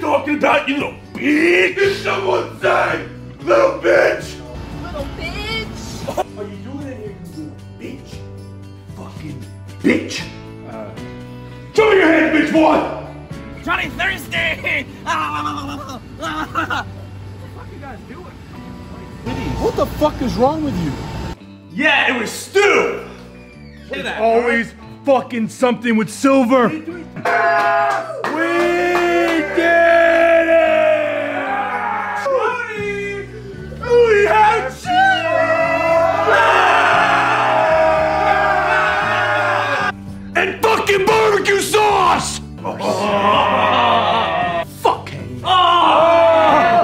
talking about, you little bitch? Did someone say, little bitch? Little bitch! Are you doing it here, you little bitch? Fucking bitch! Uh, Show me your hands, bitch boy! Johnny Thursday! what you guys doing? What the fuck is wrong with you? Yeah, it was Stu! Say that. Always fucking something with silver. We did it! Tony! We have And fucking barbecue sauce! Fuck him.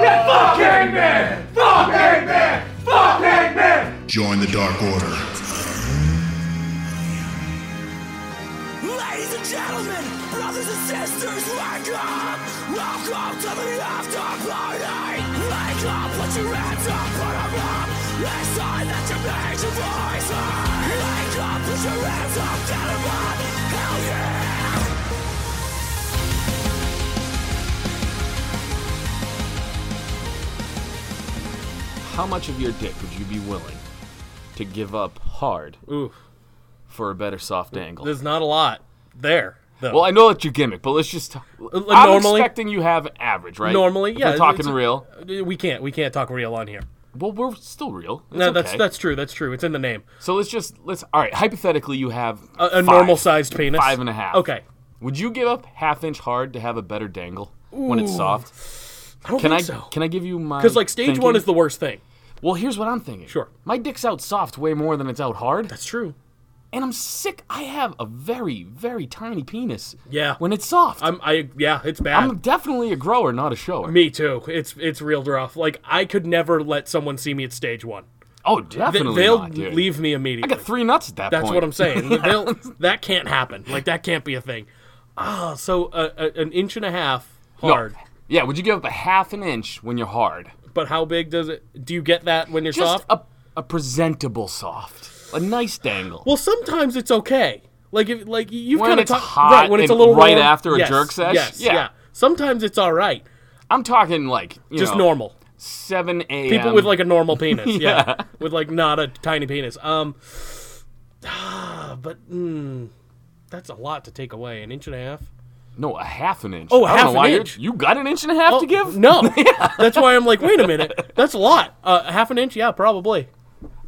Yeah, fuck Hangman! Fuck Hangman! Fuck Hangman! Join the Dark Order. Ladies and gentlemen, brothers and sisters, wake up! Welcome to the after party! Wake up, put your hands up, put 'em up! It's time that you made your voice heard. Wake up, put your hands up, get 'em up! Hell yeah! How much of your dick would you be willing to give up hard Ooh, for a better soft angle? there's not a lot there. Though. well, I know that's your gimmick, but let's just. I'm normally- expecting you have average, right? Normally, If yeah, We're talking it's- real. we can't we can't talk real on here. Well, we're still real. It's no, that's okay. that's true. That's true. It's in the name. So let's just let's. All right. Hypothetically, you have A, a five. normal sized penis. five and a half. Okay. Would you give up half inch hard to have a better dangle when it's soft? I don't Can I think so. can I give you my? Because like stage one is the worst thing. Well, here's what I'm thinking. Sure. My dick's out soft way more than it's out hard, That's true. and I'm sick. I have a very very tiny penis. Yeah. When it's soft, I'm I yeah, it's bad. I'm definitely a grower, not a shower. me too. It's it's real rough. Like I could never let someone see me at stage one. oh, They, definitely will not, dude. leave me I immediately. got three nuts at that That's point. what I'm saying. They'll- that can't happen. Like that can't be a thing. Ah, so uh, a, an inch and a half No. hard. Yeah. Would you give up a half an inch when you're hard? But how big does it? Do you get that when you're Just soft? a a presentable soft, a nice dangle. Well, sometimes it's okay. Like if like you've When kind of it's hot right, when it's a and little right warm. after a Yes, jerk sesh? Yes, Yeah. yeah. Sometimes it's all right. I'm talking like you Just know, normal. seven a.m. People with like a normal penis. yeah. Yeah. With like not a tiny penis. Um. ah, But mm, that's a lot to take away. An inch and a half. no a half an inch. Oh, a I don't half know an why you're- inch. You got an inch and a half Oh, to give? No. That's why I'm like, wait a minute. That's a lot. Uh, half an inch? Yeah, probably.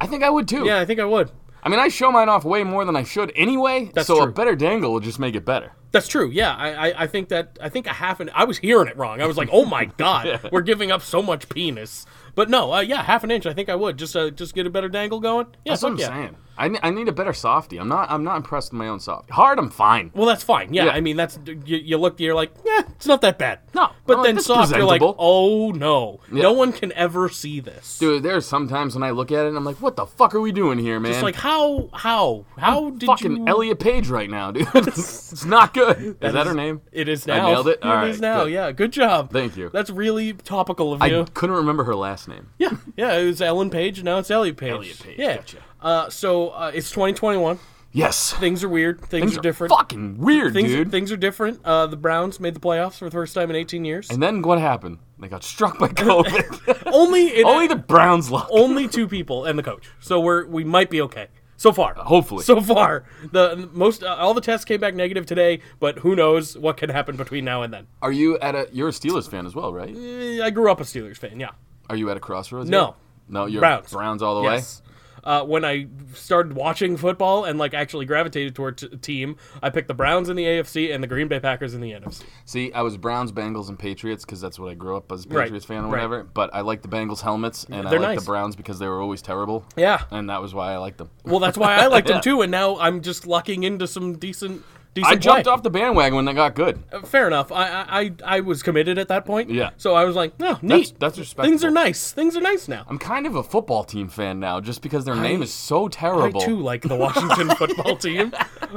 I think I would too. Yeah, I think I would. I mean, I show mine off way more than I should anyway. That's so a true. better dangle will just make it better. That's true. Yeah, I, I, I think that I think a half an. I was hearing it wrong. I was like, oh my god, we're giving up so much penis. But no, uh, yeah, half an inch. I think I would just uh, just get a better dangle going. Yeah, That's what I'm fuck yeah. saying. I, ne- I need a better softy. I'm not I'm not impressed with my own soft. Hard, I'm fine. Well, that's fine. Yeah, Yeah. I mean, that's you, you look, you're like, yeah, it's not that bad. No, but I'm then like, soft, that's you're like, presentable. oh no, Yeah. no one can ever see this. Dude, there's sometimes when I look at it and I'm like, what the fuck are we doing here, man? It's like how how how did fucking you? Elliot Page right now, dude. it's not good. Is that, is- her name? It is I now. nailed it? All is right, now. good. Yeah, good job. Thank you. That's really topical of I you. couldn't remember her last name. Yeah, yeah, it was Ellen Page. Now it's Elliot Page. Elliot Page, Yeah. gotcha. Uh, so uh, it's 2021. Yes. Things are weird. Things, Things are are different. fucking weird, things, dude. things are different. Uh, the Browns made the playoffs for the first time in 18 years. And then what happened? They got struck by COVID. only it, Only the Browns lost. only two people and the coach. So we're we might be okay so far. hopefully. So far, the most uh, all the tests came back negative today, but who knows what can happen between now and then. Are you at a? You're a Steelers fan as well, right? Eh, I grew up a Steelers fan. Yeah. Are you at a crossroads? No. yet? No, you're Browns. Browns. all the Yes. Uh, when I started watching football and like actually gravitated towards a team, I picked the Browns in the AFC and the Green Bay Packers in the NFC. way. See, I was Browns, Bengals, and Patriots because that's what I grew up as a Right, Patriots fan or right. whatever. But I like the Bengals helmets and They're I like nice. the Browns because they were always terrible. Yeah. and that was why I liked them. Well, that's why I liked Yeah. them too, and now I'm just lucking into some decent. Decent I jumped play. off the bandwagon when they got good. Uh, Fair enough. I, I I- I was committed at that point. Yeah. So I was like, no, That's neat. that's respectable. Things are nice. Things are nice now. I'm kind of a football team fan now, just because their name is so I terrible. too like the Washington football team,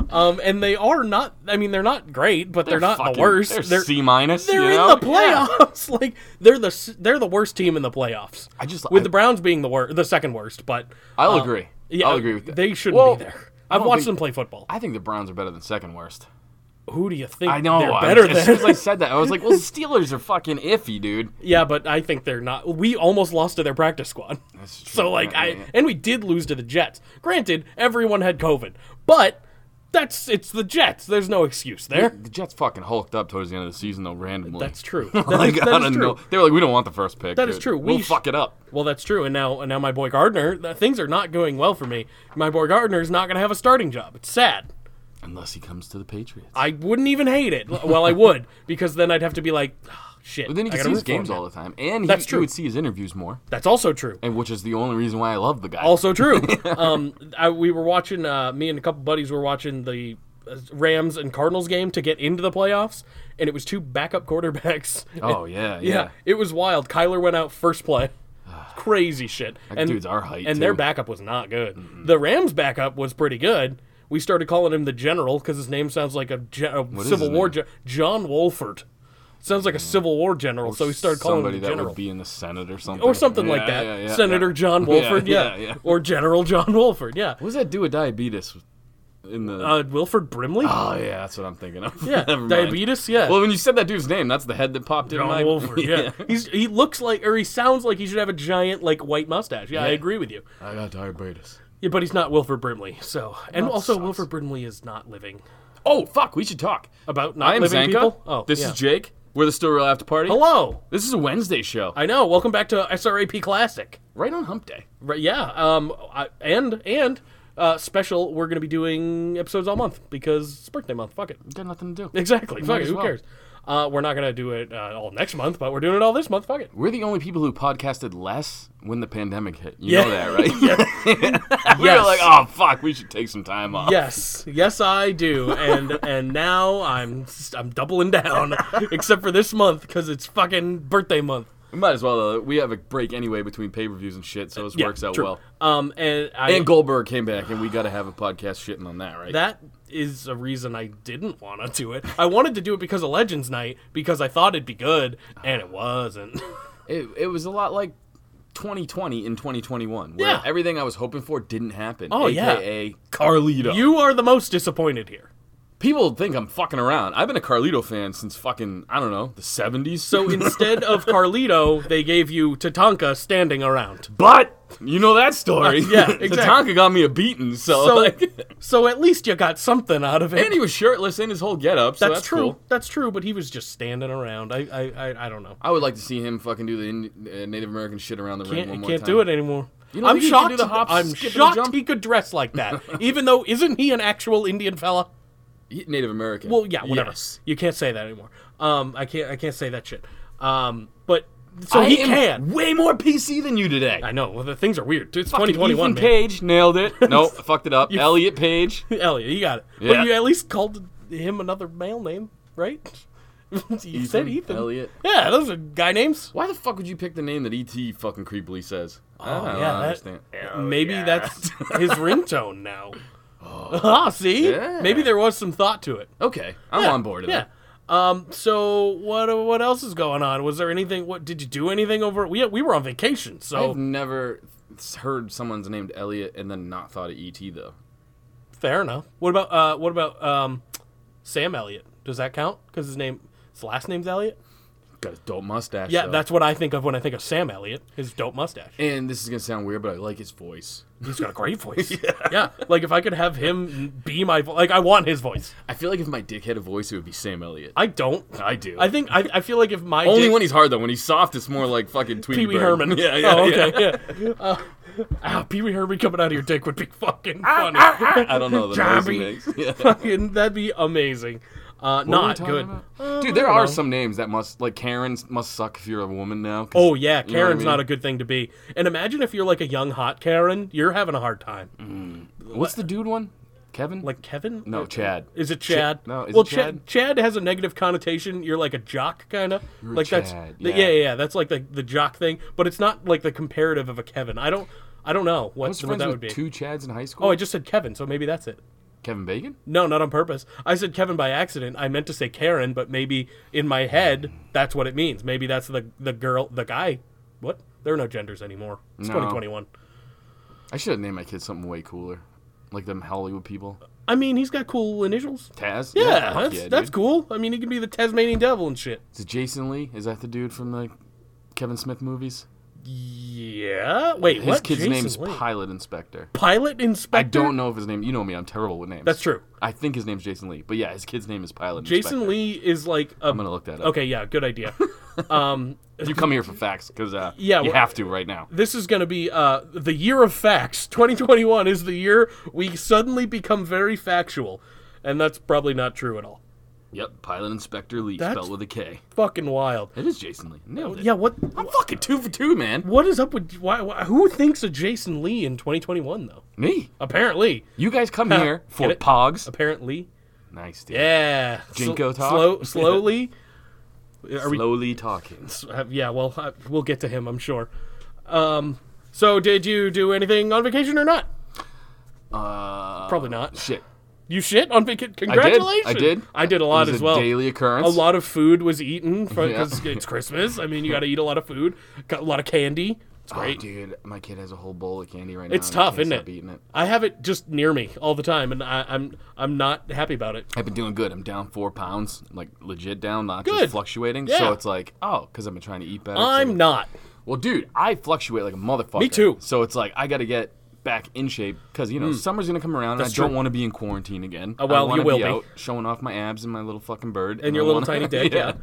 um, and they are not. I mean, they're not great, but they're, not the fucking- worst. They're, C minus. They're you in know? the Yeah. playoffs. like they're the s- they're the worst team in the playoffs. I just- with I- the Browns being the worst, the second worst. But I'll uh, agree. Yeah, I'll agree with that. They shouldn't Well, be there. I I've don't watched them think- play football. I think the Browns are better than second worst. who do you think I know. they're I- better as than? soon as I said that, I was like, "Well, the Steelers are fucking iffy, dude." yeah, but I think they're not. We almost lost to their practice squad. That's true. So like Yeah, I yeah, yeah. and we did lose to the Jets. Granted, everyone had COVID, but that's it's the Jets. There's no excuse there. The Jets fucking hulked up towards the end of the season though, randomly. That's true. That like is- that I is don't true. know. They were like, "We don't want the first pick." That is dude. true. We We'll sh- fuck it up. Well, that's true. And now, and now my boy Gardner, th- things are not going well for me. My boy Gardner is not going to have a starting job. It's sad. Unless he comes to the Patriots. I wouldn't even hate it. L- Well, I would because then I'd have to be like, "Ah, shit. but then he I can gotta see his root for him games now." all the time, and he, That's he true. would see his interviews more, That's also true. and which is the only reason why I love the guy. Also true. um, I, we were watching. Uh, me and a couple buddies were watching the uh, Rams and Cardinals game to get into the playoffs, and it was two backup quarterbacks. oh Yeah, yeah, yeah. it was wild. Kyler went out first play. Crazy shit. That dude's our height, And their too. backup was not good. The Rams' backup was pretty good. We started calling him the General because his name sounds like a, gen- a is Civil his War. name? Gen- Mm. John Wolford sounds like a Civil War general. so we started calling Oh, somebody him the that General would be in the Senate or something, or something Yeah, like that. yeah, yeah, Senator yeah. John Wolford, yeah, yeah, yeah. or General John Wolford, yeah. What does that do with diabetes? In the Uh, Wilford Brimley, oh yeah, that's what I'm thinking of. yeah, Never mind. diabetes, yeah. Well, when you said that dude's name, that's the head that popped in. my... John Wolford, yeah. He's he looks like or he sounds like he should have a giant like white mustache. Yeah, I agree with you. I got diabetes. Yeah, but he's not Wilford Brimley. So, and That also sucks. Wilford Brimley is not living Oh fuck, we should talk. about not I am living Zanka. people. Oh, this yeah. is Jake. We're the Still Real After Party. hello. This is a Wednesday show, I know. Welcome back to SRAP Classic. right on Hump Day. Right, yeah. Um. I, and and uh, special. We're gonna be doing episodes all month because it's birthday month. Fuck it. Got nothing to do. Exactly. Might Fuck it. as Who well. cares? Uh, we're not gonna do it uh, all next month, but we're doing it all this month. Fuck it. We're the only people who podcasted less when the pandemic hit. You Yeah. know that, right? we Yes. were like, oh fuck, we should take some time off. Yes, yes, I do, and and now I'm I'm doubling down, except for this month because it's fucking birthday month. We might as well. Uh, we have a break anyway between pay per views and shit, so this Yeah, works out true. well. Um, and I And Goldberg came back, and we got to have a podcast shitting on that, right? that is a reason I didn't want to do it. I wanted to do it because of Legends Night because I thought it'd be good, and it wasn't. it, it was a lot like 2020 and 2021, where Yeah. everything I was hoping for didn't happen. Oh, yeah. AKA Carlito. You are the most disappointed here. People think I'm fucking around. I've been a Carlito fan since fucking I don't know the 70s. So instead of Carlito, they gave you Tatanka standing around. but you know that story. Uh, yeah, exactly. Tatanka got me a beating, so, So, like, so at least you got something out of it. and he was shirtless in his whole getup. So that's, that's, true. cool. That's true. But he was just standing around. I I, I, I don't know. I would like to see him fucking do the Indi- uh, Native American shit around the ring Can't one you more can't time. do it anymore. You don't I'm think he can shocked. do the hop, I'm skip, and shocked jump? he could dress like that. even though isn't he an actual Indian fella? He- Native American. Well, yeah, whatever. Yes. You can't say that anymore. Um, I can't I can't say that shit. Um, but so I he am can. way more PC than you today. I know. Well, the things are weird. It's Fucking 2021, Ethan man. Page nailed it. nope, I fucked it up. Elliot Page. Elliot, you got it. Yeah. But you at least called him another male name, right? you said Ethan. Elliot. Yeah, those are guy names. Why the fuck would you pick the name that ET fucking creepily says? I don't Oh, yeah, that- understand. Maybe that's his ringtone now. Ah, see? Oh. Yeah. Maybe there was some thought to it. Okay, I'm on board with Yeah. that. Um, so what what else is going on? Was there anything what did you do anything over we we were on vacation, so I've never heard someone's named Elliot and then not thought of ET though. fair enough. What about uh what about um Sam Elliott? Does that count? Cuz his name his last name's Elliott? Got a dope mustache. Yeah, though. that's what I think of when I think of Sam Elliott, his dope mustache. And this is gonna sound weird, but I like his voice. He's got a great voice. yeah. like if I could have him be my vo- like I want his voice. I feel like if my dick had a voice, it would be Sam Elliott. I don't. I do. I think I, I feel like if my Only dick- when he's hard though. When he's soft, it's more like fucking Tweety Pee Wee Bird. Herman. Yeah, yeah. Oh, yeah. okay. Yeah. Uh, ah, Pee Wee Herman coming out of your dick would be fucking Ah, funny. I don't know the noise he Zombie. makes. Yeah. fucking, that'd be amazing. Uh, not talking good. about? Um, I Dude, there don't are know. some names that must like Karen must suck if you're a woman now. 'cause- Oh yeah, you know what I Karen's mean? not a good thing to be. And imagine if you're like a young hot Karen, you're having a hard time. What's the dude one? Kevin? Like Kevin? Mm. No, Or- Chad. Is it Chad? no, uh, is well, it Chad? Chad has a negative connotation. You're like a jock, kind of. a Like that's Chad, the- yeah. yeah, yeah, yeah. That's like the the jock thing, but it's not like the comparative of a Kevin. I don't, I don't know I what, was what friends that with would be. two Chads in high school. Oh, I just said Kevin, so maybe that's it. Kevin Bacon. No, not on purpose. I said Kevin by accident. I meant to say Karen, but maybe in my head that's what it means. Maybe that's the the girl, the guy. What? There are no genders anymore. It's No. 2021. I should have named my kids something way cooler, like them Hollywood people. I mean, he's got cool initials. Taz? Yeah, fuck that's, dude. that's cool. I mean, he could be the Tasmanian devil and shit. Is it Jason Lee? Is that the dude from the Kevin Smith movies? Yeah. Wait, His what? kid's Jason name's Lee. Pilot Inspector. Pilot I Inspector. don't know if his name. You know me. I'm terrible with names. That's true. I think his name's Jason Lee, but yeah, his kid's name is Pilot. Jason Inspector. Lee is like a. I'm gonna look that up. Okay, yeah, good idea. um, You come here for facts because uh, Yeah, you well- have to right now. this is going to be uh, the year of facts. 2021 is the year we suddenly become very factual, and that's probably not true at all. Yep, Pilot Inspector Lee That's- spelled with a K. Fucking wild. It is Jason Lee. Nailed it. Yeah, what? I'm fucking two for two, man. What is up with why, why? Who thinks of Jason Lee in 2021 though? Me. Apparently, You guys come Huh. here for Get it? Pogs. apparently, Nice, dude. yeah. Jinko Sl- talk? Slow, slowly. Are we? Slowly talking. uh, Yeah. Well, I, we'll get to him. I'm sure. Um. So, did you do anything on vacation or not? Uh, Probably not. shit. You shit on vacation. I did. Congratulations. I did. I did a lot it was as a well. Daily occurrence. a lot of food was eaten Yeah. because it's Christmas. I mean, you got to eat a lot of food. Got a lot of candy. It's Oh, great. dude, my kid has a whole bowl of candy right now. It's and I tough, can't isn't stop it? Eating it. I have it just near me all the time, and I, I'm I'm not happy about it. I've been doing good. I'm down four pounds, like legit down, not Good. just fluctuating. Yeah. So it's like, oh, because I've been trying to eat better. so- I'm not. Well, dude, I fluctuate like a motherfucker. Me too. Mm. So it's like I got to get back in shape because you know summer's gonna come around. and I That's don't true. want to be in quarantine again. Uh, well, I you wanna will be, be. out showing off my abs and my little fucking bird And your little I tiny dick, yeah.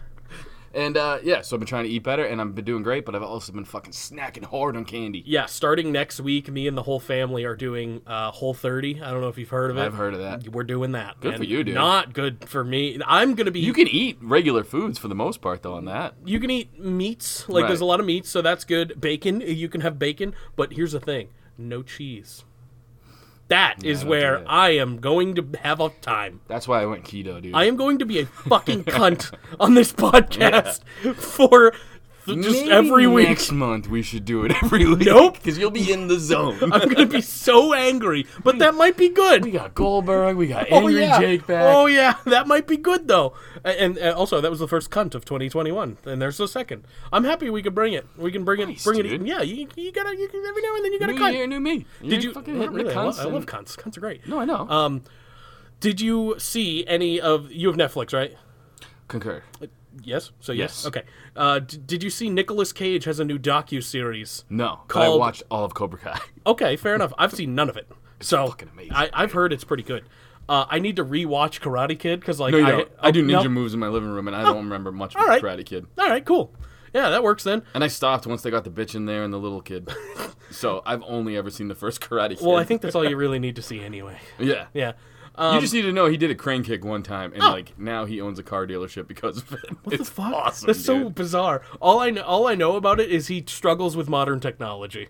And uh, yeah, so I've been trying to eat better, and I've been doing great, but I've also been fucking snacking hard on candy. Yeah, starting next week, me and the whole family are doing uh, Whole 30. I don't know if you've heard of it. I've heard of that. We're doing that. Good and for you, dude. Not good for me. I'm gonna be. You can eat regular foods for the most part, though. On that, you can eat meats. Like Right. there's a lot of meats, so that's good. Bacon, you can have bacon, but here's the thing: no cheese. That is don't do where that. I am going to have a time. that's why I went keto, dude. I am going to be a fucking cunt on this podcast for th- just Maybe every week. Next month we should do it every week. Nope. because you'll be in the zone. I'm gonna be so angry, but that might be good. we got Goldberg. We got Oh Angry yeah. Jake back. Oh yeah, that might be good though. A- And, and also, that was the first cunt of 2021, and there's the second. I'm happy we could bring it. We can bring Nice, it. Bring dude. it. Yeah, you, you gotta. You can, every now and then you gotta new cunt. year, new me. Did you? fucking hit me really, I, love, I constant. love cunts. Cunts are great. No, I know. Um, did you see any of? You have Netflix, right? Concur. Yes. So yes. Yes. Okay. Uh, d- did you see Nicolas Cage has a new docu series? No, I called- watched all of Cobra Kai. Okay, fair enough. I've seen none of it. So fucking amazing, I, I've heard it's pretty good. Uh, I need to rewatch Karate Kid because like No, you I, Oh, don't. I, do no? ninja moves in my living room, and I don't remember much from all right. Karate Kid. All right, cool. Yeah, that works then. And I stopped once they got the bitch in there and the little kid. so I've only ever seen the first Karate Kid. Well, I think that's all you really need to see anyway. yeah. Um, Yeah. you just need to know he did a crane kick one time, and like now he owns a car dealership because of it. What it's the fuck? awesome. That's so dude. bizarre. All I know, all I know about it is he struggles with modern technology.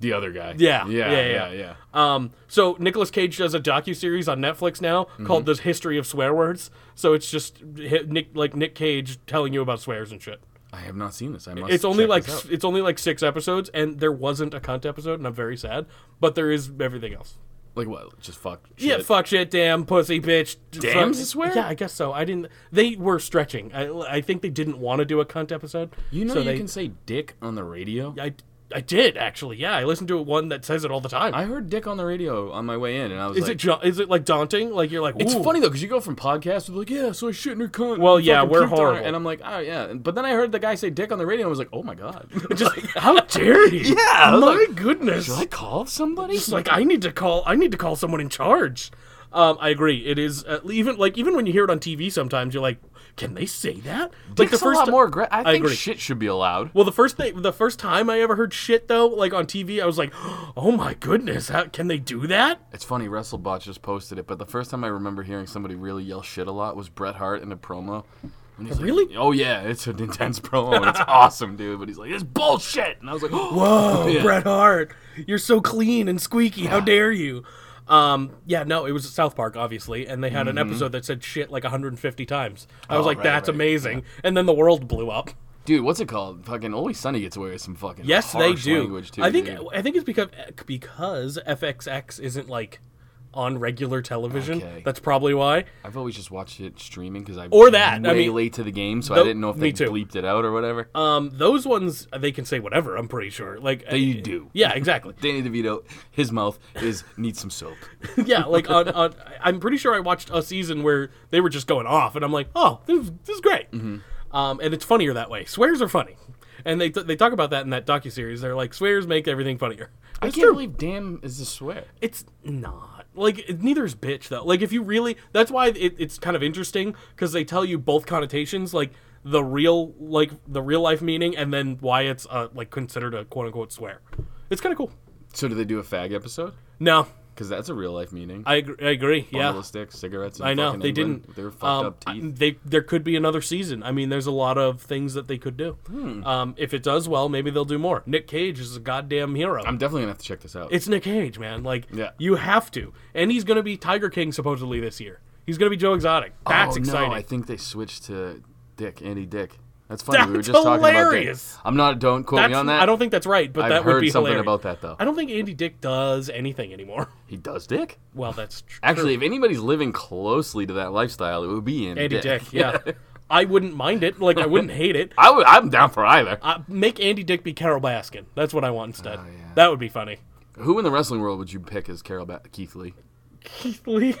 the other guy. Yeah, yeah, yeah, yeah, yeah. yeah. Um, so Nicolas Cage does a docu series on Netflix now Mm-hmm. called "The History of Swear Words." So it's just hi- Nick, like Nick Cage telling you about swears and shit. I have not seen this. I must. It's only check like this s- out. it's only like six episodes, and there wasn't a cunt episode, and I'm very sad. But there is everything else. like what? Just fuck. Yeah, shit? fuck shit, damn, pussy, bitch. Damn's fuck- a swear? Yeah, I guess so. I didn't. They were stretching. I, I think they didn't want to do a cunt episode. You know so you they, can say dick on the radio. I I did actually. Yeah, I listened to one that says it all the time. I heard dick on the radio on my way in, and I was is like, it jo- is it like daunting? Like you're like It's "Ooh." funny though, because you go from podcasts to like, yeah, so I shit in her cunt. Well, and yeah, fucking we're puked on her," horrible. And I'm like, oh yeah. But then I heard the guy say dick on the radio, and I was like, oh my god. Just how dare he? Yeah, I my was like, goodness. Should I call somebody? It's like I need to call. I need to call someone in charge. Um, I agree. It is uh, even like even when you hear it on TV, sometimes you're like, can they say that? like Dick's a lot ti- more aggra- I think agree. shit should be allowed. Well, the first thing, the first time I ever heard shit though, like on TV, I was like, "Oh my goodness, how, can they do that?" It's funny, WrestleBot just posted it, but the first time I remember hearing somebody really yell shit a lot was Bret Hart in a promo. And he's like, Really? oh yeah, it's an intense promo. and It's awesome, dude. But he's like, it's bullshit. And I was like, Whoa, Oh, Yeah. Ah. Bret Hart, you're so clean and squeaky. How dare you? Um, yeah, no, it was South Park, obviously, and they had an episode that said shit like 150 times. I was Mm-hmm. Oh, like, right, "That's right, amazing," and then the world blew up. dude, what's it called? Fucking Always Sunny gets away with some fucking Yes, they harsh do. language too. I think dude. I think it's because because FXX isn't like on regular television. Okay. That's probably why. I've always just watched it streaming because I Or that, I way mean- late to the game, so I Nope, didn't know if me they too. bleeped it out or whatever. Um, those ones they can say whatever. I'm pretty sure. Like uh, They do. Yeah, exactly. Danny DeVito, his mouth is need some soap. yeah, like on, on, I'm pretty sure I watched a season where they were just going off, and I'm like, oh, this, is- this is great. Mm-hmm. Um, and it's funnier that way. Swears are funny, and they they talk about that in that docu series. They're like, swears make everything funnier. I It's can't true. believe damn is a swear. It's not. Like, it- neither is bitch, though. Like, if you really. That's why it, it's kind of interesting, because they tell you both connotations, like, the real, like, the real life meaning, and then why it's, uh, like, considered a quote unquote swear. It's kind of cool. So do they do a fag episode? No, Because that's a real life meaning. I, agree- I agree. Bundle Yeah. of sticks, cigarettes. in I know. fucking They England didn't. with Their fucked um, up I- teeth. They, there could be another season. I mean, there's a lot of things that they could do. Hmm. Um, if it does well, maybe they'll do more. Nick Cage is a goddamn hero. I'm definitely gonna have to check this out. It's Nick Cage, man. Like Yeah. you have to. And he's gonna be Tiger King supposedly this year. He's gonna be Joe Exotic. That's oh, exciting. No, I think they switched to Dick, Andy Dick. That's funny. we were That's just talking about Dick. hilarious. I'm not. Don't quote That's, me on that. I don't think that's right, but I've that would heard be something hilarious. about that, though. I don't think Andy Dick does anything anymore. He does Dick. Well, that's true. Actually, if anybody's living closely to that lifestyle, it would be Andy, Andy Dick, yeah. I wouldn't mind it. Like I wouldn't hate it. I would. I'm down for either. Uh, make Andy Dick be Carol Baskin. That's what I want Oh, instead. That would be funny. Who in the wrestling world would you pick as Carol ba- Keith Lee? Keith Lee.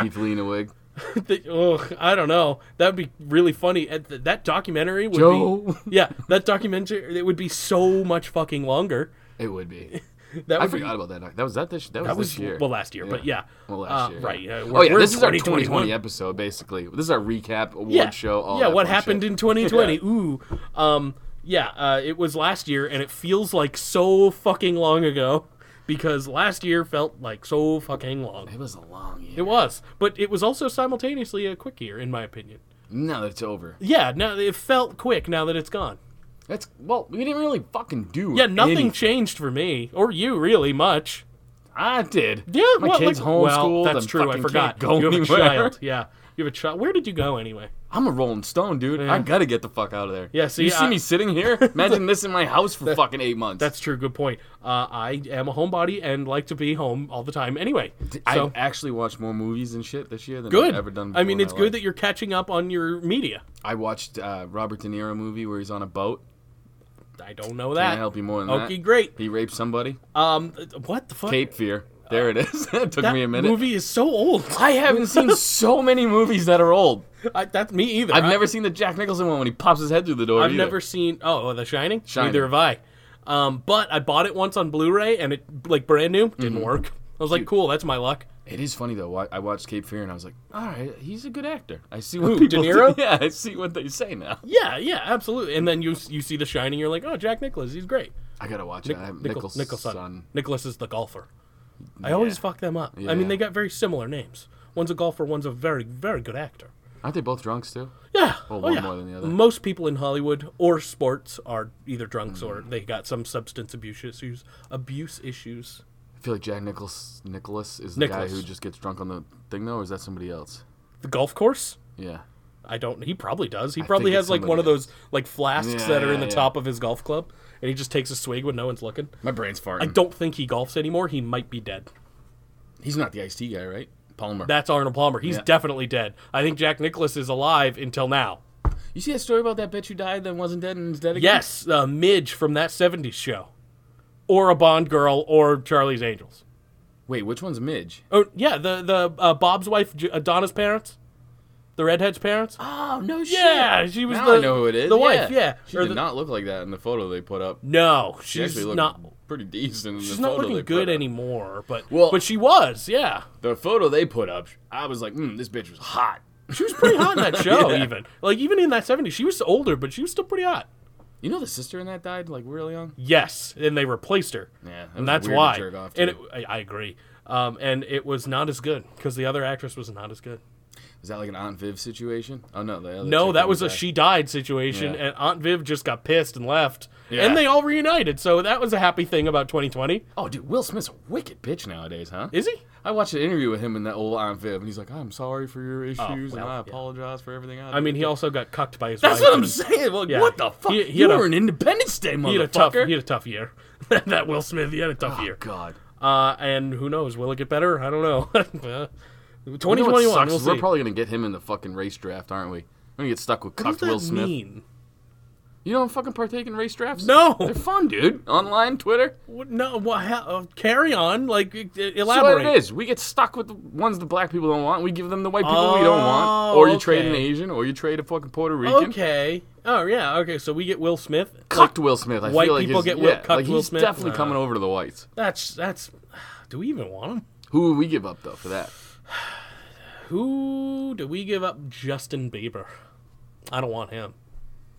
Keith Lee in a wig. Th- ugh, I don't know. That would be really funny. And th- That documentary would Joe. be yeah. That documentary it would be so much fucking longer. It would be. That would I be- forgot about that. That was that this. That was, That was this year. well last year, but yeah. Well, last Uh, year. right? Yeah, oh we're- yeah. we're This is our 2021. 2020 episode, basically. This is our recap award yeah. show. All yeah, that what fun happened shit. in 2020? Ooh, um, yeah, uh, it was last year, and it feels like so fucking long ago because last year felt like so fucking long. It was a long year. It was, but it was also simultaneously a quick year, in my opinion. No, it's over. Yeah, now it felt quick now that it's gone. That's well, we didn't really fucking do. Yeah, nothing anything. changed for me or you really much. I did. Yeah, my well, kids like- homeschooled. Well, that's I true. I fucking forgot. Can't go you have anywhere. a child. Yeah, you have a child. Where did you go anyway? I'm a Rolling Stone, dude. I gotta get the fuck out of there. Yeah, see, you see I- me sitting here? Imagine this in my house for fucking eight months. That's true. Good point. Uh, I am a homebody and like to be home all the time. Anyway, I so actually watched more movies and shit this year than good. I've ever done. I mean, it's good That- that you're catching up on your media. I watched uh, Robert De Niro movie where he's on a boat. I don't know Can I that. help you more than that? Okay, great. He raped somebody. Um, what the fuck? Cape Fear. There it is. that took that me a minute. movie is so old. I haven't seen so many movies that are old. I, that's me either. I've I- never seen the Jack Nicholson one when he pops his head through the door. I've either. never seen. Oh, The Shining. Shining. Neither have I. Um, but I bought it once on Blu-ray and it like brand new didn't Mm-hmm. work. I was like, cool, that's my luck. It is funny though. wa- I watched Cape Fear and I was like, "All right, he's a good actor. I see what Who, people De Niro? do- Yeah, I see what they say now. Yeah, yeah, absolutely. And then you you see The Shining, you're like, oh, Jack Nicholas, he's great. I gotta watch it. I have Nichol- Nicholson. Nicholson. Nicholas is the golfer. I always fuck them up. I Yeah. mean, they got very similar names. One's a golfer, one's a very, very good actor. Aren't they both drunks too? Yeah. oh, Well, one yeah. more than the other. Most people in Hollywood or sports are either drunks Mm-hmm. or they got some substance abuse issues. Abuse issues. I feel like Jack Nichols Nicholas is the Nicholas. guy who just gets drunk on the thing though, or is that somebody else? The golf course. Yeah. I don't. He probably does. He think probably it's has like somebody one of else. those like flasks Yeah, that are in the yeah, yeah. top of his golf club, and he just takes a swig when no one's looking. My brain's farting. I don't think he golfs anymore. He might be dead. He's not the iced tea guy, right? Palmer. That's Arnold Palmer. He's Yeah. definitely dead. I think Jack Nicholas is alive until now. you see that story about that bitch who died then wasn't dead and is dead again? Yes, uh, Midge from that '70s show, or a Bond girl, or Charlie's Angels. Wait, which one's Midge? Oh yeah, the the uh, Bob's wife, J- uh, Donna's parents, the redhead's parents. Oh no shit. Yeah, she was Now the I know who it is. the wife. Yeah, She Or did the- not look like that in the photo they put up. No, She she's actually looked not. pretty decent. In She's the not photo they looking put good up. anymore, but Well- but she was, yeah. The photo they put up, I was like, mm, this bitch was hot. She was pretty hot in that show, even like even in that '70s, she was older, but she was still pretty hot. You know the sister in that died like real young. Yes, and they replaced her. Yeah, that was and that's weird to why. jerk off and it, to. I, I agree. Um, and it was not as good because the other actress was not as good. Is that like an Aunt Viv situation? Oh no, the other No, chick that was a died. she died situation, Yeah. and Aunt Viv just got pissed and left. Yeah. And they all reunited, so that was a happy thing about 2020. Oh, dude, Will Smith's a wicked bitch nowadays, huh? Is he? I watched an interview with him and that old Aunt Viv, and he's like, "I'm sorry for your issues, and Oh, well, I yeah. apologize for everything." I, I did." mean, he also got cucked by his that's wife. what I'm saying. Like, Yeah. what the fuck? He- he you had a- were an Independence Day motherfucker. He had a tough. He had a tough year. that Will Smith. He had a tough oh year. God. Uh, and who knows? Will it get better? I don't know. You Twenty know what twenty one. sucks We'll is see. We're probably gonna get him in the fucking race draft, aren't we? We're gonna get stuck with what does cucked that Will Smith. mean? You don't fucking partake in race drafts? No. They're fun, dude. Online, Twitter. What, no. What, ha- uh, carry on. Like e- e- That's elaborate. what it is. We get stuck with the ones the black people don't want. We give them the white people we don't want. Oh, Or you trade an okay. Asian, or you trade a fucking Puerto Rican. Okay. Oh yeah. Okay. So we get Will Smith. Cucked Will Smith. I white feel like people his- get Will- yeah, cucked like Will he's Smith? definitely Nah. coming over to the whites. That's that's. Do we even want him? Who would we give up though for that? Who do we give up? Justin Bieber. I don't want him.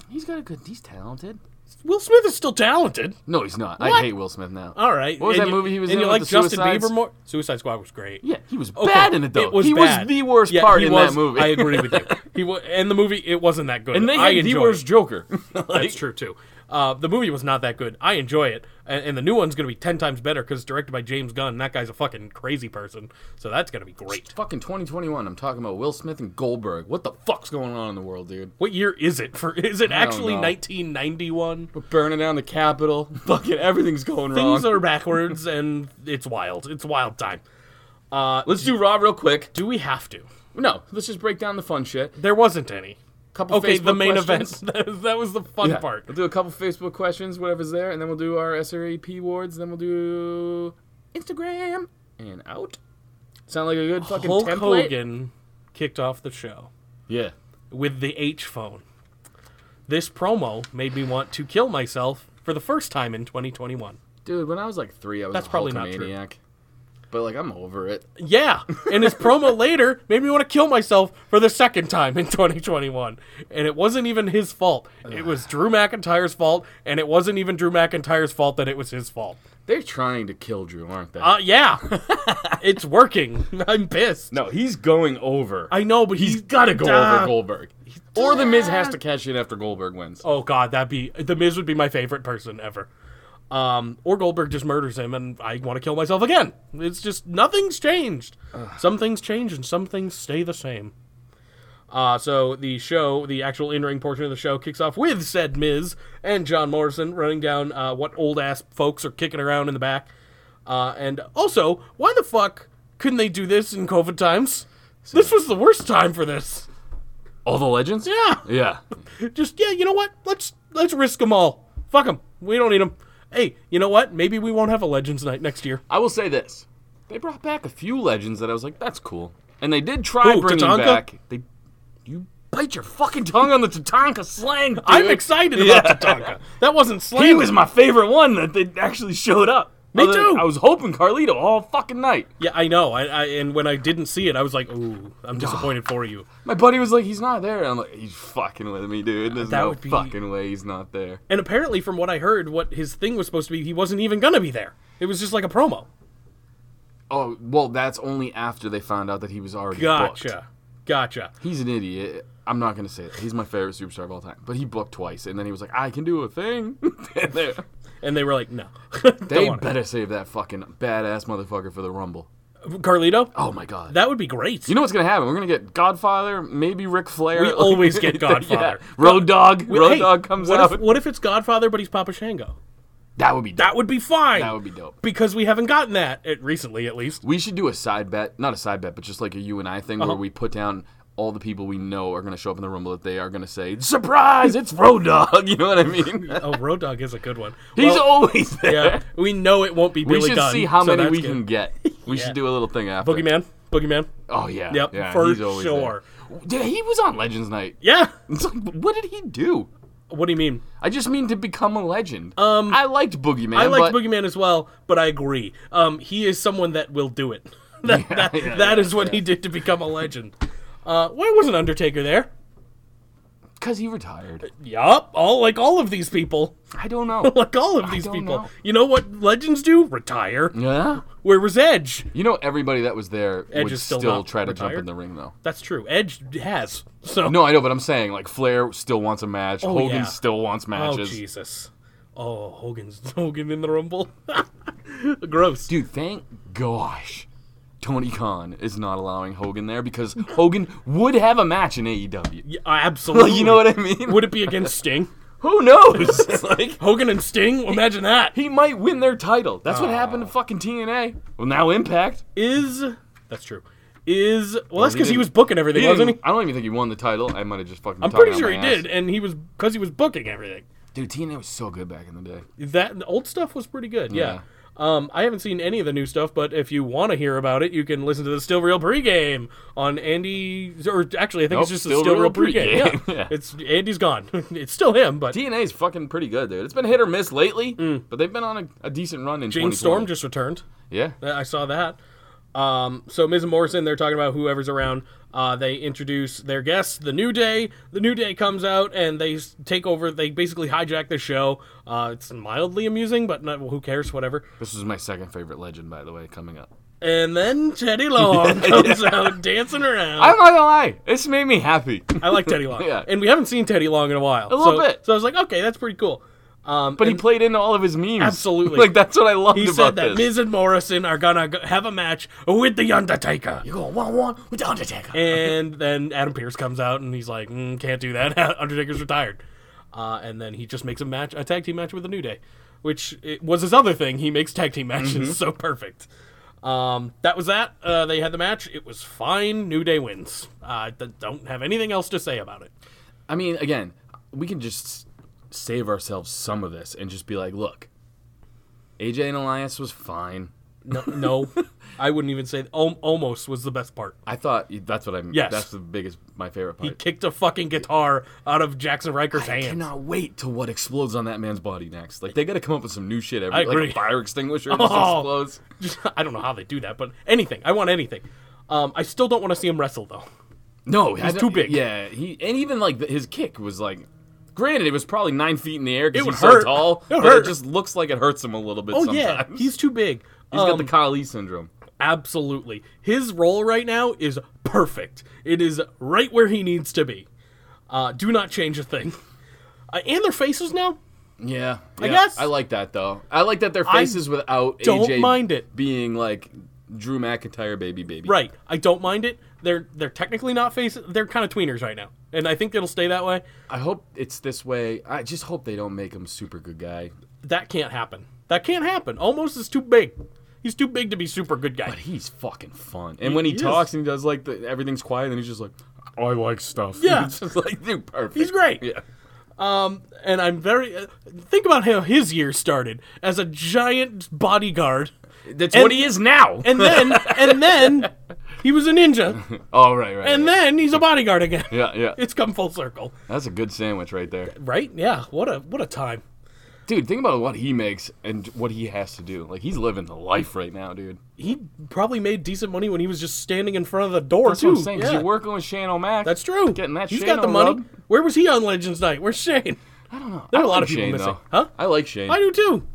He's got a good. He's talented. Will Smith is still talented. No, he's not. I What? hate Will Smith now. All right. What was and that you- movie he was and in you with like the Justin Suicides? Bieber more? Suicide Squad was great. Yeah, he was Okay, bad in it though. It was he bad. was the worst Yeah, part he in was, that movie. I agree with you. He wa- and the movie it wasn't that good. and they I had the enjoy worst it. Joker. That's true too. Uh, the movie was not that good. I enjoy it, and, and the new one's gonna be ten times better because directed by James Gunn. and That guy's a fucking crazy person, so that's gonna be great. Fucking 2021. I'm talking about Will Smith and Goldberg. What the fuck's going on in the world, dude? What year is it? For is it don't actually know. nineteen ninety one? We're burning down the Capitol. Fucking everything's going wrong. Things are backwards, and it's wild. It's wild time. let's do Rob real quick. Do we have to? No, let's just break down the fun shit. There wasn't any. Couple Okay, the Facebook main questions. event. That was, that was the fun Yeah. part. We'll do a couple Facebook questions, whatever's there, and then we'll do our SRAP wards. Then we'll do Instagram and out. Sound like a good fucking Hulk template? Hogan kicked off the show Yeah. with the H phone. This promo made me want to kill myself for the first time in 2021. Dude, when I was like three, I was That's a probably not true. maniac. But like, I'm over it. Yeah, and his promo later made me want to kill myself for the second time in 2021. And it wasn't even his fault. It was Drew McIntyre's fault, and it wasn't even Drew McIntyre's fault that it was his fault. They're trying to kill Drew, aren't they? Uh, yeah, it's working. I'm pissed. no, he's going over. I know, but he's he's got to go Ah. over Goldberg. Or the Miz has to cash in after Goldberg wins. Oh God, that'd be the Miz would be my favorite person ever. Um, or Goldberg just murders him, and I want to kill myself again. It's just nothing's changed. Some things change, and some things stay the same. Uh, so the show, the actual in-ring portion of the show, kicks off with said Miz and John Morrison running down uh, what old ass folks are kicking around in the back. Uh, and also, why the fuck couldn't they do this in COVID times? This was the worst time for this. All the legends? Yeah Yeah. just yeah, you know what? Let's let's risk them all. Fuck them. We don't need them. Hey, you know what? Maybe we won't have a Legends Night next year. I will say this. They brought back a few legends that I was like, that's cool. And they did try Who, bringing Tatanka? back. They, you bite your fucking tongue on the Tatanka slang. dude. I'm excited about Tatanka. That wasn't slander. He was my favorite one that they actually showed up. Me Other than- too. I was hoping Carlito all fucking night. yeah, I know. I, I and when I didn't see it, I was like, ooh, I'm disappointed for you. My buddy was like, he's not there. I'm like, he's fucking with me, dude. There's That no would be- fucking way he's not there. And apparently, from what I heard, what his thing was supposed to be, he wasn't even gonna be there. It was just like a promo. Oh, well, that's only after they found out that he was already booked. Gotcha. Gotcha. he's an idiot. I'm not gonna say it. He's my favorite superstar of all time. But he booked twice, and then he was like, "I can do a thing." And they- And they were like, no. they want it. better save that fucking badass motherfucker for the Rumble. Carlito? Oh my god. That would be great. you know what's gonna happen? We're gonna get Godfather, maybe Ric Flair. We always get Godfather. Yeah. Road Dog. Wait, Road hey, Dog comes what out. If, what if it's Godfather, but he's Papa Shango? that would be. Dope. That would be fine. That would be dope. because we haven't gotten that at, recently, at least. We should do a side bet, not a side bet, but just like a you and I thing Uh-huh. where we put down all the people we know are gonna show up in the Rumble that they are gonna say, "Surprise! It's Road Dog." You know what I mean? Oh, Road Dog is a good one. He's Well, always there. yeah. We know it won't be We Billy should Dunn, see how so many that's we good. can get. We should do a little thing after. Boogeyman, Boogeyman. Oh yeah. Yep, yeah, for he's always there. sure. Yeah, he was on Legends Night. Yeah. It's like, what did he do? What do you mean? I just mean to become a legend. Um, I liked Boogeyman. I liked but Boogeyman as well, but I agree. Um, he is someone that will do it. that, that, yeah, that is what he did to become a legend. Uh, why wasn't Undertaker there? because he retired. Yup, all like all of these people, I don't know. like all of these don't people. know. You know what legends do? Retire. yeah, Where was Edge? you know everybody that was there Edge would is still still, not try to jump retired? in the ring though. That's true. Edge has so No, I know, but I'm saying like Flair still wants a match. Hogan yeah. still wants Oh matches. Jesus! Oh, Hogan's Hogan in the Rumble. Gross. Dude, thank gosh, Tony Khan is not allowing Hogan there because Hogan would have a match in AEW. Yeah, absolutely. you know what I mean? Would it be against Sting? Who knows? It's like Hogan and Sting? Imagine that. he might win their title. That's what happened to fucking TNA. Well, now Impact. Is that's true. Is well, that's he because he didn't- was booking everything, He wasn't didn't- he? I don't even think he won the title. I might have just fucking. I'm pretty sure he did, and he was because he was booking everything. Dude, TNA was so good back in the day. That the old stuff was pretty good. Yeah. Yeah. Um, I haven't seen any of the new stuff, but if you want to hear about it, you can listen to the Still Real pregame on Andy. Or actually, I think Nope, it's just Still the Still Real Real pregame. pregame. Yeah. Yeah. it's Andy's gone. it's still him, but TNA is fucking pretty good, dude. It's been hit or miss lately, but they've been on a, a decent run in James 2020. Mm. Storm just returned. yeah. I saw that. Um, so Miz and Morrison, they're talking about whoever's around. Uh, they introduce their guests, the New Day. The New Day comes out and they s- take over. They basically hijack the show. Uh, it's mildly amusing, but not, who cares? Whatever. This is my second favorite legend, by the way, coming up. And then Teddy Long comes out dancing around. I'm not gonna lie, this made me happy. I like Teddy Long. Yeah. And we haven't seen Teddy Long in a while. A little so, bit. So I was like, okay, that's pretty cool. Um, but he and played into all of his memes. Absolutely. like that's what I loved he about said that this. Miz and Morrison are gonna go- have a match with the Undertaker. You go one one with the Undertaker. And then Adam Pierce comes out and he's like, mm, "Can't do that. Undertaker's retired." Uh, and then he just makes a match, a tag team match with the New Day, which it was his other thing. He makes tag team matches so perfect. Um, that was that. Uh, they had the match. It was fine. New Day wins. I d- don't have anything else to say about it. I mean, again, we can just save ourselves some of this and just be like, look, AJ and Elias was fine. No, no I wouldn't even say al- almost was the best part. I thought that's what I'm. Yes. that's the biggest, my favorite He part. kicked a fucking guitar out of Jackson Riker's I hand. cannot wait till what explodes on that man's body next. Like they got to come up with some new shit. Every I like agree. a fire extinguisher just Oh. explodes. I don't know how they do that, but anything. I want anything. Um, I still don't want to see him wrestle though. No, he's too big. Yeah, he and even like the, his kick was like. Granted, it was probably nine feet in the air It because would he's hurt. so tall. It would but hurt. it just looks like it hurts him a little bit. Oh sometimes. yeah, Um, he's he's too big. He's got the Kali syndrome. absolutely. His role right now is perfect. It is right where he needs to be. Uh, do not change a thing. Uh, and their faces now. Yeah, I guess. I like that though. I like that their faces without don't AJ mind it. being like Drew McIntyre baby baby. Right. I don't mind it. They're they're technically not faces. They're kind of tweeners right now, and I think it'll stay that way. I hope it's this way. I just hope they don't make him super good guy. That can't happen. That can't happen. Almost is too big. He's too big to be super good guy. But he's fucking fun. And when he, is. talks and he does like the, everything's quiet, and he's just like, I like stuff. Yeah. it's just like dude, perfect. He's great. Yeah. and I'm very. Uh, think about how his year started as a giant bodyguard, That's And- what he is now. and then and then he was a ninja, oh right, right. and right. then he's a bodyguard again. yeah, yeah. It's come full circle, That's a good sandwich right there, right? Yeah. What a what a time. dude. Think about what he makes and what he has to do. Like he's living the life right now, dude. He probably made decent money when he was just standing in front of the door That's too. what I'm saying. 'cause Yeah. You're working with Shane O'Mac. That's true. Getting that. He's Shane got the on money. rub. Where was he on Legends Night? Where's Shane? I don't know. There are I a lot like of people Shane, missing. though. Huh? I like Shane. I do too.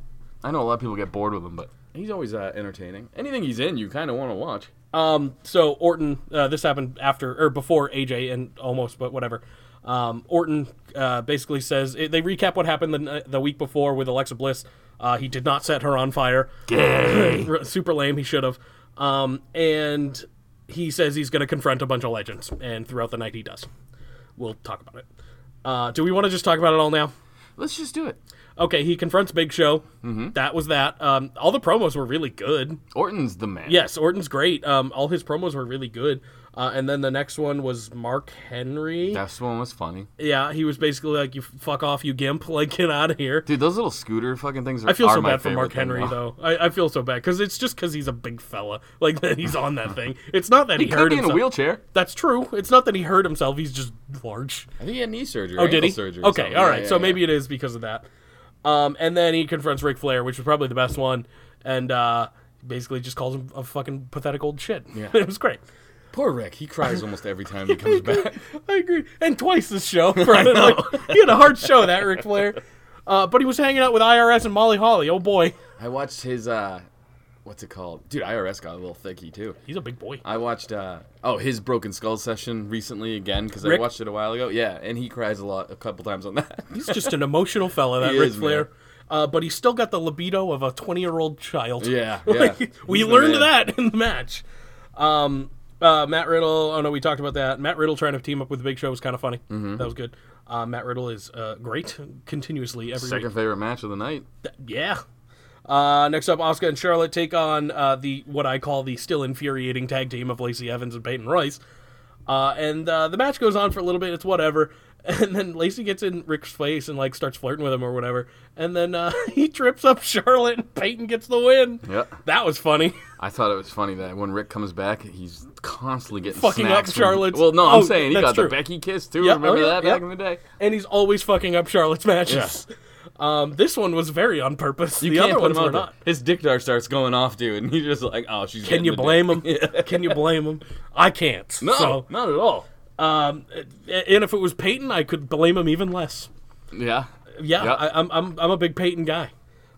I know a lot of people get bored with him, but he's always uh, entertaining. Anything he's in, you kind of want to watch. Um, so Orton, uh, this happened after or before AJ and almost, but whatever. Um, Orton uh, basically says it, they recap what happened the, n- the week before with Alexa Bliss. Uh, he did not set her on fire. R- Super lame. He should have. Um, and he says he's going to confront a bunch of legends, and throughout the night he does. We'll talk about it. Uh, do we want to just talk about it all now? Let's just do it. Okay, he confronts Big Show. That was that. Um, all the promos were really good. Orton's the man. Yes, Orton's great. Um, all his promos were really good. Uh, and then the next one was Mark Henry. That one was funny. yeah, he was basically like, "You fuck off, you gimp! Like, get out of here." Dude, those little scooter fucking things are I feel are so my bad for favorite Mark thing, Henry though. I, I feel so bad because it's just because he's a big fella, like that he's on that thing. It's not that he, He could hurt be in himself. a wheelchair. That's true. It's not that he hurt himself. He's just large. I think he had knee surgery. Oh, did ankle he? Surgery or okay, something. all Yeah, right. yeah, so yeah. maybe it is because of that. Um, and then he confronts Ric Flair, which was probably the best one, and uh, basically just calls him a fucking pathetic old shit. Yeah. it was great. poor Rick. He cries almost every time he comes back. I agree. And twice this show. Right? Like, he had a hard show, that Ric Flair. Uh, but he was hanging out with IRS and Molly Holly. Oh boy, I watched his uh, what's it called? Dude, IRS got a little thicky too. he's a big boy. I watched uh oh his Broken Skull session recently again because I Rick? watched it a while ago. Yeah, and he cries a lot, a couple times on that. He's just an emotional fella, that He Ric is, Flair. man. Uh, but he's still got the libido of a twenty-year-old child. Yeah, Like, yeah. we He's the learned man. that in the match. Um, Uh, Matt Riddle. Oh no, we talked about that. Matt Riddle trying to team up with the Big Show was kind of funny. Mm-hmm. That was good. Uh, Matt Riddle is uh, great continuously every Second week. favorite match of the night. Yeah. Uh, next up, Oscar and Charlotte take on uh, the what I call the still infuriating tag team of Lacey Evans and Peyton Royce. Uh, and uh, the match goes on for a little bit. It's whatever. And then Lacey gets in Rick's face and like starts flirting with him or whatever. And then uh, he trips up Charlotte and Peyton gets the win. Yeah. That was funny. I thought it was funny that when Rick comes back, he's constantly getting Fucking up snacks from- Charlotte's- Well, no, I'm Oh, saying he that's got true. the Becky kiss too. Yeah, oh, Remember yeah, that yeah. back in the day? and he's always fucking up Charlotte's matches. Um, this one was very on purpose. You the can't other put ones him were out there. not. His dick dart starts going off, dude, and he's just like, "Oh, she's." Can getting you the dick. blame him? Can you blame him? I can't. No, So, not at all. um, and if it was Peyton, I could blame him even less. Yeah, Yeah, Yeah. I, I'm, I'm I'm a big Peyton guy.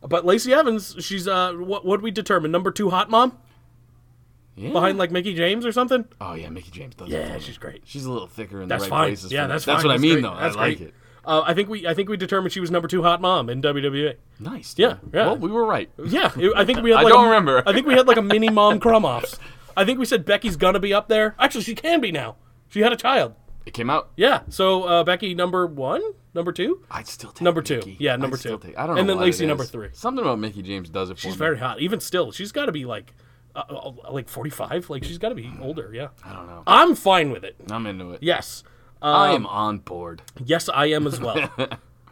But Lacey Evans, she's uh, what what we determine number two hot mom yeah. behind like Mickey James or something. Oh yeah, Mickey James does. it for Yeah, me. she's great. She's a little thicker in That's the right fine. places. Yeah, for me. that's that's fine. what That's I mean, great. though. That's I like great. it. Uh, I think we I think we determined she was number two hot mom in WWE. Nice. Yeah, dude. yeah. Well, we were right. Yeah, it- I think we had. I Like don't a- remember. I think we had like a mini mom crumb offs. I think we said Becky's gonna be up there. Actually, she can be now. She had a child. It came out. Yeah. So uh, Becky number one, number two. I'd still take Number two. Mickey. Yeah, number I'd still two. Take, I don't know. And then what it Lacey, number is. three. Something about Mickey James does it for She's me. very hot. Even still, she's got to be like, uh, uh, like forty five. Like she's got to be older. Yeah. Mm. I don't know. I'm fine with it. I'm into it. Yes. I um, am on board. Yes, I am as well.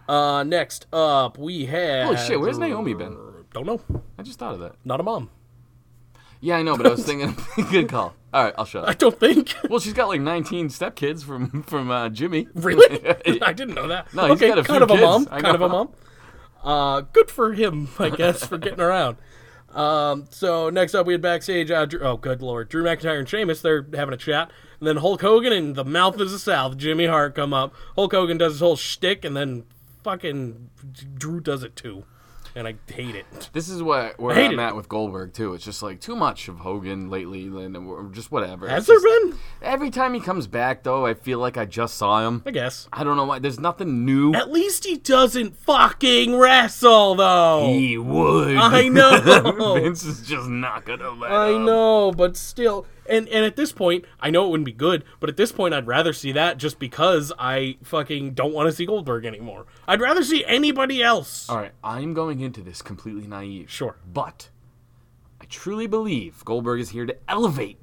uh, next up, we have. Holy shit, where's Naomi been? Don't know. I just thought of that. Not a mom. Yeah, I know, but I was thinking. good call. All right, I'll shut I up. don't think. Well, she's got like 19 stepkids from from uh, Jimmy. Really? I didn't know that. No, he's okay, got a kind few of a kids. mom. I Kind of know. a mom. Uh, good for him, I guess, for getting around. Um, so next up, we had backstage. Uh, Drew, oh, good lord, Drew McIntyre and Sheamus. They're having a chat, and then Hulk Hogan and the Mouth of the South, Jimmy Hart, come up. Hulk Hogan does his whole shtick, and then fucking Drew does it too, and I hate it. This is what where I hate I'm it. at with Goldberg too. It's just like too much of Hogan lately, and we're- just whatever. Has It's there just- been? Every time he comes back, though, I feel like I just saw him. I guess. I don't know why. There's nothing new. At least he doesn't fucking wrestle though. He would. I know. Vince is just not gonna let. I him. know, but still, and and at this point, I know it wouldn't be good, but at this point, I'd rather see that just because I fucking don't want to see Goldberg anymore. I'd rather see anybody else. All right, I'm going into this completely naive. Sure. but I truly believe Goldberg is here to elevate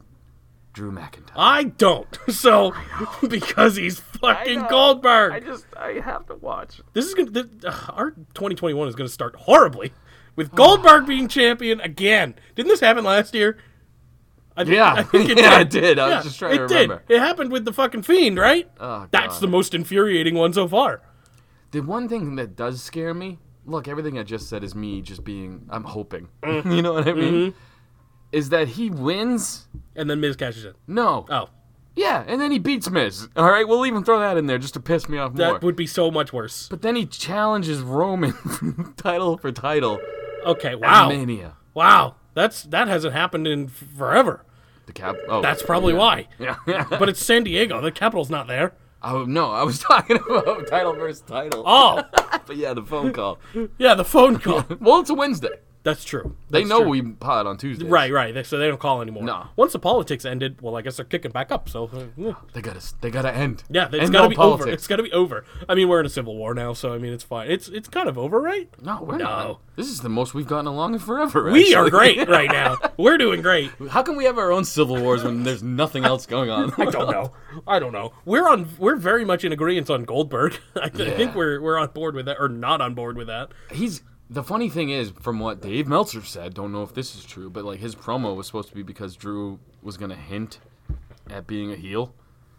Drew McIntyre. I don't. So because he's fucking Goldberg. just I have to watch. this is gonna th- ugh, our 2021 is gonna start horribly with Goldberg being champion again. Didn't this happen last year? I think, Yeah. I think it Yeah, did. it did. I was just trying to it remember. Did. It happened with the fucking fiend, right? Oh, That's God. the most infuriating one so far. The one thing that does scare me, look, everything I just said is me just being, I'm hoping. Mm-hmm. you know what I mean? Is that he wins? And then Miz cashes in. No. Oh, Yeah, and then he beats Miz. All right, we'll even throw that in there just to piss me off that more. would be so much worse. but then he challenges Roman title for title. Okay, at wow, Mania. wow, that's that hasn't happened in f- forever. The cap. Oh, That's probably why. Yeah. yeah. But it's San Diego. The capital's not there. Oh no, I was talking about title versus title. Oh, But yeah, the phone call. yeah, the phone call. well, it's a Wednesday. That's true. They That's know true. we pod on Tuesday. Right, right. They, so they don't call anymore. No. Once the politics ended, well, I guess they're kicking back up. So eh. They gotta. They gotta end. yeah, it's End gotta all be politics. over. It's gotta be over. I mean, we're in a civil war now, so I mean, it's fine. It's it's kind of over, right? No, we're No. not. This is the most we've gotten along in forever. We are actually. great right now. We're doing great. How can we have our own civil wars when there's nothing else going on? I don't know. I don't know. We're on. We're very much in agreement on Goldberg. I, th- I think Yeah. we're we're on board with that, or not on board with that. He's the funny thing is, from what Dave Meltzer said, don't know if this is true, but like his promo was supposed to be because Drew was gonna hint at being a heel,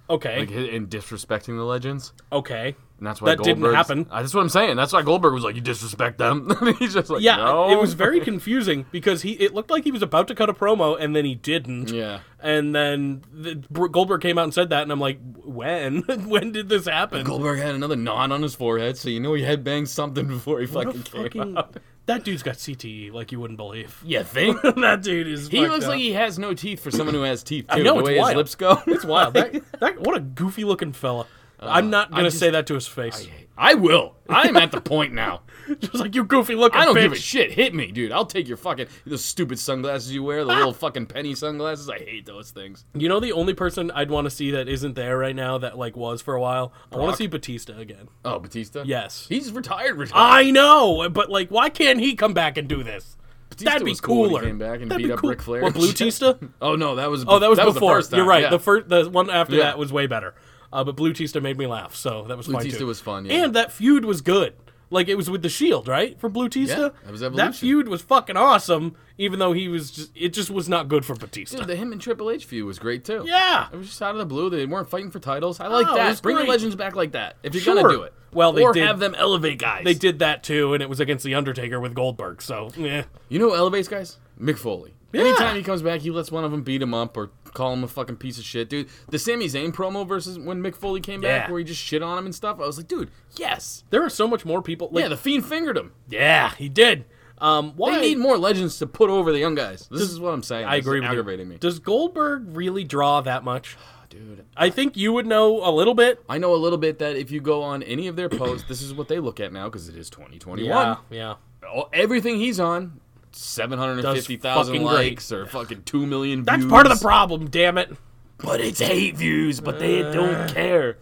Okay. like hi- and disrespecting the legends. okay. And that's why That didn't Goldberg's- happen. Uh, that's what I'm saying. That's why Goldberg was like, "You disrespect them." He's just like, Yeah, "No." it was very confusing because he it looked like he was about to cut a promo and then he didn't. Yeah. And then the, Br- Goldberg came out and said that, and I'm like, when? when did this happen? Goldberg had another knot on his forehead, so you know he headbanged something before he What a fucking came fucking- out. that dude's got CTE like you wouldn't believe. Yeah, think. that dude is. He fucked looks up. like he has no teeth for someone who has teeth too. know, the it's way wild. his lips go. It's wild. that, that, what a goofy looking fella. I'm not gonna Uh, I just- say that to his face. I will. I'm at the point now. Just like you goofy looking I don't bitch. give a shit. Hit me, dude. I'll take your fucking those stupid sunglasses you wear, the little fucking penny sunglasses. I hate those things. You know the only person I'd want to see that isn't there right now that like was for a while. I want Brock? to see Batista again. Oh, Batista. Yes. Ah, he's retired. Retired. I know, but like, why can't he come back and do this? Batista That'd be was cool when he cooler. came back and That'd beat be up cool. Ric Flair. What Blue Tista? oh no, that was. Oh, that was the before. first time. You're right. yeah. The first, the one after Yeah. that was way better. Uh, but Blue Tista made me laugh, so that was Blue fun Tista too. was fun, yeah. And that feud was good. Like it was with the Shield, right? For Blue Tista, that was that Evolution. feud was fucking awesome. Even though he was just, it just was not good for Batista. Dude, the him and Triple H feud was great too. Yeah. it was just out of the blue. They weren't fighting for titles. I like Oh, it that. was Bring the great. legends back like that if you're Sure. gonna do it. Well, they or did- have them elevate guys. They did that too, and it was against the Undertaker with Goldberg. So, yeah. You know who elevates guys? Mick Foley. Yeah. Anytime he comes back, he lets one of them beat him up or call him a fucking piece of shit, dude. The Sami Zayn promo versus when Mick Foley came back, Yeah. where he just shit on him and stuff. I was like, dude, yes, there are so much more people. Like, yeah, the Fiend fingered him. yeah, he did. Um, They why? need more legends to put over the young guys. This is what I'm saying. I This is agree with aggravating you. me, Does Goldberg really draw that much? dude. I think you would know a little bit. I know a little bit that if you go on any of their posts, this is what they look at now because it is 2021. yeah. all- everything he's on, seven hundred and fifty thousand Does fucking great. likes or fucking two million. That's views. part of the problem. Damn it. But it's hate views, but they Uh. don't care.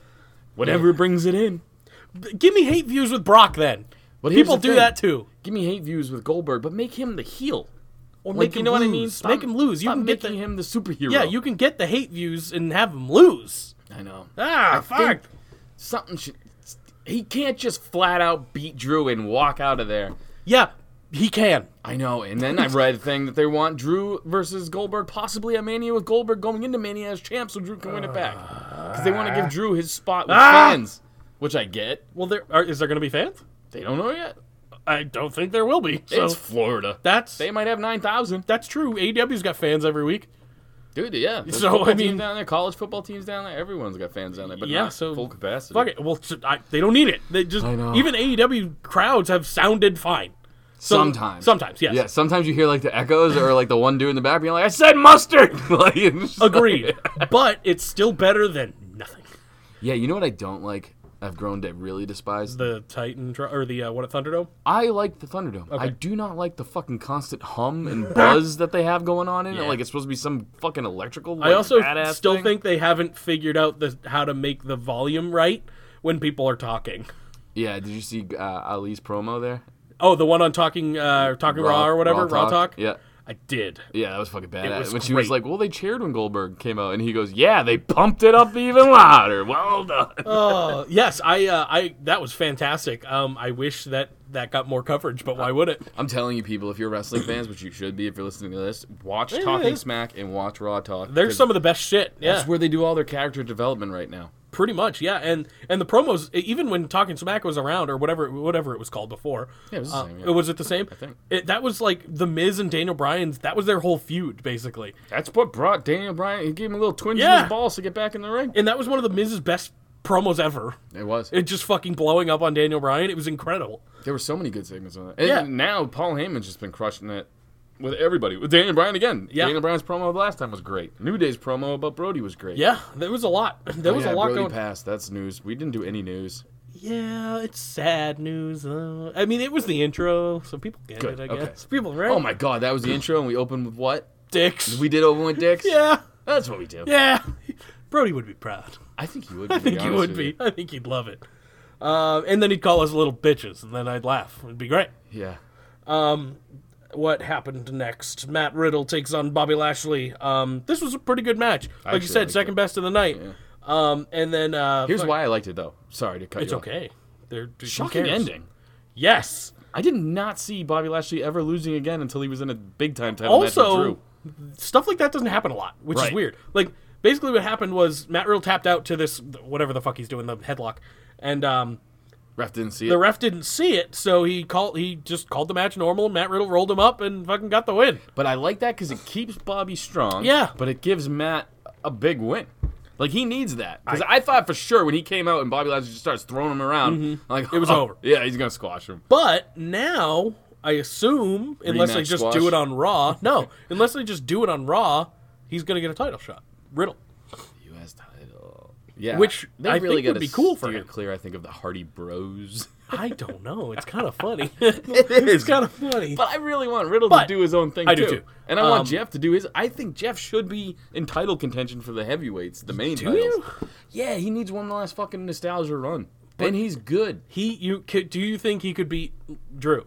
Whatever brings it in. Give me hate views with Brock then. But here's People the do thing. that too. Give me hate views with Goldberg, but make him the heel. Or make you him know what I mean? lose. Make him lose. You stop can get making the- him the superhero. Yeah, you can get the hate views and have them lose. I know. Ah, fuck. think- Something should. He can't just flat out beat Drew and walk out of there. Yeah, he can. I know. And then I read a thing that they want Drew versus Goldberg, possibly a Mania with Goldberg going into Mania as champ, so Drew can win it back. Because they want to give Drew his spot with Ah! fans, which I get. Well, there are, is there going to be fans? They don't know yet. I don't think there will be. So it's Florida. that's They might have nine thousand, that's true. AEW's got fans every week. dude. Yeah. There's So, football I mean- teams down there, college football teams down there. Everyone's got fans down there, but Yeah, not so- full capacity. Fuck it. Well, t- I, they don't need it. They just I know. even AEW crowds have sounded fine. So- Sometimes. sometimes, yes. Yeah. Sometimes you hear like the echoes or like the one dude in the back being like, "I said mustard." like, it's just like- Agreed. but it's still better than nothing. yeah. You know what I don't like? I've grown to really despise. The Titan dr- or the uh, what at Thunderdome? I like the Thunderdome. I do not like the fucking constant hum and buzz that they have going on in it. Like it's supposed to be some fucking electrical. I like, also badass still thing. think they haven't figured out the how to make the volume right when people are talking. Yeah. Did you see uh, Ali's promo there? Oh, the one on talking uh, talking raw, or whatever, raw talk. Yeah. I did. Yeah, that was fucking badass. was when she was great. like, "Well, they cheered when Goldberg came out," and he goes, "Yeah, they pumped it up even louder. Well done." Uh, yes, I uh, I that was fantastic. Um, I wish that that got more coverage, but why would it? I'm telling you, people, if you're wrestling fans, which you should be if you're listening to this, watch Yeah, Talking yeah. Smack and watch Raw Talk. There's some of the best shit. Yeah. That's where they do all their character development right now. pretty much yeah and and the promos e, even when talking smack was around or whatever whatever it was called before Yeah, it was the same, yeah. was it the same i think. it, that was like the miz and daniel bryan's that was their whole feud basically That's what brought Daniel Bryan. He gave him a little twinge in Yeah. his balls to get back in the ring. and that was one of the miz's best promos ever It was. it just fucking blowing up on daniel bryan it was incredible There were so many good segments on that. And Yeah. now Paul Heyman's just been crushing it with everybody. With Daniel Bryan again. Yeah. Daniel Bryan's promo of last time was great. New Day's promo about Brody was great. yeah there was a lot there was Oh, yeah, a lot Brody going passed. That's news. We didn't do any news. yeah it's sad news though i mean it was the intro so people get Good, it i okay. guess people right Oh my god, that was the intro, and we opened with what? dicks We did open with dicks. yeah that's what we do. yeah brody would be proud I think you would. Be, I think he would be. I think he'd love it. Uh, and then he'd call us little bitches, and then I'd laugh. It'd be great. Um, Yeah. What happened next? Matt Riddle takes on Bobby Lashley. Um, this was a pretty good match. Like actually you said, liked second it. best of the night. Um, and then uh, Here's fuck- why I liked it though. Sorry to cut It's you. off. okay. They're who Shocking cares? ending. Yes. I did not see Bobby Lashley ever losing again until he was in a big time title match with also, Drew. stuff like that doesn't happen a lot, which Right. is weird. Like basically, what happened was Matt Riddle tapped out to this whatever the fuck he's doing, the headlock, and um, Ref didn't see the it. ref didn't see it, so he called. He just called the match normal, and Matt Riddle rolled him up and fucking got the win. But I like that because it keeps Bobby strong. Yeah. But it gives Matt a big win. Like he needs that because I, thought for sure when he came out and Bobby Lashley just starts throwing him around, I'm like It was oh, over. Yeah, he's gonna squash him. But now, I assume, unless they Rematch just squash. do it on Raw, no, unless they just do it on Raw, he's gonna get a title shot. Riddle. U.S. title. Yeah, Which they I really think would gotta be cool for steer him. Clear, I think of the Hardy Bros. I don't know. It's kind of funny. is. it's kind of funny. But I really want Riddle But- to do his own thing I too. do too. And I want Um, Jeff to do his. I think Jeff should be in title contention for the heavyweights, the main Do titles. you? Yeah, he needs one last fucking nostalgia run. and he's good. He, you, could, do you think he could beat Drew?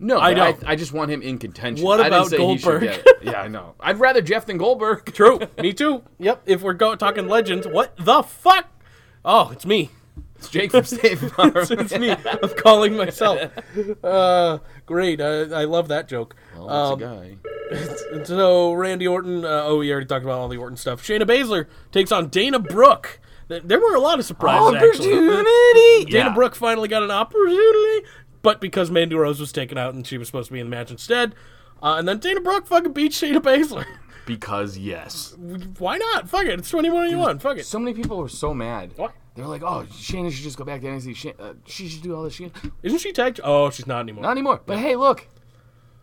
No, I but I, don't. I just want him in contention. What I didn't about say he should Goldberg? get it. Yeah, I know. I'd rather Jeff than Goldberg. True. me too. Yep. If we're go- talking legends, what the fuck? Oh, it's me. It's Jake from State Farm. it's, it's Oh, me. I'm calling myself. Uh, great. I, I love that joke. Well, Um, that's a guy. And So Randy Orton. Uh, oh, we already talked about all the Orton stuff. Shayna Baszler takes on Dana Brooke. Th- There were a lot of surprises. Actually. Dana Yeah. Brooke finally got an opportunity, but because Mandy Rose was taken out and she was supposed to be in the match instead, uh, and then Dana Brooke fucking beat Shayna Baszler. Because yes. Why not? Fuck it. It's twenty one to one. Fuck it. So many people were so mad. What? They were like, "Oh, Shayna should just go back to NXT. Shay- uh, she should do all this shit." Isn't she tagged? Oh, she's not anymore. Not anymore. But hey, look,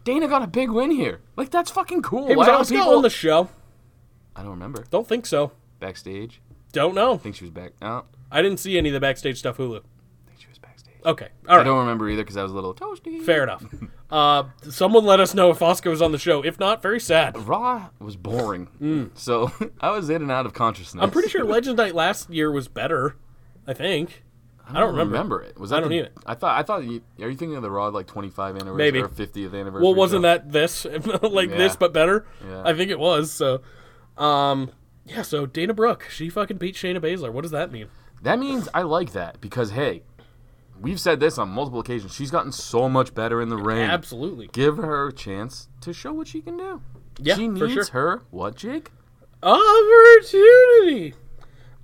Dana got a big win here. Like that's fucking cool. Hey, was Why don't Asuka people- on the show? I don't remember. Don't think so. Backstage, I Don't know. think she was back. No, I didn't see any of the backstage stuff. Hulu. I think she was backstage. Okay. All I right. don't remember either because I was a little toasty. Fair enough. Uh, someone let us know if Oscar was on the show. If not, very sad. Raw was boring, so I was in and out of consciousness. Mm. I'm pretty sure Legends Night last year was better. I think. I don't, I remember. remember it. Was I that don't the- either. I thought. I thought. You, are you thinking of the Raw like 25 anniversary Maybe. or 50th anniversary? Well, wasn't show? that this like Yeah. this but better? Yeah. I think it was. So, um, yeah. So Dana Brooke, she fucking beat Shayna Baszler. What does that mean? That means I like that because hey, we've said this on multiple occasions. She's gotten so much better in the ring. Absolutely. Give her a chance to show what she can do. Yeah, she needs for sure. her. What, Jake? opportunity.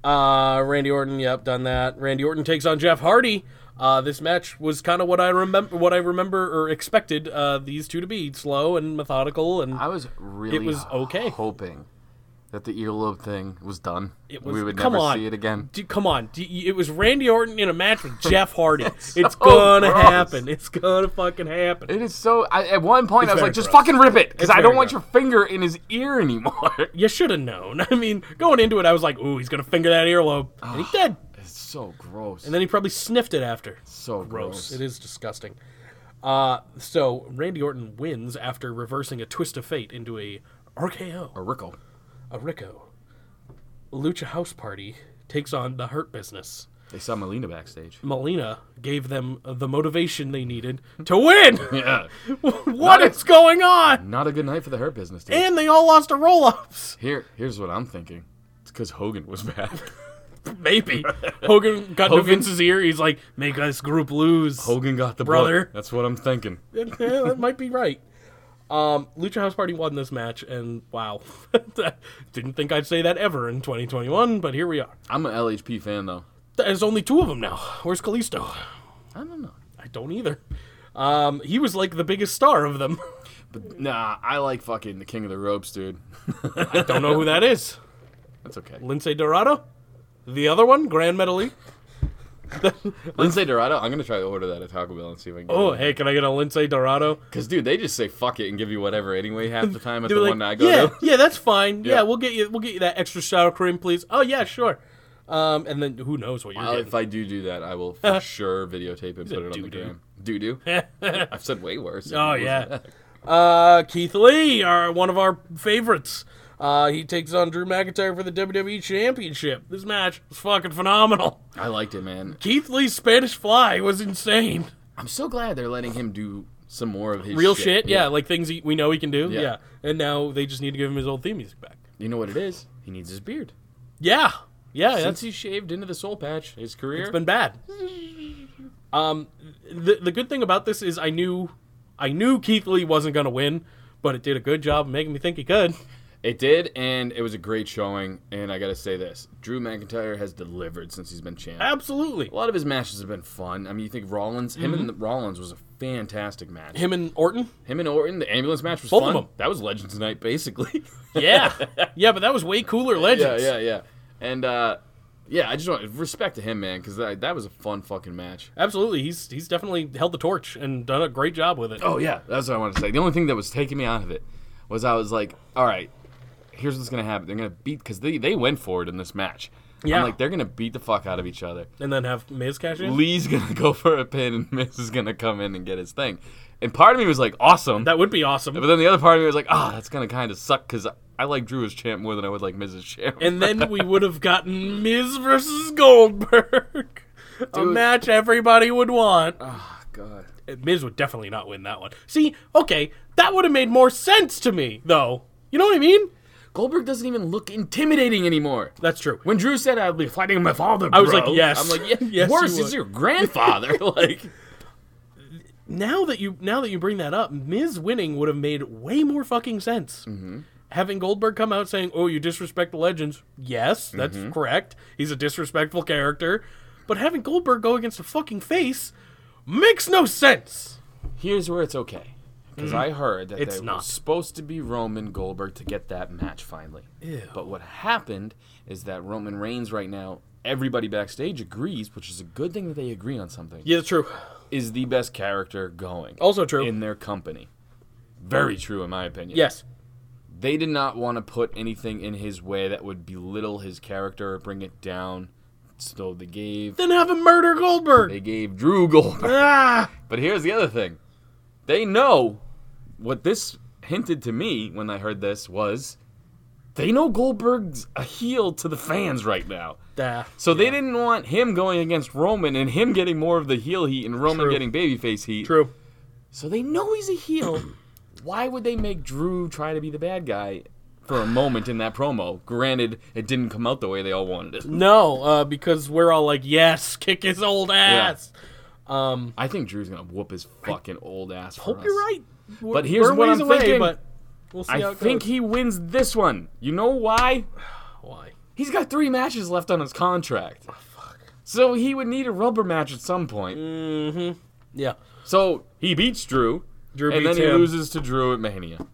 Uh, Randy Orton, yep, done that. Randy Orton takes on Jeff Hardy. Uh, this match was kind of what I remember, what I remember or expected uh, these two to be slow and methodical, and I was really was okay. hoping that the earlobe thing was done. it was. we would come never on, see it again. Dude, come on, D- y- it was Randy Orton in a match with Jeff Hardy. it's so gonna Oh, gross. happen. It's gonna fucking happen. It is so. I, at one point, It's I was very like, "Just gross. fucking rip it," because It's I don't very want gross. your finger in his ear anymore. you should have known. I mean, going into it, I was like, "Ooh, he's gonna finger that earlobe," and he did. it's so gross. And then he probably sniffed it after. so gross. gross. It is disgusting. Uh, so Randy Orton wins after reversing a twist of fate into a RKO, A Rico. a Rico. Lucha House Party takes on the Hurt Business. They saw Melina backstage. Melina gave them the motivation they needed to win. Yeah. what is going on? Not a good night for the hurt business. Dude. And they all lost to roll ups. Here, here's what I'm thinking. It's because Hogan was back. Maybe Hogan got Hogan- to Vince's ear. He's like, "Make this group lose." Hogan got the Brother. book. That's what I'm thinking. yeah, that might be right. Um, Lucha House Party won this match, and wow, didn't think I'd say that ever in 2021, but here we are. I'm an LHP fan though. There's only two of them now. Where's Kalisto? I don't know. I don't either. Um, he was like the biggest star of them. But nah, I like fucking the King of the Ropes, dude. don't know who that is. That's okay. Lince Dorado, the other one, Grand Metally. Lindsay Dorado, I'm gonna try to order that at Taco Bell and see if I can. get Oh, it. hey, can I get a Lince Dorado? Cause dude, they just say fuck it and give you whatever anyway half the time at They the were one that I like, go yeah, to. yeah, that's fine. Yeah. Yeah. we'll get you, we'll get you that extra sour cream, please. Oh yeah, sure. Um, and then who knows what you're Well, getting? Uh, if I do do that, I will for sure videotape it and put it on the doo-doo. gram. Doo doo. I've said way worse. Oh yeah, uh, Keith Lee, our one of our favorites. Uh, he takes on Drew McIntyre for the WWE Championship. This match was fucking phenomenal. I liked it, man. Keith Lee's Spanish Fly was insane. I'm so glad they're letting him do some more of his Real shit, yeah, like things he, we know he can do. Yeah. Yeah. and now they just need to give him his old theme music back. You know what it is? He needs his beard. Yeah, yeah, Since that's he shaved into the soul patch, his career. it's been bad. Um, the the good thing about this is I knew, I knew Keith Lee wasn't gonna win, but it did a good job of making me think he could. It did, and it was a great showing. And I gotta say this: Drew McIntyre has delivered since he's been champ. Absolutely. A lot of his matches have been fun. I mean, you think Rollins, him and Rollins was a fantastic match. Him and Orton, Mm-hmm. Him and Orton, the ambulance match was Both of fun. them. That was Legends Night, basically. Yeah, yeah, but that was way cooler. yeah, Legends. yeah, yeah. And uh, yeah, I just want respect to him, man, because that, that was a fun fucking match. absolutely. He's he's definitely held the torch and done a great job with it. Oh yeah, that's what I wanted to say. The only thing that was taking me out of it was I was like, all right, here's what's gonna happen. They're gonna beat because they they went for it in this match. Yeah. I'm like, they're gonna beat the fuck out of each other. and then have Miz cash in. Lee's gonna go for a pin, and Miz is gonna come in and get his thing. And part of me was like, awesome. that would be awesome. but then the other part of me was like, ah, that's gonna kind of suck because I like Drew as champ more than I would like Miz's champ. and then we would have gotten Miz versus Goldberg, a match everybody would want. God. Miz would definitely not win that one. See, okay, that would have made more sense to me, though. You know what I mean? Goldberg doesn't even look intimidating anymore. That's true. When Drew said I'd be fighting my father, I was bro," like, yes. I'm like, yeah, Yes, worse you is would. your grandfather. like, Now that you now that you bring that up, Miz winning would have made way more fucking sense. Mm-hmm. Having Goldberg come out saying, "Oh, you disrespect the legends." Yes, that's Mm-hmm. correct. He's a disrespectful character, but having Goldberg go against a fucking face makes no sense. here's where it's okay. Because I heard that Mm. It's they were not. supposed to be Roman Goldberg to get that match finally. But what happened is that Roman Reigns right now, everybody backstage agrees, which is a good thing that they agree on something, Yeah, true. is the best character going. Also true. In their company. Very true, in my opinion. Yes. They did not want to put anything in his way that would belittle his character or bring it down. So they gave Then have him murder Goldberg. they gave Drew Goldberg. ah, But here's the other thing. They know what this hinted to me when I heard this was they know Goldberg's a heel to the fans right now. Nah. So they didn't want him going against Roman and him getting more of the heel heat and Roman True. getting babyface heat. True. So they know he's a heel. Why would they make Drew try to be the bad guy for a moment in that promo? Granted, it didn't come out the way they all wanted it. No, uh, because we're all like, yes, kick his old ass. I think Drew's gonna whoop his fucking old ass. For Hope us. you're right. We're- But here's we're what ways I'm thinking. but we'll see I how it think goes. he wins this one. You know why? Why? Oh, He's got three matches left on his contract. So he would need a rubber match at some point. Mm. Yeah. So he beats Drew, Drew and beats then he him. loses to Drew at Mania.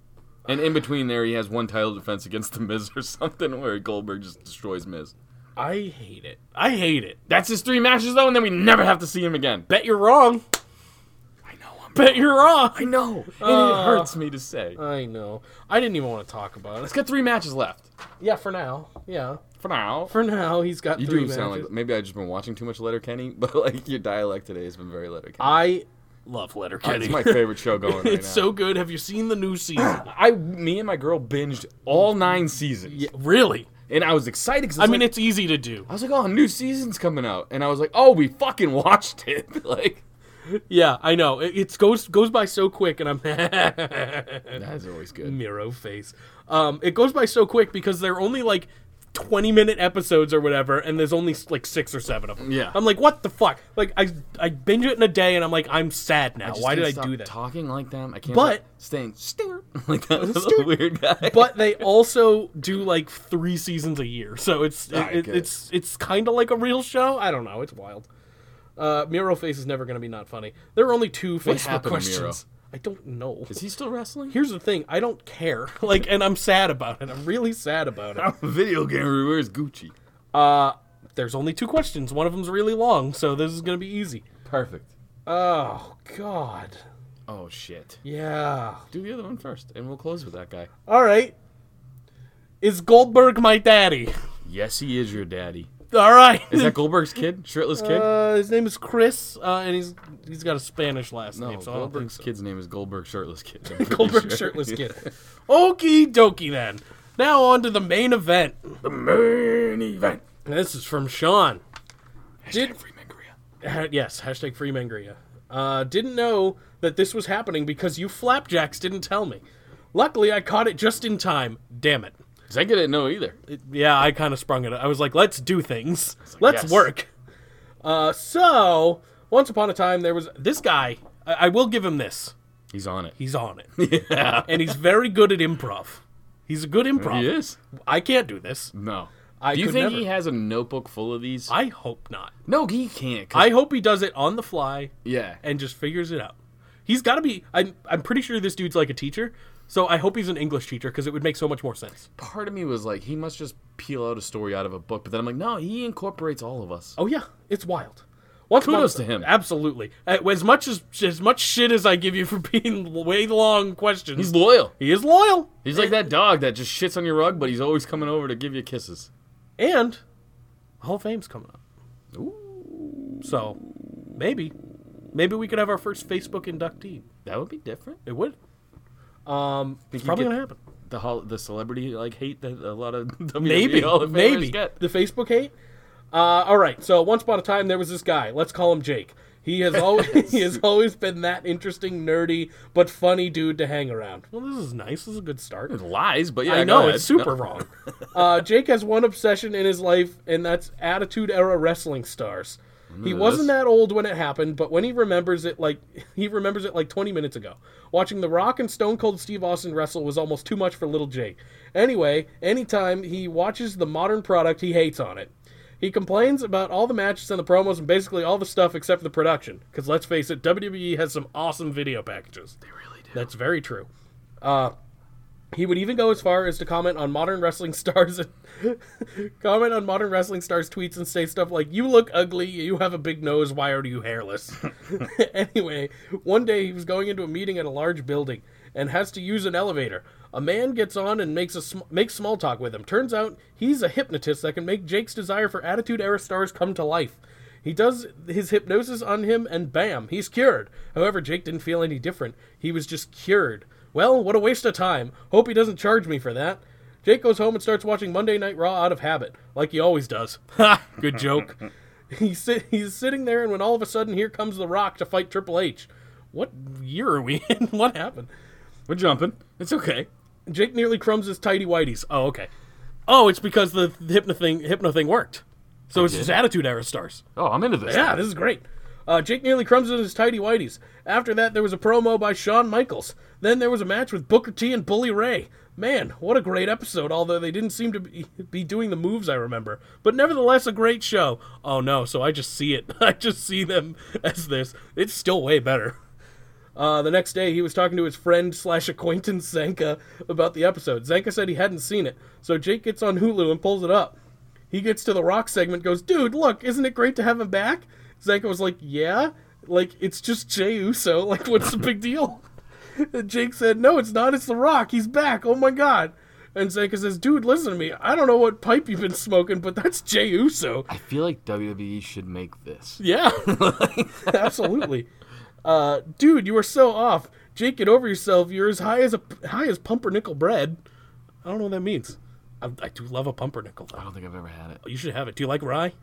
And in between there, he has one title defense against The Miz or something where Goldberg just destroys Miz. I hate it. I hate it. That's his three matches, though, and then we never have to see him again. Bet you're wrong. I know. I'm, Bet you're wrong. I know. And it hurts me to say. I know. I didn't even want to talk about Uh, He's it. got three matches left. Yeah, for now. Yeah. For now. For now, he's got you do three even sound matches. like maybe I've just been watching too much Letter Kenny, but like your dialect today has been very Letter Kenny. I love Letterkenny. It's my favorite show going right it's now. so good. Have you seen the new season? I, me and my girl binged all nine seasons, yeah, really? and I was excited because I mean, it's easy to do. I was like, oh, a new season's coming out, and I was like, oh, we fucking watched it. like Yeah, I know. It it's goes goes by so quick, and I'm that's always good. Miro face. Um, it goes by so quick because they're only like twenty minute episodes or whatever, and there's only like six or seven of them. Yeah. I'm like, what the fuck? Like, I I binge it in a day, and I'm like, I'm sad now. just Why can't did I stop do that? Talking like them, I can't. But- stop staying stare like that little weird guy. but they also do like three seasons a year, so it's it, Alright, it- good. it's it's kind of like a real show. I don't know. It's wild. Uh, Miro face is never going to be not funny. There are only two Facebook happened to questions. I don't know. is he still wrestling? Here's the thing. I don't care. Like, and I'm sad about it. I'm really sad about it. Video game. Where's Gucci? Uh, There's only two questions. One of them's really long, so this is going to be easy. Perfect. Oh, God. Oh shit. Yeah. Do the other one first, and we'll close with that guy. All right. Is Goldberg my daddy? Yes, he is your daddy. All right. Is that Goldberg's kid? Shirtless kid? Uh, his name is Chris, uh, and he's he's got a Spanish last no, name, so I don't think Goldberg's so. kid's name is Goldberg Shirtless Kid. I'm pretty Goldberg sure. shirtless kid. Okie dokie then. Now on to the main event. The main event. This is from Sean. Did Free Mangria. ha- yes hashtag free Mangria. Uh, didn't know that this was happening because you flapjacks didn't tell me. Luckily, I caught it just in time. Damn it. Zega didn't know either. yeah, I kind of sprung it. I was like, let's do things. let's yes. work. Uh, so, once upon a time, there was this guy. I, I will give him this. He's on it. He's on it. And he's very good at improv. He's a good improv. He is. Mm. I can't do this. No. I Do you could think never. he has a notebook full of these? I hope not. no, he can't. 'cause- I hope he does it on the fly yeah. and just figures it out. He's got to be. I'm, I'm pretty sure this dude's like a teacher. So I hope he's an English teacher because it would make so much more sense. Part of me was like, he must just peel out a story out of a book. But then I'm like, no, he incorporates all of us. Oh yeah, it's wild. Once Kudos upon- to him. Absolutely. Uh, As much as as much shit as I give you for being way long questions, He's loyal. he is loyal. He's like that dog that just shits on your rug, but he's always coming over to give you kisses. And Hall of Fame's coming up. So maybe, maybe we could have our first Facebook inductee. That would be different. It would. Um, it's you probably get- gonna happen. The hol- the celebrity like hate that a lot of WWE Maybe, Hall of Famers maybe get. the Facebook hate. Uh, all right. So once upon a time, there was this guy. Let's call him Jake. He has always he has always been that interesting, nerdy, but funny dude to hang around. Well, this is nice. This is a good start. lies, but yeah, I go know ahead. it's super No. wrong. Uh, Jake has one obsession in his life, and that's Attitude Era wrestling stars. He wasn't that old when it happened, but when he remembers it, like he remembers it like 20 minutes ago. Watching The Rock and Stone Cold Steve Austin wrestle was almost too much for little Jake. Anyway, anytime he watches the modern product, he hates on it. He complains about all the matches and the promos and basically all the stuff except the production. Because let's face it, WWE has some awesome video packages. They really do. That's very true. He would even go as far as to comment on modern wrestling stars comment on modern wrestling stars tweets and say stuff like you look ugly, you have a big nose, why are you hairless? anyway, one day he was going into a meeting at a large building and has to use an elevator. A man gets on and makes a sm- makes small talk with him. Turns out he's a hypnotist that can make Jake's desire for attitude era stars come to life. He does his hypnosis on him, and bam, he's cured. However, Jake didn't feel any different. He was just cured. Well, what a waste of time. Hope he doesn't charge me for that. Jake goes home and starts watching Monday Night Raw out of habit, like he always does. Ha! Good joke. he's, sit- he's sitting there, and when all of a sudden, here comes The Rock to fight Triple H. What year are we in? what happened? We're jumping. It's okay. Jake nearly crumbs his tidy whities. Oh, okay. Oh, it's because the, the hypno thing hypno thing worked. So it's his attitude era stars. Oh, I'm into this. Yeah, this is great. Uh, Jake nearly crumbs in his tidy whities. After that, there was a promo by Shawn Michaels. Then there was a match with Booker T and Bully Ray. Man, what a great episode, although they didn't seem to be, be doing the moves I remember. But nevertheless, a great show. Oh no, so I just see it. I just see them as this. It's still way better. Uh, the next day, he was talking to his friend slash acquaintance Zanka about the episode. Zanka said he hadn't seen it, so Jake gets on Hulu and pulls it up. He gets to the rock segment, goes, dude, look, isn't it great to have him back? Zanko was like, yeah, like it's just Jey Uso, like what's the big deal? And Jake said, no, it's not, it's the Rock, he's back, oh my god. And Zanko says, dude, listen to me, I don't know what pipe you've been smoking, but that's Jey Uso. I feel like WWE should make this. Yeah, absolutely. Uh, dude, you are so off. Jake, get over yourself. You're as high as a high as pumpernickel bread. I don't know what that means. I, I do love a pumpernickel. I Though. don't think I've ever had it. You should have it. Do you like rye?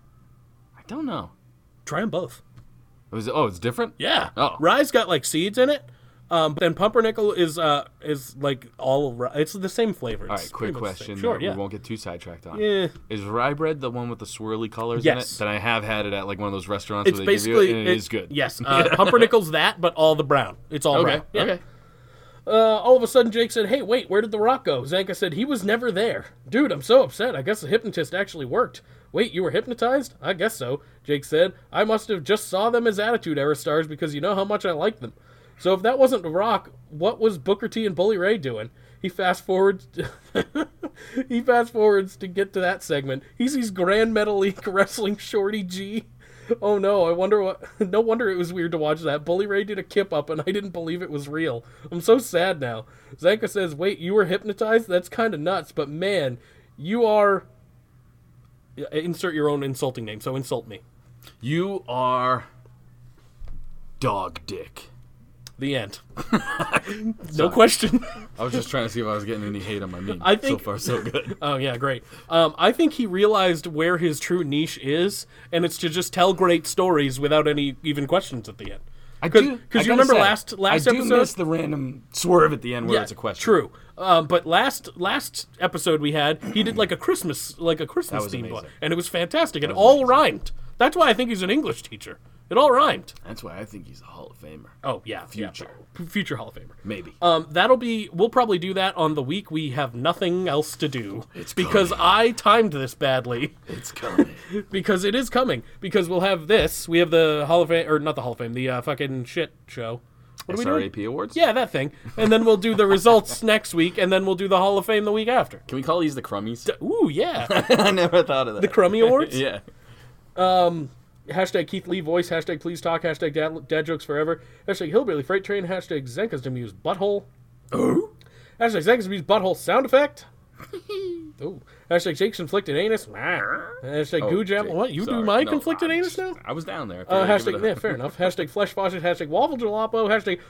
I don't know. Try them both. It was, oh, it's different. Yeah. Oh. Rye's got like seeds in it. Um, but then pumpernickel is uh is like all of rye. It's the same flavor. All right, quick question. Sure. that Yeah. We won't get too sidetracked on. Yeah. Is rye bread the one with the swirly colors Yes. in it? Then I have had it at like one of those restaurants It's where they basically give you it, and it is good. Yes. Uh, Pumpernickel's that, but all the brown. It's all Okay. brown. Yeah. Okay. Uh, all of a sudden, Jake said, "Hey, wait, where did the rock go?" Zanka said, "He was never there." Dude, I'm so upset. I guess the hypnotist actually worked. Wait, you were hypnotized? I guess so. Jake said, "I must have just saw them as Attitude Era stars because you know how much I like them." So if that wasn't the rock, what was Booker T and Bully Ray doing? He fast forwards. he fast forwards to get to that segment. He sees Grand Metal League wrestling Shorty G. Oh no, I wonder what. No wonder it was weird to watch that. Bully Ray did a kip up and I didn't believe it was real. I'm so sad now. Zanka says, wait, you were hypnotized? That's kind of nuts, but man, you are. Yeah, Insert your own insulting name, so insult me. You are dog dick. The end. no question. I was just trying to see if I was getting any hate on my meme. I think- so far so good. Oh yeah, great. Um, I think he realized where his true niche is, and it's to just tell great stories without any even questions at the end. I Cause- do. 'cause I you gotta remember say, last- last I do episode? miss the random swerve at the end where it's a question. True. Um, but last last episode we had, he did like a Christmas like a Christmas was themed amazing. one, and it was fantastic. It all rhymed. That's why I think he's an English teacher. It all rhymed. That's why I think he's a Hall of Famer. Oh yeah, Future. yeah. future Hall of Famer. Maybe. Um, that'll be. We'll probably do that on the week we have nothing else to do. It's because I timed this badly. it's coming. because it is coming. Because we'll have this. We have the Hall of Fame, or not the Hall of Fame, the uh, fucking shit show. What are we doing? SRAP Awards? Yeah, that thing. And then we'll do the results next week, and then we'll do the Hall of Fame the week after. Can we call these the crummies? Ooh, yeah. I never thought of that. The Crummy Awards? yeah. Hashtag Keith Lee voice, hashtag please talk, hashtag dad, dad jokes forever, hashtag hillbilly freight train, hashtag Zenka's demuse butthole. Hashtag Zenka's demuse butthole sound effect. Oh, hashtag Jake's inflicted anus. Nah. Hashtag Oh, goo jam. Jake, What you sorry. do my No, conflicted I'm anus just- now? I was down there. I Uh, figured hashtag I'd give it a- yeah, fair enough. Hashtag flesh faucet. Hashtag waffle jalopy. Hashtag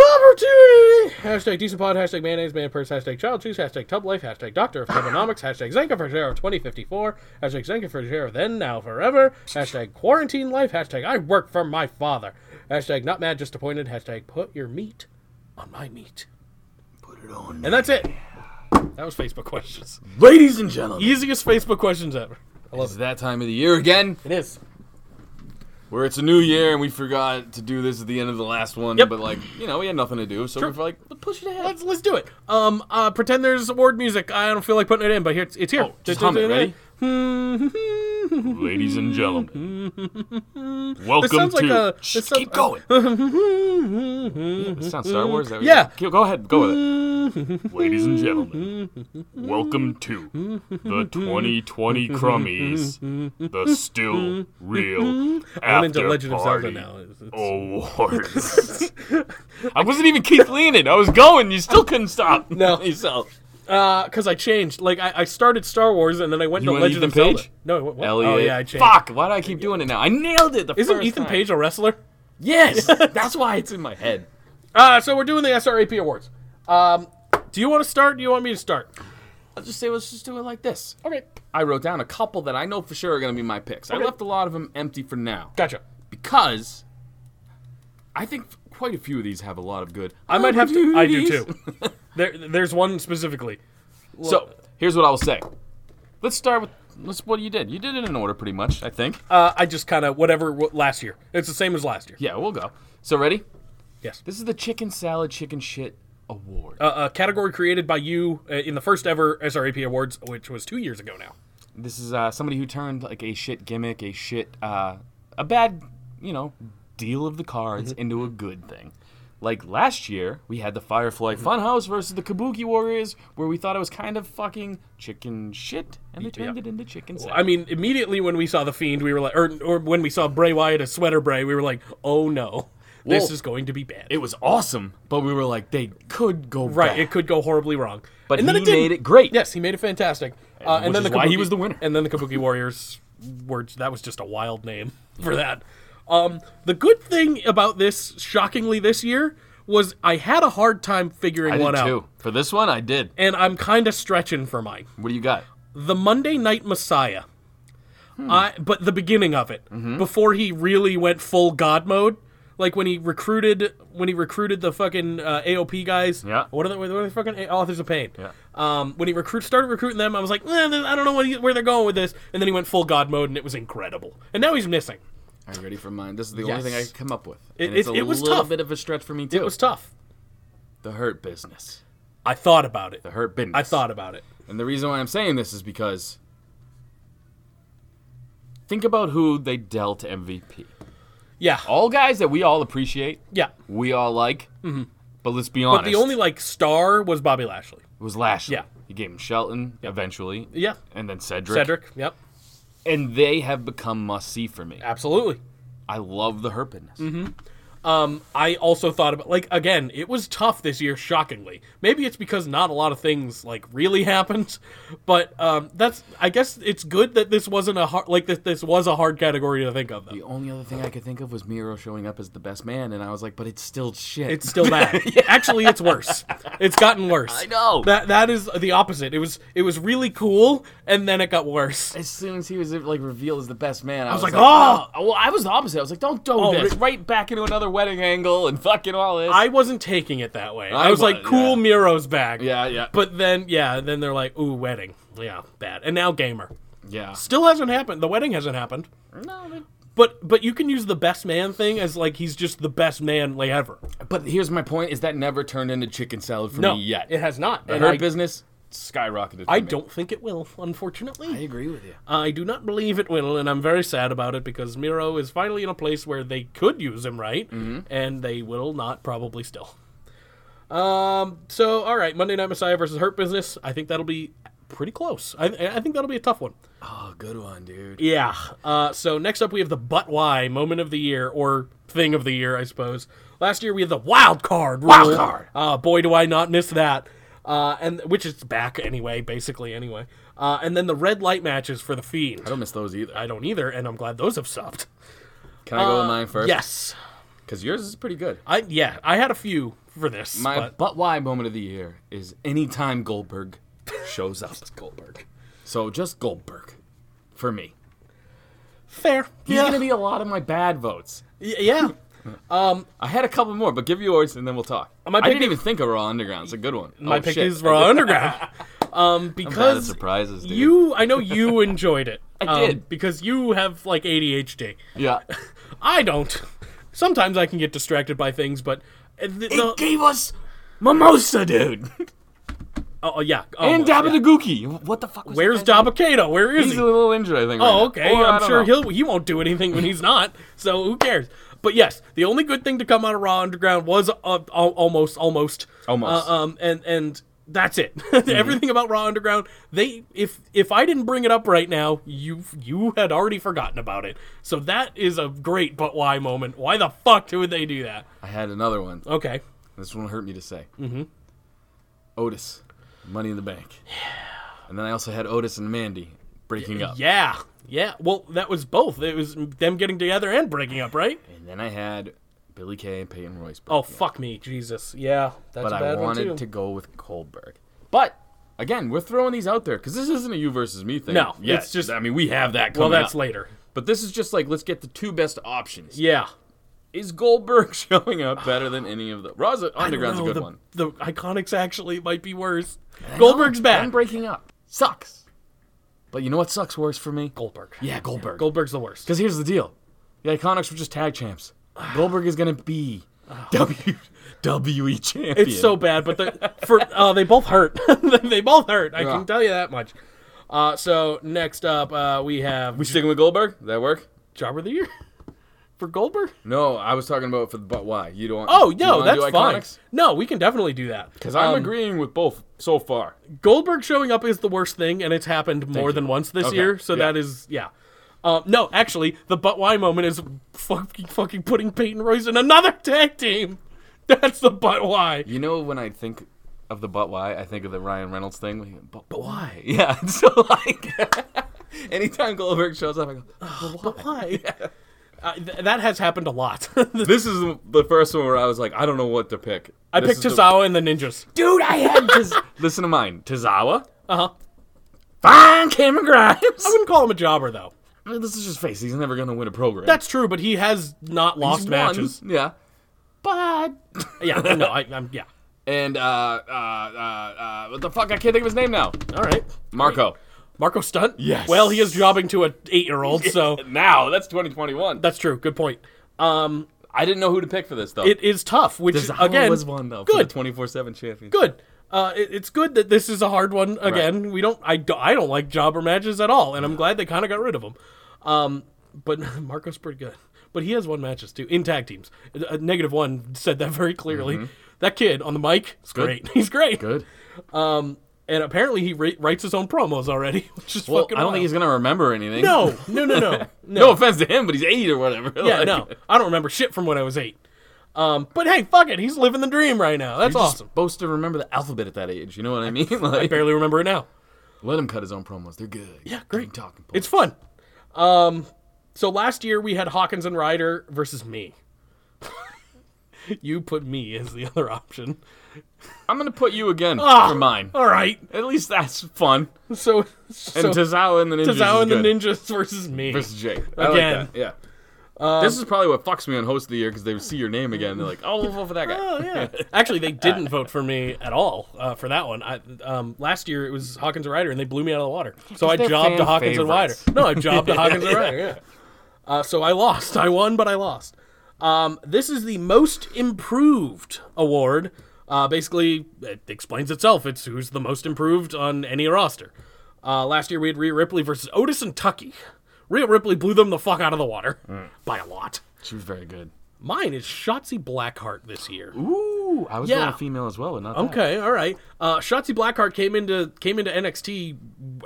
opportunity. Hashtag decent pod. Hashtag mayonnaise man purse. Hashtag child juice. Hashtag tub life. Hashtag doctor of economics. hashtag Zenka for share of 2054. Hashtag Zenka for share of then now forever. Hashtag quarantine life. Hashtag I work for my father. Hashtag not mad just appointed. Hashtag put your meat on my meat. Put it on. And that's it. That was Facebook questions. Ladies and gentlemen, Easiest Facebook questions ever. I love it's that time of the year again it. It is. where it's a new year and we forgot to do this at the end of the last one. Yep. But, like, you know, we had nothing to do, so we're like, let's push it ahead. Let's let's do it. Um, uh, pretend there's award music. I don't feel like putting it in, but here it's, it's here. Oh, Hmm. just hum it, ready? Ladies and gentlemen, This welcome sounds like to. a- Shh, this sounds- keep going. It sounds Star Wars. That Mm-hmm. Yeah. Mm-hmm. Go, go ahead. Go with it. Ladies and gentlemen, welcome to the 2020 Crummies, the still real I'm into Legend of Zelda now. It's- it's- awards. I wasn't even Keith leaning. I was Oh, going. You still couldn't stop. No. yourself. Uh, cause I changed. Like I, I started Star Wars and then I went You to want Legend Ethan of Zelda. Page? No, what, what? Elliot. oh yeah, I changed. Fuck! Why do I keep doing it now? I nailed it. The Isn't first Ethan time. Page a wrestler? Yes, that's why it's in my head. Uh, so we're doing the SRAP awards. Um, do you want to start? Do you want me to start? I'll just say let's just do it like this. Okay, I wrote down a couple that I know for sure are going to be my picks. I left a lot of them empty for now gotcha. because I think quite a few of these have a lot of good. I might have to. I do too. There, there's one specifically. So here's what I will say. Let's start with let's what you did. You did it in order pretty much, I think. Uh, I just kind of whatever w- last year. It's the same as last year. yeah, we'll go. So ready? Yes. This is the chicken salad chicken shit award. a category created by you uh, in the first ever SRAP Awards, which was two years ago now. this is uh, somebody who turned like a shit gimmick, a shit, uh, a bad, you know, deal of the cards into a good thing. Like last year, we had the Firefly Funhouse versus the Kabuki Warriors, where we thought it was kind of fucking chicken shit, and they turned yeah. it into chicken salad. I mean, immediately when we saw the Fiend, we were like, or, or when we saw Bray Wyatt as Sweater Bray, we were like, oh no, this Well, is going to be bad. it was awesome, but we were like, they could go right, back. it could go horribly wrong. But and then he it didn't. made it great. Yes, he made it fantastic. Uh, which and then is the why he Kabuki- was the winner. And then the Kabuki Warriors were that was just a wild name for that. Um, the good thing about this, shockingly, this year was I had a hard time figuring I one did out, too. For this one, I did. and I'm kind of stretching for mine. What do you got? the Monday Night Messiah. Hmm. I but the beginning of it Mm-hmm. before he really went full god mode, like when he recruited when he recruited the fucking uh, AOP guys. Yeah. What are they? What are they fucking authors of pain? Yeah. Um, when he recruit started recruiting them, I was like, eh, I don't know what he, where they're going with this. And then he went full god mode, and it was incredible. And now he's missing. Are you ready for mine? This is the Yes. only thing I could come up with. It- and it's it- a it was little tough. bit of a stretch for me too. It was tough. the hurt business. I thought about it. The hurt business. I thought about it. And the reason why I'm saying this is because think about who they dealt MVP. Yeah. All guys that we all appreciate, Yeah. we all like. Mm-hmm. But let's be But honest. the only like star was Bobby Lashley. was Lashley. Yeah. He gave him Shelton eventually. Yeah. And then Cedric. Cedric. Yep. And they have become must see for me. Absolutely. I love the herpiness. Mm-hmm. Um, I also thought about like again, it was tough this year. Shockingly, maybe it's because not a lot of things like really happened, but um, that's I guess it's good that this wasn't a hard like this this was a hard category to think of. Though. The only other thing I could think of was Miro showing up as the best man, and I was like, but it's still shit. It's still bad. Actually, it's worse. It's gotten worse. I know. that that is the opposite. It was it was really cool, and then it got worse. as soon as he was like revealed as the best man, I, was like, "Oh!" Well, I was the opposite. I was like, "Don't do Oh, this!" re- Right back into another wedding angle and fucking all this. I wasn't taking it that way. I, I was like, was, cool, yeah. Miro's back. Yeah, yeah. But then, yeah, then they're like, ooh, wedding. Yeah, bad. And now, gamer. yeah, Still hasn't happened. The wedding hasn't happened. But but you can use the best man thing as like he's just the best man like ever. but here's my point: is that never turned into chicken salad for No, me yet. it has not. The and hurt I, business skyrocketed. for I me. don't think it will, unfortunately. agree with you. I, do not believe it will, and I'm very sad about it because Miro is finally in a place where they could use him right, and they will not probably still. Um. So all right, Monday Night Messiah versus Hurt Business. I think that'll be pretty close. I I think that'll be a tough one. Oh, good one, dude. Yeah. Uh, so next up, we have the but why moment of the year or thing of the year, I suppose. Last year we had the wild card rule. Wild card. Uh, boy, do I not miss that. uh, and which is back anyway, basically anyway. Uh, and then the red light matches for the Fiend. I don't miss those either. I don't either, and I'm glad those have stopped. Can I go with mine first? Uh, Yes, Because yours is pretty good. I yeah, I had a few for this. My but but, why moment of the year is anytime Goldberg shows up. Goldberg. So just Goldberg for me. fair. He's yeah, going to be a lot of my bad votes. Y- yeah. I had a couple more, but give yours and then we'll talk. Uh, My I didn't pick- even think of Raw Underground. It's a good one. My oh, pick shit. is Raw Underground. Um, I'm bad at because surprises, dude. you, I know you enjoyed it. I um, did. because you have like ADHD. Yeah. I don't. Sometimes I can get distracted by things, but uh, the, the- gave us Mimosa, dude. oh oh, yeah, almost, and yeah. Dabadaguki. What the fuck was Where's that guy's Dabakato? Where name? is He's he? a little injured, I think. right Oh, now. okay. Or I I'm don't sure know. he'll he won't do anything when he's not. So who cares? But yes, the only good thing to come out of Raw Underground was uh, al- almost almost Almost. Uh, um and and that's it. Everything about Raw Underground, they if if I didn't bring it up right now, you you had already forgotten about it. So that is a great but why moment. Why the fuck would they do that? I had another one. Okay. This one hurt me to say. Mm-hmm. Otis, Money in the Bank. Yeah. And then I also had Otis and Mandy breaking up. Yeah. Yeah. Well, that was both. It was them getting together and breaking up, right? And then I had Billy Kay and Peyton Royce. Oh breaking up. fuck me, Jesus. Yeah, that's But a I bad wanted one too. to go with Goldberg. But again, we're throwing these out there because this isn't a you versus me thing. No, yet. it's just- I mean we have that. well, Coming that's up. later. But this is just like let's get the two best options. Yeah. Is Goldberg showing up better than any of the Raw's Underground's a No, good the, one. The Iconics actually might be worse. Goldberg's Them bad. breaking up sucks. But you know what sucks worse for me? Goldberg. Yeah, Goldberg. Goldberg's the worst. Because here's the deal: the Iconics were just tag champs. Goldberg is gonna be W WWE champion. It's so bad, but the, for uh, they both hurt. they both hurt. I Yeah. can tell you that much. Uh, so next up, uh, we have we sticking with Goldberg? Did that work? Jobber of the Year for Goldberg. No, I was talking about for the but why you don't. want- Oh you no, wanna do that's fine. Iconics? No, we can definitely do that. Because I'm Um, agreeing with both so far. Goldberg showing up is the worst thing, and it's happened more you. than once this Okay, year. So yeah. that is yeah. Uh, no, actually, the but why moment is fucking fucking putting Peyton Royce in another tag team. That's the but why. You know, when I think of the but why, I think of the Ryan Reynolds thing. like, But, but why? Yeah. So like, anytime Goldberg shows up, I go. But why? Uh, th- that has happened a lot. This is the- the first one where I was like, I don't know what to pick. I This picked is the- Tozawa and the Ninjas. Dude, I had. Tiz- Listen to mine, Tozawa. Uh huh. Fine, Cameron Grimes. I wouldn't call him a jobber though. I mean, this is just face. He's never gonna win a program. That's true, but he has not lost He's won, matches. Yeah. But Yeah, no, I, I'm yeah. and uh, uh uh uh what the fuck? I can't think of his name now. All right, Marco. Marco Stunt. Yes. Well, he is jobbing to an eight-year-old, so Now that's 2021. that's true. Good point. Um, I didn't know who to pick for this though. it is tough, which This again was one though. Good, twenty four seven champion. good. Uh, it, it's good that this is a hard one again. We don't, I, do, I don't like jobber matches at all, and I'm glad they kind of got rid of them. Um, but Marco's pretty good, but he has won matches too in tag teams. Uh, Negative one said that very clearly. That kid on the mic is Mm-hmm. Good. great. He's great. Good. Um, and apparently he ri- writes his own promos already, which is Well, I fucking. don't think he's gonna remember anything. wild. No, no, no, no, No offense to him, but he's eight or whatever. Yeah, Like, no. I don't remember shit from when I was eight. Um, but hey, fuck it. He's living the dream right now. That's You're just awesome. supposed to remember the alphabet at that age. You know what I mean? I Like, barely remember it now. let him cut his own promos. They're good. Yeah, great. talking. It's points. fun. Um, so last year we had Hawkins and Ryder versus me. you put me as the other option. I'm gonna put you again Ah, for mine. All right. At least that's fun. So, And so Tozawa and the Ninjas. Tozawa is and the good. Ninjas versus me. versus Jake. Again. Again. Um, Yeah. this is probably what fucks me on host of the year because they see your name again. They're like, oh, we'll vote for that guy. Oh yeah. Actually, they didn't vote for me at all uh, for that one. I, um, last year it was Hawkins and Ryder, and they blew me out of the water. So I they're jobbed to fan Hawkins and Ryder. favorites. No, I jobbed to Hawkins and Ryder. Yeah. Uh, so I lost. I won, but I lost. Um, this is the most improved award. Uh, basically, it explains itself. It's who's the most improved on any roster. Uh, last year we had Rhea Ripley versus Otis and Tucky. Rhea Ripley blew them the fuck out of the water by a lot. She was very good. Mine is Shotzi Blackheart this year. Ooh, I was Yeah. going female as well, but not that. Okay, all right. Uh, Shotzi Blackheart came into came into NXT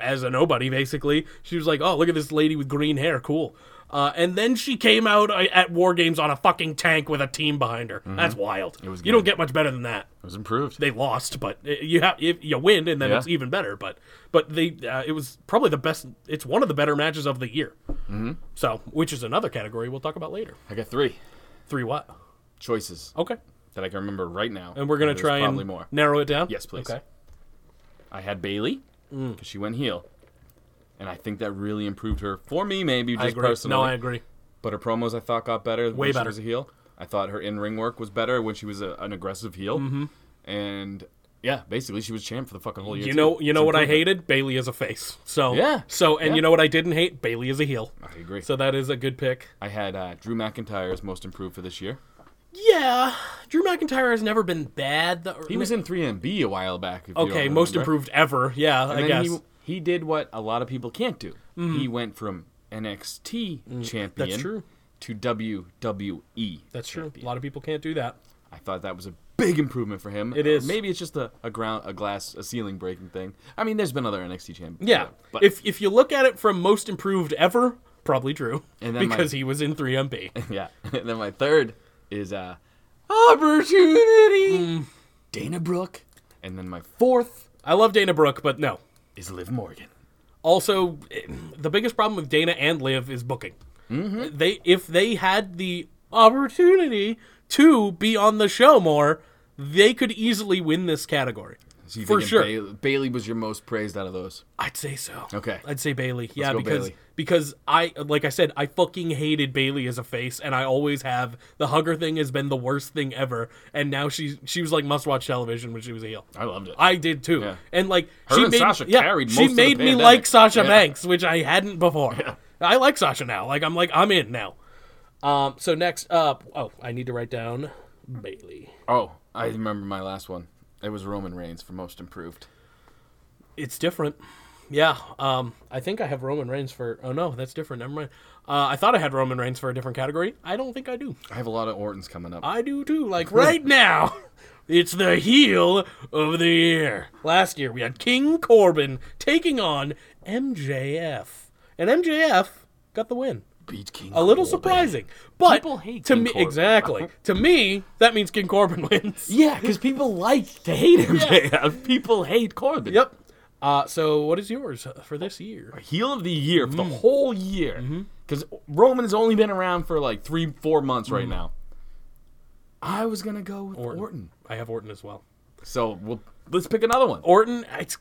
as a nobody, basically. She was like, "Oh, look at this lady with green hair, cool." Uh, and then she came out uh, at War Games on a fucking tank with a team behind her. That's wild. Mm-hmm. was you good. don't get much better than that. It was improved. They lost, but uh, you have if you win, and then Yeah. it's even better. But but they uh, it was probably the best. It's one of the better matches of the year. Mm-hmm. So which is another category we'll talk about later. I got three Three what? choices Okay, that I can remember right now. Oh. and we're gonna There's try probably and more. narrow it down. Yes, please. Okay. Mm. I had Bailey because she went heel, and I think that really improved her for me. Maybe just I agree. personally. No, I agree. But her promos I thought got better Way when better. she was a heel. I thought her in ring work was better when she was a, an aggressive heel. Mm-hmm. And yeah, basically she was champ for the fucking whole year. You too. know, you It's know what I improvement. hated? Bailey as a face. So Yeah. So and Yeah. you know what I didn't hate? Bailey as a heel. I agree. So that is a good pick. I had uh, Drew McIntyre as most improved for this year. Yeah, Drew McIntyre has never been bad. though. He was in 3MB a while back. If you okay, don't most remember. improved ever. Yeah, I And guess. Mm-hmm. then He, he did what a lot of people can't do. He went from NXT champion Mm, true. to WWE. That's true. champion. A lot of people can't do that. I thought that was a big improvement for him. It Uh, is. Maybe it's just a, a ground, a glass, a ceiling breaking thing. I mean, there's been other NXT champions. Yeah. but if if you look at it from most improved ever, probably Drew, And then my- because he was in 3MB. yeah. And then my third is uh, Mm. opportunity. Dana Brooke, and then my fourth I love Dana Brooke, but no. is Liv Morgan. Also, eh, the biggest problem with Dana and Liv is booking. Mm-hmm. They if they had the opportunity to be on the show more, they could easily win this category. So you For thinking sure. Bailey, Bailey was your most praised out of those. I'd say so. Okay. I'd say Bailey. yeah, go because Bailey. because I like I said, I fucking hated Bailey as a face, and I always have. The hugger thing has been the worst thing ever, and now she she was like must watch television when she was a heel. I loved it. I did too, Yeah. and like Her she and made Sasha yeah, carried she most of the made me pandemic. like Sasha Yeah. Banks, which I hadn't before. I like Sasha now. Like I'm like I'm in now. Um. So next up, oh, I need to write down Bailey. Oh, I remember my last one. It was Roman Reigns for most improved. it's different. Yeah, um, I think I have Roman Reigns for. Oh no, that's different. Never mind. Uh, I thought I had Roman Reigns for a different category. I don't think I do. I have a lot of Ortons coming up. I do too. Like right now, it's the heel of the year. Last year we had King Corbin taking on MJF, and MJF got the win. Beat King. A little Corbin. surprising, but People hate to King me Corbin. exactly. to me, that means King Corbin wins. Yeah, because people like to hate MJF. People hate Corbin. Yep. Uh, so what is yours uh, for this year? heel of the year for the whole year. Because Roman's only been around for like three, four months right now. I was gonna go with Orton. I have Orton as well. So we'll, let's pick another one. Orton, it's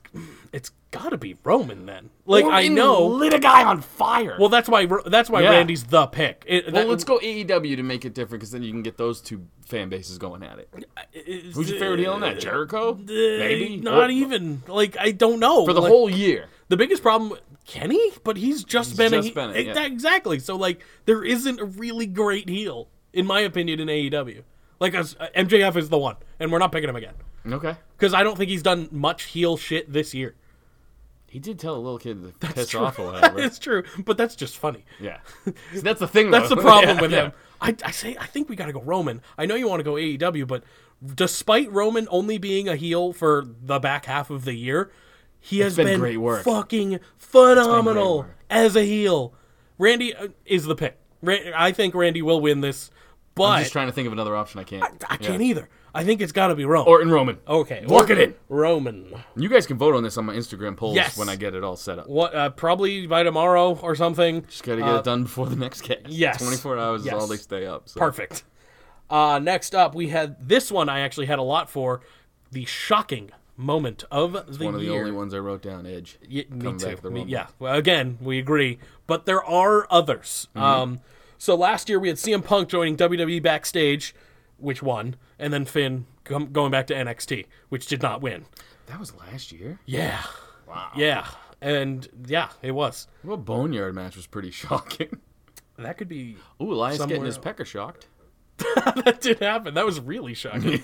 it's got to be Roman then. Like I Orton know. lit a guy on fire. well, that's why Ro- that's why Yeah. Randy's the pick. It, well, that- let's go AEW to make it different, because then you can get those two fan bases going at it. it's- Who's your favorite heel in that? Jericho? uh, Maybe not Or- even like I don't know. for the Like, whole year. the biggest problem Kenny, but he's just been a, just he- been it, yeah. exa- exactly. So like there isn't a really great heel in my opinion in AEW. Like as- uh, MJF is the one, and we're not picking him again Okay. because I don't think he's done much heel shit this year. He did tell a little kid to piss true. off or whatever. it's true, but that's just funny. yeah. See, that's the thing. That's though. the problem Yeah, with yeah. him. I, I say I think we got to go Roman. I know you want to go AEW, but despite Roman only being a heel for the back half of the year, he has been been, great work. fucking phenomenal work. as a heel. Randy uh, is the pick. Ra- I think Randy will win this, but I'm just trying to think of another option. I can't. I Yeah. can't either. I think it's got to be Roman. Orton Roman. okay, Lock Orton- it in. Roman. You guys can vote on this on my Instagram polls Yes. when I get it all set up. What? Uh, probably by tomorrow or something. Just gotta get it done before the next cast. uh, yes. 24 hours Yes. is all they stay up. So. Perfect. Uh, next up, we had this one. I actually had a lot for the shocking moment of the One of the year. only ones I wrote down, Edge. Y- me Coming too. back to the Me- Rumble. yeah. Well, again, we agree, but there are others. Mm-hmm. Um, so last year we had CM Punk joining WWE backstage, which won, and then Finn com- going back to NXT, which did not win. That was last year. Yeah. Wow. Yeah. And yeah, it was. Well, Boneyard match was pretty shocking. That could be. Ooh, Elias getting Somewhere his else. pecker shocked. that did happen. That was really shocking.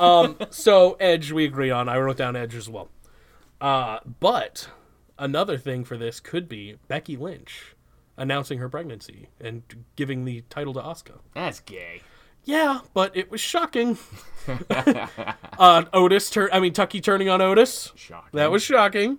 um, so Edge, we agree on. I wrote down Edge as well. Uh, but another thing for this could be Becky Lynch announcing her pregnancy and giving the title to Asuka. That's gay. Yeah, but it was shocking. uh, Otis, tur- I mean Tucky turning on Otis. Shocking. That was shocking.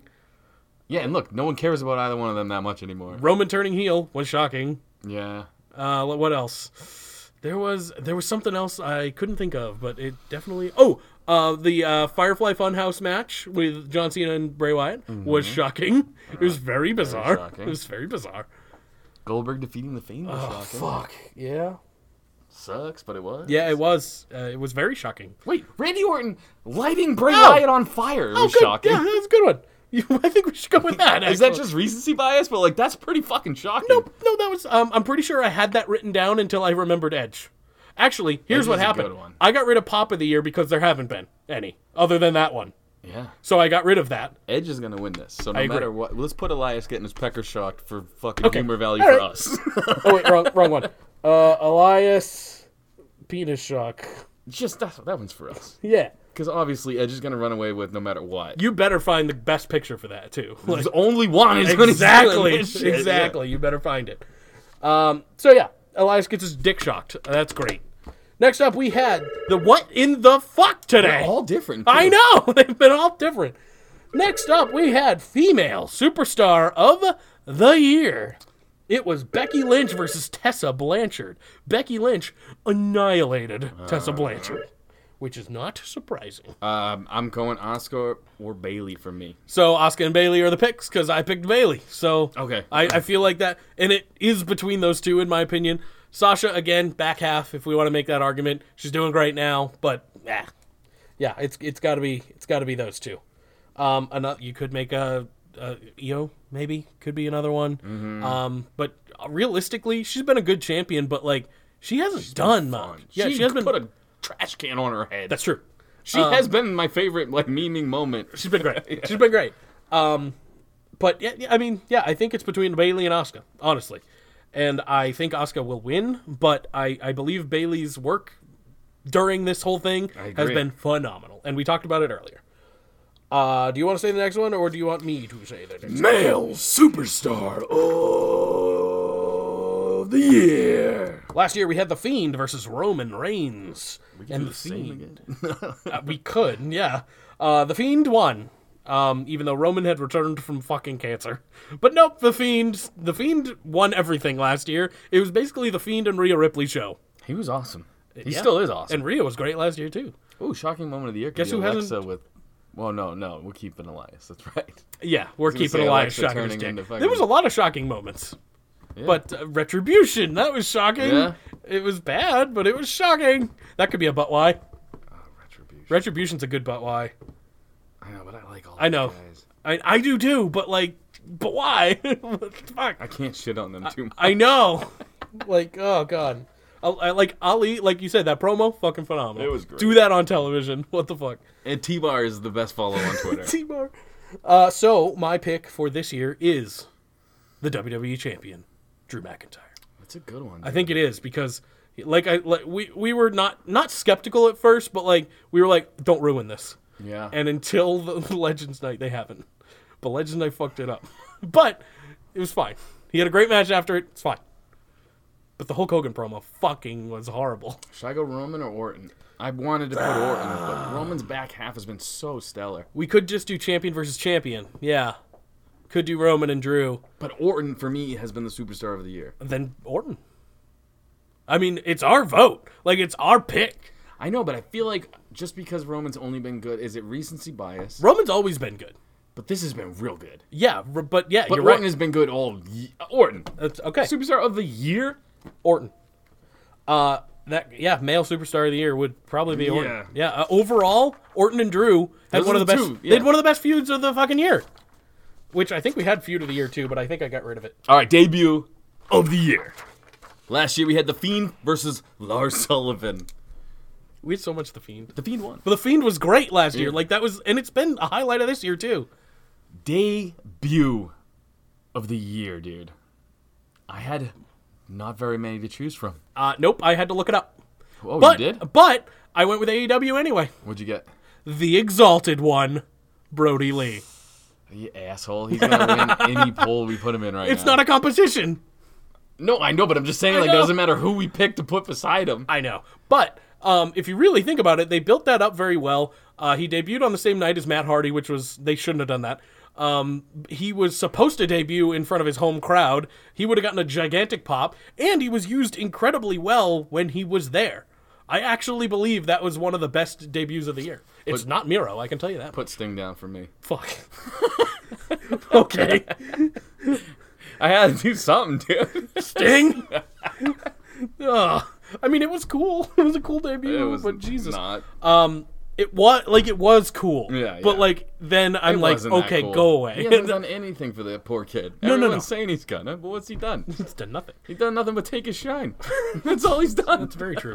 Yeah, and look, no one cares about either one of them that much anymore. Roman turning heel was shocking. Yeah. Uh, l- what else? There was there was something else I couldn't think of, but it definitely. Oh, uh, the uh, Firefly Funhouse match with John Cena and Bray Wyatt was shocking. It was very bizarre. Mm-hmm. shocking. it was very bizarre. Goldberg defeating the Fiend. was shocking. Fuck yeah, Sucks, but it was. yeah, it was. Uh, it was very shocking. Wait, Randy Orton lighting Bray Oh. Wyatt on fire was good. shocking. Yeah, that's a good one. I think we should go with that. Is that actually. just recency bias? But like, that's pretty fucking shocking. Nope, no, that was. Um, I'm pretty sure I had that written down until I remembered Edge. Actually, here's Edge what is a happened. good one. I got rid of Pop of the Year because there haven't been any other than that one. Yeah, So I got rid of that. Edge is gonna win this. So no I agree. matter what, let's put Elias getting his pecker shocked for fucking Okay. humor value All for right. us. Oh wait, wrong, wrong one. Uh, Elias, penis shock. just that's that one's for us Yeah, because obviously Edge is gonna run away with no matter what. you better find the best picture for that too. Like, There's only one. Is gonna steal exactly, this shit, yeah. exactly. You better find it. Um, so yeah, Elias gets his dick shocked. That's great. Next up, we had the what in the fuck today? They're all different. I too. know. They've been all different. Next up, we had female superstar of the year. It was Becky Lynch versus Tessa Blanchard. Becky Lynch annihilated Ah. Tessa Blanchard, which is not surprising. Um, I'm going Oscar or Bailey for me. So Oscar and Bailey are the picks because I picked Bailey. So Okay. I, I feel like that, and it is between those two in my opinion. Sasha again, back half. If we want to make that argument, she's doing great now, but eh. yeah, it's it's got to be it's got to be those two. Um, another you could make a, a Io maybe could be another one. Mm-hmm. Um, but realistically, she's been a good champion, but like she hasn't done much. Yeah, she, has been. put a trash can on her head. that's true. She has been my favorite like memeing moment. She's been great. She's been great. Um, but yeah, yeah, I mean, yeah, I think it's between Bailey and Oscar, honestly. And I think Oscar will win, but I, I believe Bailey's work during this whole thing has agree. been phenomenal, and we talked about it earlier. Uh, do you want to say the next one, or do you want me to say the next? one? Male superstar of the year. Last year we had the Fiend versus Roman Reigns, and the Fiend. Uh, we could, yeah. Uh, the Fiend won, um, even though Roman had returned from fucking cancer. But nope, the Fiend, the Fiend won everything last year. It was basically the Fiend and Rhea Ripley show, He was awesome. He Uh, Yeah. still is awesome. and Rhea was great last year too. Ooh, shocking moment of the year. could Guess be who Alexa hasn't- with. Well, no, no, we're keeping Elias. That's right. Yeah, we're gonna keeping say alive Alexa shocking. as turning dick. into fucking- There was a lot of shocking moments, but uh, retribution that was shocking. Yeah. It was bad, but it was shocking. That could be a butt why. Retribution. Retribution's a good butt why. I know, but I like all. I these know. guys. I I do too, but like, but why? Fuck. I can't shit on them too much. I know. like, oh god. I, I- like Ali, like you said, that promo fucking phenomenal. It was great. Do that on television. What the fuck, and T Bar is the best follow on Twitter. T-Bar. Uh, so my pick for this year is the WWE champion, Drew McIntyre. That's a good one. I think it is because, like, I like, we we were not not skeptical at first, but like we were like, don't ruin this. Yeah. And until the Legends Night, they haven't. But Legends Night fucked it up. but it was fine. He had a great match after it. It's fine. But the Hulk Hogan promo fucking was horrible. Should I go Roman or Orton? I wanted to put Orton, but Roman's back half has been so stellar. We could just do champion versus champion. Yeah. Could do Roman and Drew. But Orton for me has been the superstar of the year. Then Orton. I mean, it's our vote. Like, it's our pick. I know, but I feel like just because Roman's only been good, is it recency bias? Roman's always been good. but this has been real good. Yeah, r- but yeah, But you're Orton right. has been good all ye- Orton, That's, okay. superstar of the year. Orton. Uh, that yeah, male superstar of the year would probably be Orton. Yeah. Yeah, uh, overall, Orton and Drew had Those one are of the the best. two, They yeah. had one of the best feuds of the fucking year. Which I think we had feud of the year too, but I think I got rid of it. All right, debut of the year. Last year we had the Fiend versus Lars Sullivan. We had so much the fiend. The Fiend Mm. won. But the fiend was great last year. Like that was, and it's been a highlight of this year too. Debut of the year, dude. I had not very many to choose from. Uh, nope, I had to look it up. Oh, But you did? but I went with AEW anyway. What'd you get? The exalted one, Brody Lee. You asshole. He's gonna win any poll we put him in right It's now. not a competition. a No, I know, but I'm just saying like it know. doesn't matter who we pick to put beside him. I know. But um, if you really think about it, they built that up very well. Uh, he debuted on the same night as Matt Hardy, which was they shouldn't have done that. Um, he was supposed to debut in front of his home crowd. He would have gotten a gigantic pop, and he was used incredibly well when he was there. I actually believe that was one of the best debuts of the year. It's not Miro, I can tell you that. Put Sting down for me. Fuck. okay. I had to do something, dude. Sting. Ugh. I mean, it was cool. It was a cool debut, It was but Jesus, not. um, it was like it was cool. Yeah, But yeah. like then I'm It like, wasn't that okay, cool. go away. He hasn't done anything for that poor kid. no, Everyone's no. saying he's gonna, but what's he done? it's done nothing. He's done nothing but take his shine. That's all he's done. That's very true.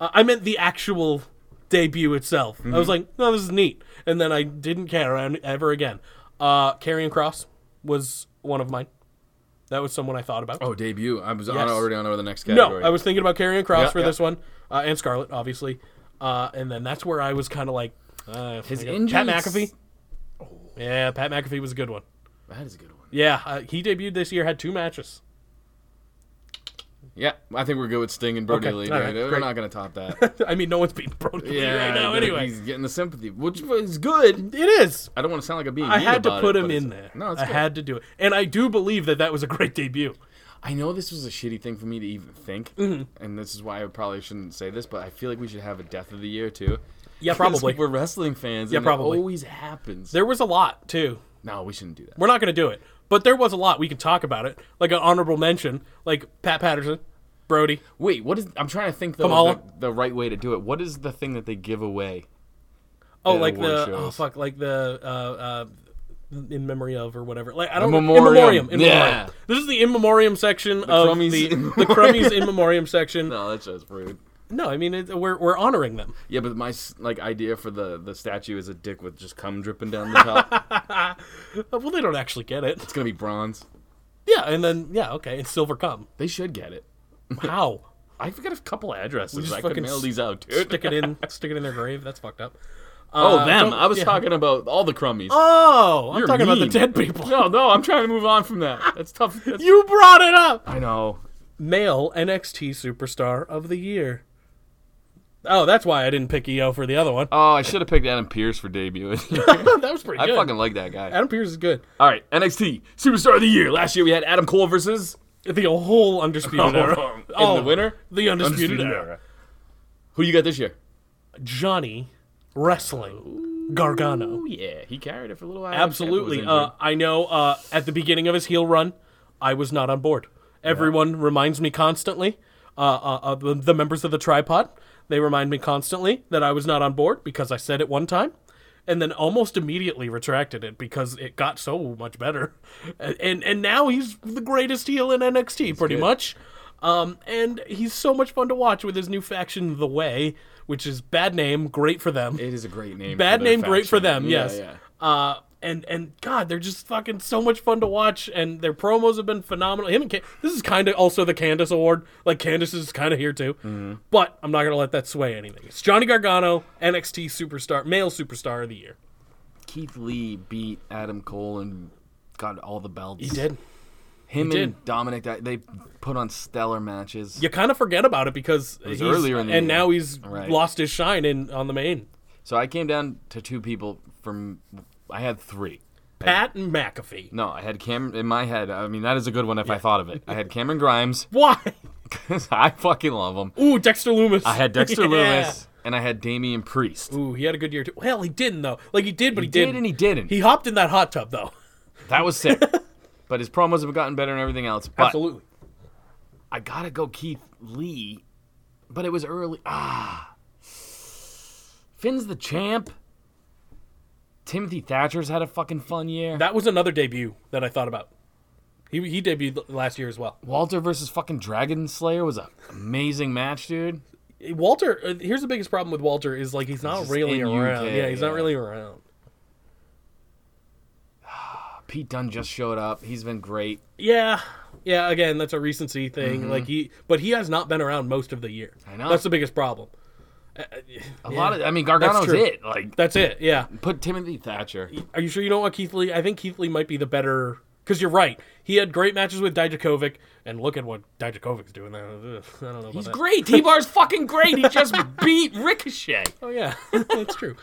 uh, I meant the actual debut itself. I Mm-hmm. was like, no, this is neat, and then I didn't care an- ever again. Uh, Carrying Cross was one of mine. That was someone I thought about. Oh, debut. I was Yes. on, already on over the next No, category. I was thinking about carrying Cross Yeah, for yeah. this one, uh, and Scarlet, obviously. Uh, and then that's where I was kind of like, uh, His Oh. I go- injury Pat McAfee. Yeah, Pat McAfee was a good one. That is a good one. Yeah, uh, he debuted this year, had two matches. Yeah, I think we're good with Sting and Brody Okay, Lee. all dude. right, We're great. not gonna top that. I mean, no one's beating Brody Lee right now, dude, anyway. he's getting the sympathy, which is good. It is. I don't want to sound like a being. I mean had to about put it, him but in it's- there. No, it's I good. had to do it, and I do believe that that was a great debut. I know this was a shitty thing for me to even think, Mm-hmm. and this is why I probably shouldn't say this, but I feel like we should have a death of the year too. Yeah, 'Cause probably. We're wrestling fans. Yeah, and probably. It always happens. There was a lot too. no, we shouldn't do that. We're not going to do it, but there was a lot. We can talk about it, like an honorable mention, like Pat Patterson, Brody. Wait, what is? I'm trying to think though, Kamala? the, the right way to do it. What is the thing that they give away? Oh, at like award the oh shows. fuck, like the uh, uh, in memory of or whatever. Like I don't memoriam. In memoriam. In Yeah. memoriam. This is the in memoriam section of crummies the in the crummies in memoriam section. No, No, that's just rude. I mean it, we're we're honoring them. Yeah, but my s- like idea for the the statue is a dick with just cum dripping down the top. Uh, Well, they don't actually get it. it's gonna be bronze. Yeah, and then yeah, okay, and silver cum. They should get it. How? I've got a couple addresses. just I could fucking mail s- these out, dude. stick it in, stick it in their grave. That's fucked up. oh, them. don't- I was yeah. talking about all the crummies. Oh, I'm You're talking about mean. the dead people. No, no, I'm trying to move on from that. That's tough. That's- You brought it up. I know. Male NXT superstar of the year. Oh, that's why I didn't pick EO for the other one. Oh, I should have picked Adam Pierce for debut. that was pretty I good. fucking like that guy. Adam Pierce is good. All right, NXT Superstar of the Year. Last year we had Adam Cole versus Oh. The whole undisputed era. in the winner, The undisputed, era. Who you got this year? Johnny wrestling Gargano. Oh yeah, he carried it for a little while. Absolutely. Jack was Uh, injured. I know. Uh, at the beginning of his heel run, I was not on board. Everyone reminds me constantly. Uh, uh, uh, the- the members of the tripod, they remind me constantly that I was not on board because I said it one time, and then almost immediately retracted it because it got so much better, and and, and now he's the greatest heel in NXT, pretty good. much. Um, and he's so much fun to watch with his new faction, The Way, which is bad name, great for them. it is a great name. Bad for their name, great for faction. them. Yeah, yes. yeah. Uh, and and God, they're just fucking so much fun to watch, and their promos have been phenomenal. Him and Can- this is kind of also the Candace Award. Like Candace is kind of here too, Mm-hmm. but I'm not gonna let that sway anything. It's Johnny Gargano, NXT superstar, male superstar of the year. Keith Lee beat Adam Cole and got all the belts. He did. Him He and Dominic, they put on stellar matches. You kind of forget about it because was he's, earlier in the and year. now he's Right. lost his shine in on the main. So I came down to two people from. I had three. Pat and McAfee. No, I had Cam in my head. I mean, that is a good one if I thought of it. I had Cameron Grimes Why? because I fucking love him. Ooh, Dexter Loomis. I had Dexter Yeah. Lewis and I had Damian Priest. Ooh, he had a good year too. Well, he didn't though. Like he did, but he, did didn't. and he didn't. He hopped in that hot tub though. That was sick. but his promos have gotten better and everything else. But Absolutely. I gotta go Keith Lee. But it was early. Ah, Finn's the champ. Timothy Thatcher's had a fucking fun year. That was another debut that I thought about. He he debuted l- last year as well. Walter versus fucking Dragon Slayer was a amazing match, dude. Walter, uh, here's the biggest problem with Walter is like he's not Just really in around. UK, yeah, he's not yeah. really around. Pete Dunne just showed up. He's been great. Yeah, yeah. Again, that's a recency thing. Like he, but he has not been around most of the year. Mm-hmm. I know. That's the biggest problem. A lot of, I mean, Gargano's true. it. Like, That's it. Yeah. put Timothy Thatcher. Are you sure you don't want Keith Lee? I think Keith Lee might be the better. Because you're right. He had great matches with Dijakovic, and look at what Dijakovic's doing now. Ugh, I don't know about He's that. great. T Bar's fucking great. He just beat Ricochet. Oh, yeah. that's true.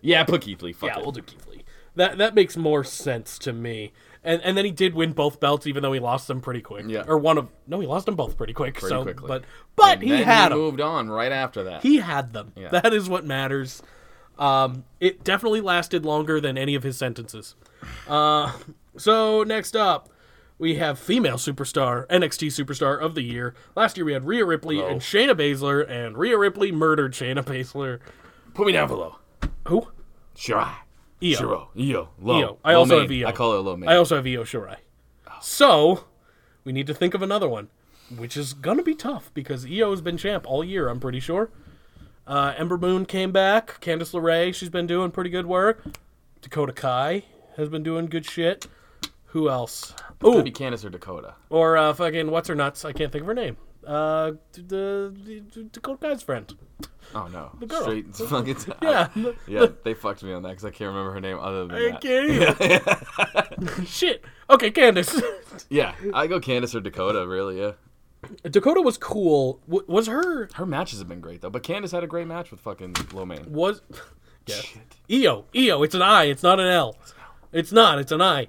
Yeah, put Keith Lee. Fuck Yeah, it. we'll do Keith Lee. That that makes more sense to me. And and then he did win both belts, even though he lost them pretty quick. Yeah. Or one of no, he lost them both pretty quick. so, quickly. but but And he then had them. moved on right after that. He had them. Yeah. That is what matters. Um, it definitely lasted longer than any of his sentences. Uh, so next up, we have female superstar, NXT superstar of the year. Last year we had Rhea Ripley and Shayna Baszler, and Rhea Ripley murdered Shayna Baszler. Put me down below. Who? Shirai. Io. Shiro. Io. E Low. Io. E I Low also main. have Io. I call it low main. I also have Io Shirai. So we need to think of another one, which is gonna be tough because Io has been champ all year. I'm pretty sure. Uh, Ember Moon came back. Candice LeRae, she's been doing pretty good work. Dakota Kai has been doing good shit. Who else? Oh, Could be Candace or Dakota. or uh, fucking what's her nuts? I can't think of her name. Uh, d- the, the, Dakota Kai's friend. Oh no. The girl. Straight fucking Yeah. Yeah, they fucked me on that because I can't remember her name other than I that. can't even. Shit. Okay, Candice. Yeah, I go Candace or Dakota, really, yeah. Dakota was cool. W- was her Her matches have been great, though. But Candace had a great match with fucking Lomain. was E EO EO. It's an I. It's not an L. It's not. It's an I.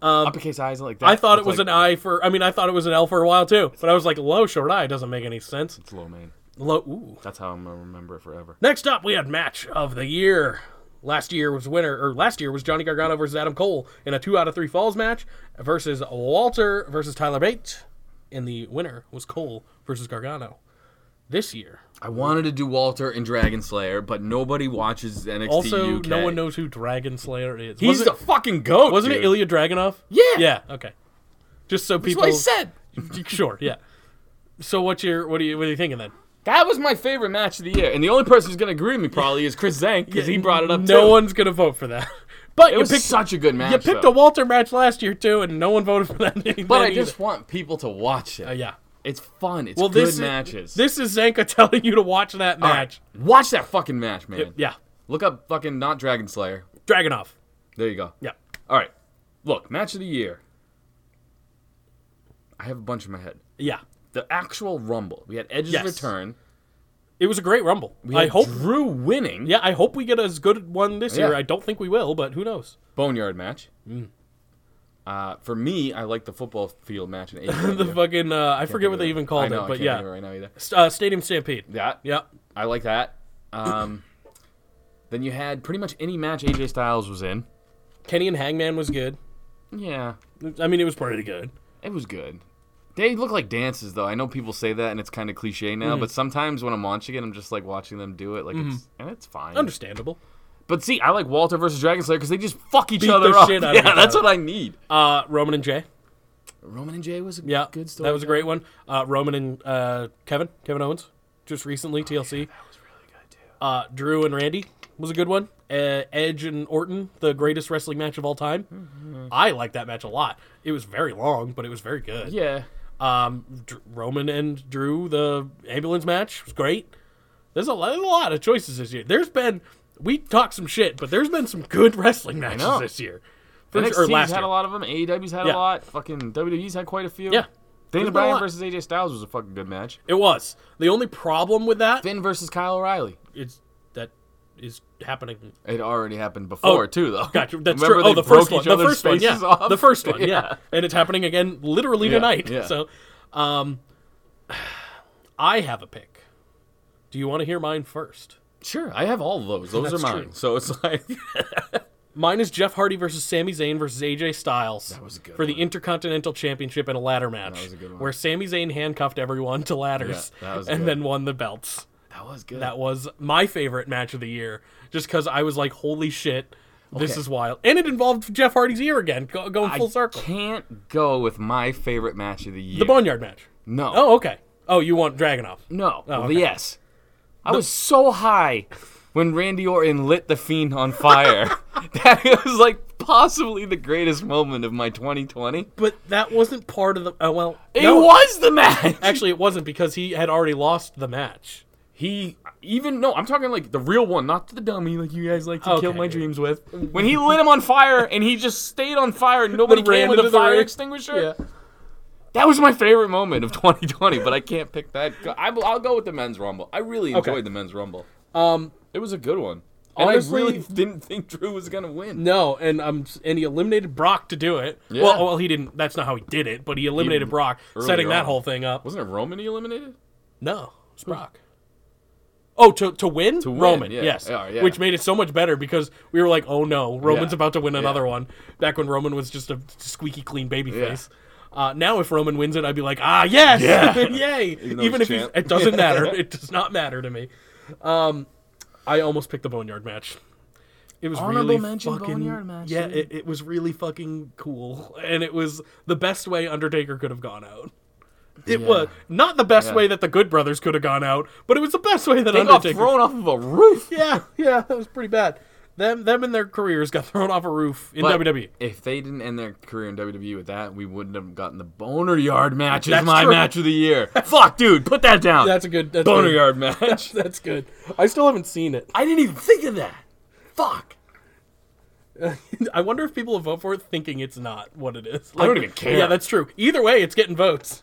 Uppercase eyes like that. Um, I thought it It's was like- an I for. I mean, I thought it was an L for a while too. But I was like, low short I doesn't make any sense. It's Lomain. Low. Ooh. That's how I'm going to remember it forever. Next up, we had match of the year. Last year was winner, or last year was Johnny Gargano versus Adam Cole in a two out of three falls match versus Walter versus Tyler Bates, and the winner was Cole versus Gargano. This year, I wanted to do Walter and Dragon Slayer, but nobody watches NXT also, UK. no one knows who Dragon Slayer is. He's Wasn't- the fucking goat. Wasn't dude. it Ilya Dragunov? Yeah. Yeah. Okay. Just so That's people. what I said. Sure. Yeah. So what's your what are you what are you thinking then? That was my favorite match of the year, and the only person who's gonna agree with me probably is Chris Zank because he brought it up. No too. one's gonna vote for that. But It you was picked such a good match. you picked though. a Walter match last year too, and no one voted for that. But I just want people to watch it. uh, yeah. It's fun. It's Well, good this matches. Is, this is Zanka telling you to watch that All right, match. Watch that fucking match, man. Yeah. Look up fucking not Dragon Slayer. Dragunov. There you go. Yeah. All right. Look, match of the year. I have a bunch in my head. Yeah. The actual Rumble. We had Edge's Yes. return. It was a great rumble. We I had hope. Drew winning. Yeah, I hope we get as good one this Yeah. year. I don't think we will, but who knows? Boneyard match. Mm. Uh, for me, I like the football field match in AEW. The fucking uh, I forget think of what they it. even called I know, I it, but can't yeah, think of it right now either. St- uh, Stadium Stampede. That. Yep. I like that. Um, then you had pretty much any match AJ Styles was in. Kenny and Hangman was good. Yeah, I mean, it was pretty good. it was good. They look like dances, though. I know people say that, and it's kind of cliche Mm-hmm. now. But sometimes when I'm watching it, I'm just like watching them do it, like it's Mm-hmm. and it's fine. Understandable. But see, I like Walter versus Dragon Slayer because they just fuck each Beat other the up. shit out of yeah, each that's other. what I need. Uh, Roman and Jay. Roman and Jay was a Yeah, good story. That was a great one. Uh, Roman and uh, Kevin, Kevin Owens, just recently TLC. Oh, that was really good too. Uh, Drew and Randy was a good one. Uh, Edge and Orton, the greatest wrestling match of all time. I like that match a lot. It was very long, but it was very good. Yeah, Um, Dr- Roman and Drew, the ambulance match was great. There's a lot, there's a lot of choices this year. There's been we talked some shit, but there's been some good wrestling matches know. this year. NXT's First- or last had year. a lot of them. AEW's had Yeah. a lot. Fucking WWE's had quite a few. Yeah. There's been Dana a Bryan lot. versus AJ Styles was a fucking good match. It was the only problem with that. Finn versus Kyle O'Reilly. It's that is happening. It already happened before Oh, too, though. Gotcha. That's Remember true. Oh, they the first broke one. each The other's first one. Yeah. faces off? The first one. Yeah. And it's happening again literally Yeah, tonight. yeah. So, um, I have a pick. Do you want to hear mine first? Sure, I have all of those. Those That's are mine. true. So it's like Mine is Jeff Hardy versus Sami Zayn versus AJ Styles was a good for the one. Intercontinental Championship in a ladder match, was a good one. where Sami Zayn handcuffed everyone to ladders Yeah, that was and good. then won the belts. that was good. That was my favorite match of the year, just because I was like, "Holy shit, this Okay. is wild!" And it involved Jeff Hardy's ear again, go, going full circle. I can't go with my favorite match of the year. The Boneyard match. no. Oh, okay. Oh, you want Dragonoff? Oh, no. Well, okay. Yes. I was so high when Randy Orton lit the Fiend on fire. that was like possibly the greatest moment of my 2020. But that wasn't part of the. Uh, well, It no. was the match. Actually, it wasn't because he had already lost the match. He even no, I'm talking like the real one, not the dummy like you guys like to kill Okay. my dreams with. When he lit him on fire and he just stayed on fire and nobody ran came with into a the fire ring. extinguisher. That was my favorite moment of 2020, but I can't pick that. I, will go with the men's rumble. I really enjoyed Okay. the men's rumble. Um, It was a good one. Honestly, and I really didn't think Drew was gonna win. no, and um, and he eliminated Brock to do it. Yeah. Well, well, he didn't. That's not how he did it, but he eliminated Brock, earlier setting that on. whole thing up. Wasn't it Roman he eliminated? No, it's Brock. Oh, to, to win? win, Roman, yeah. yes. Yeah, yeah. Which made it so much better because we were like, oh no, Roman's Yeah. about to win another Yeah. one. Back when Roman was just a squeaky clean baby face. Uh, now, if Roman wins it, I'd be like, ah, yes! Yeah. Yay! Even Even, though if he's he's, champ. it doesn't matter. it does not matter to me. Um, I almost picked the Boneyard match. It was Honorable really mention fucking, Boneyard match, Yeah, dude. it, it was really fucking cool, and it was the best way Undertaker could have gone out. It Yeah. was not the best Yeah. way that the Good Brothers could have gone out, but it was the best way that They got Undertaker. thrown off of a roof. yeah, yeah, that was pretty bad. Them, them, and their careers got thrown off a roof in E. But WWE. If they didn't end their career in WWE with that, we wouldn't have gotten the boner yard match as That's my true. match of the year. Fuck, dude, put that down. That's a good that's boner good. yard match. That's good. I still haven't seen it. I didn't even think of that. Fuck. I wonder if people will vote for it thinking it's not what it is. I don't even care. Yeah, that's true. Either way, it's getting votes.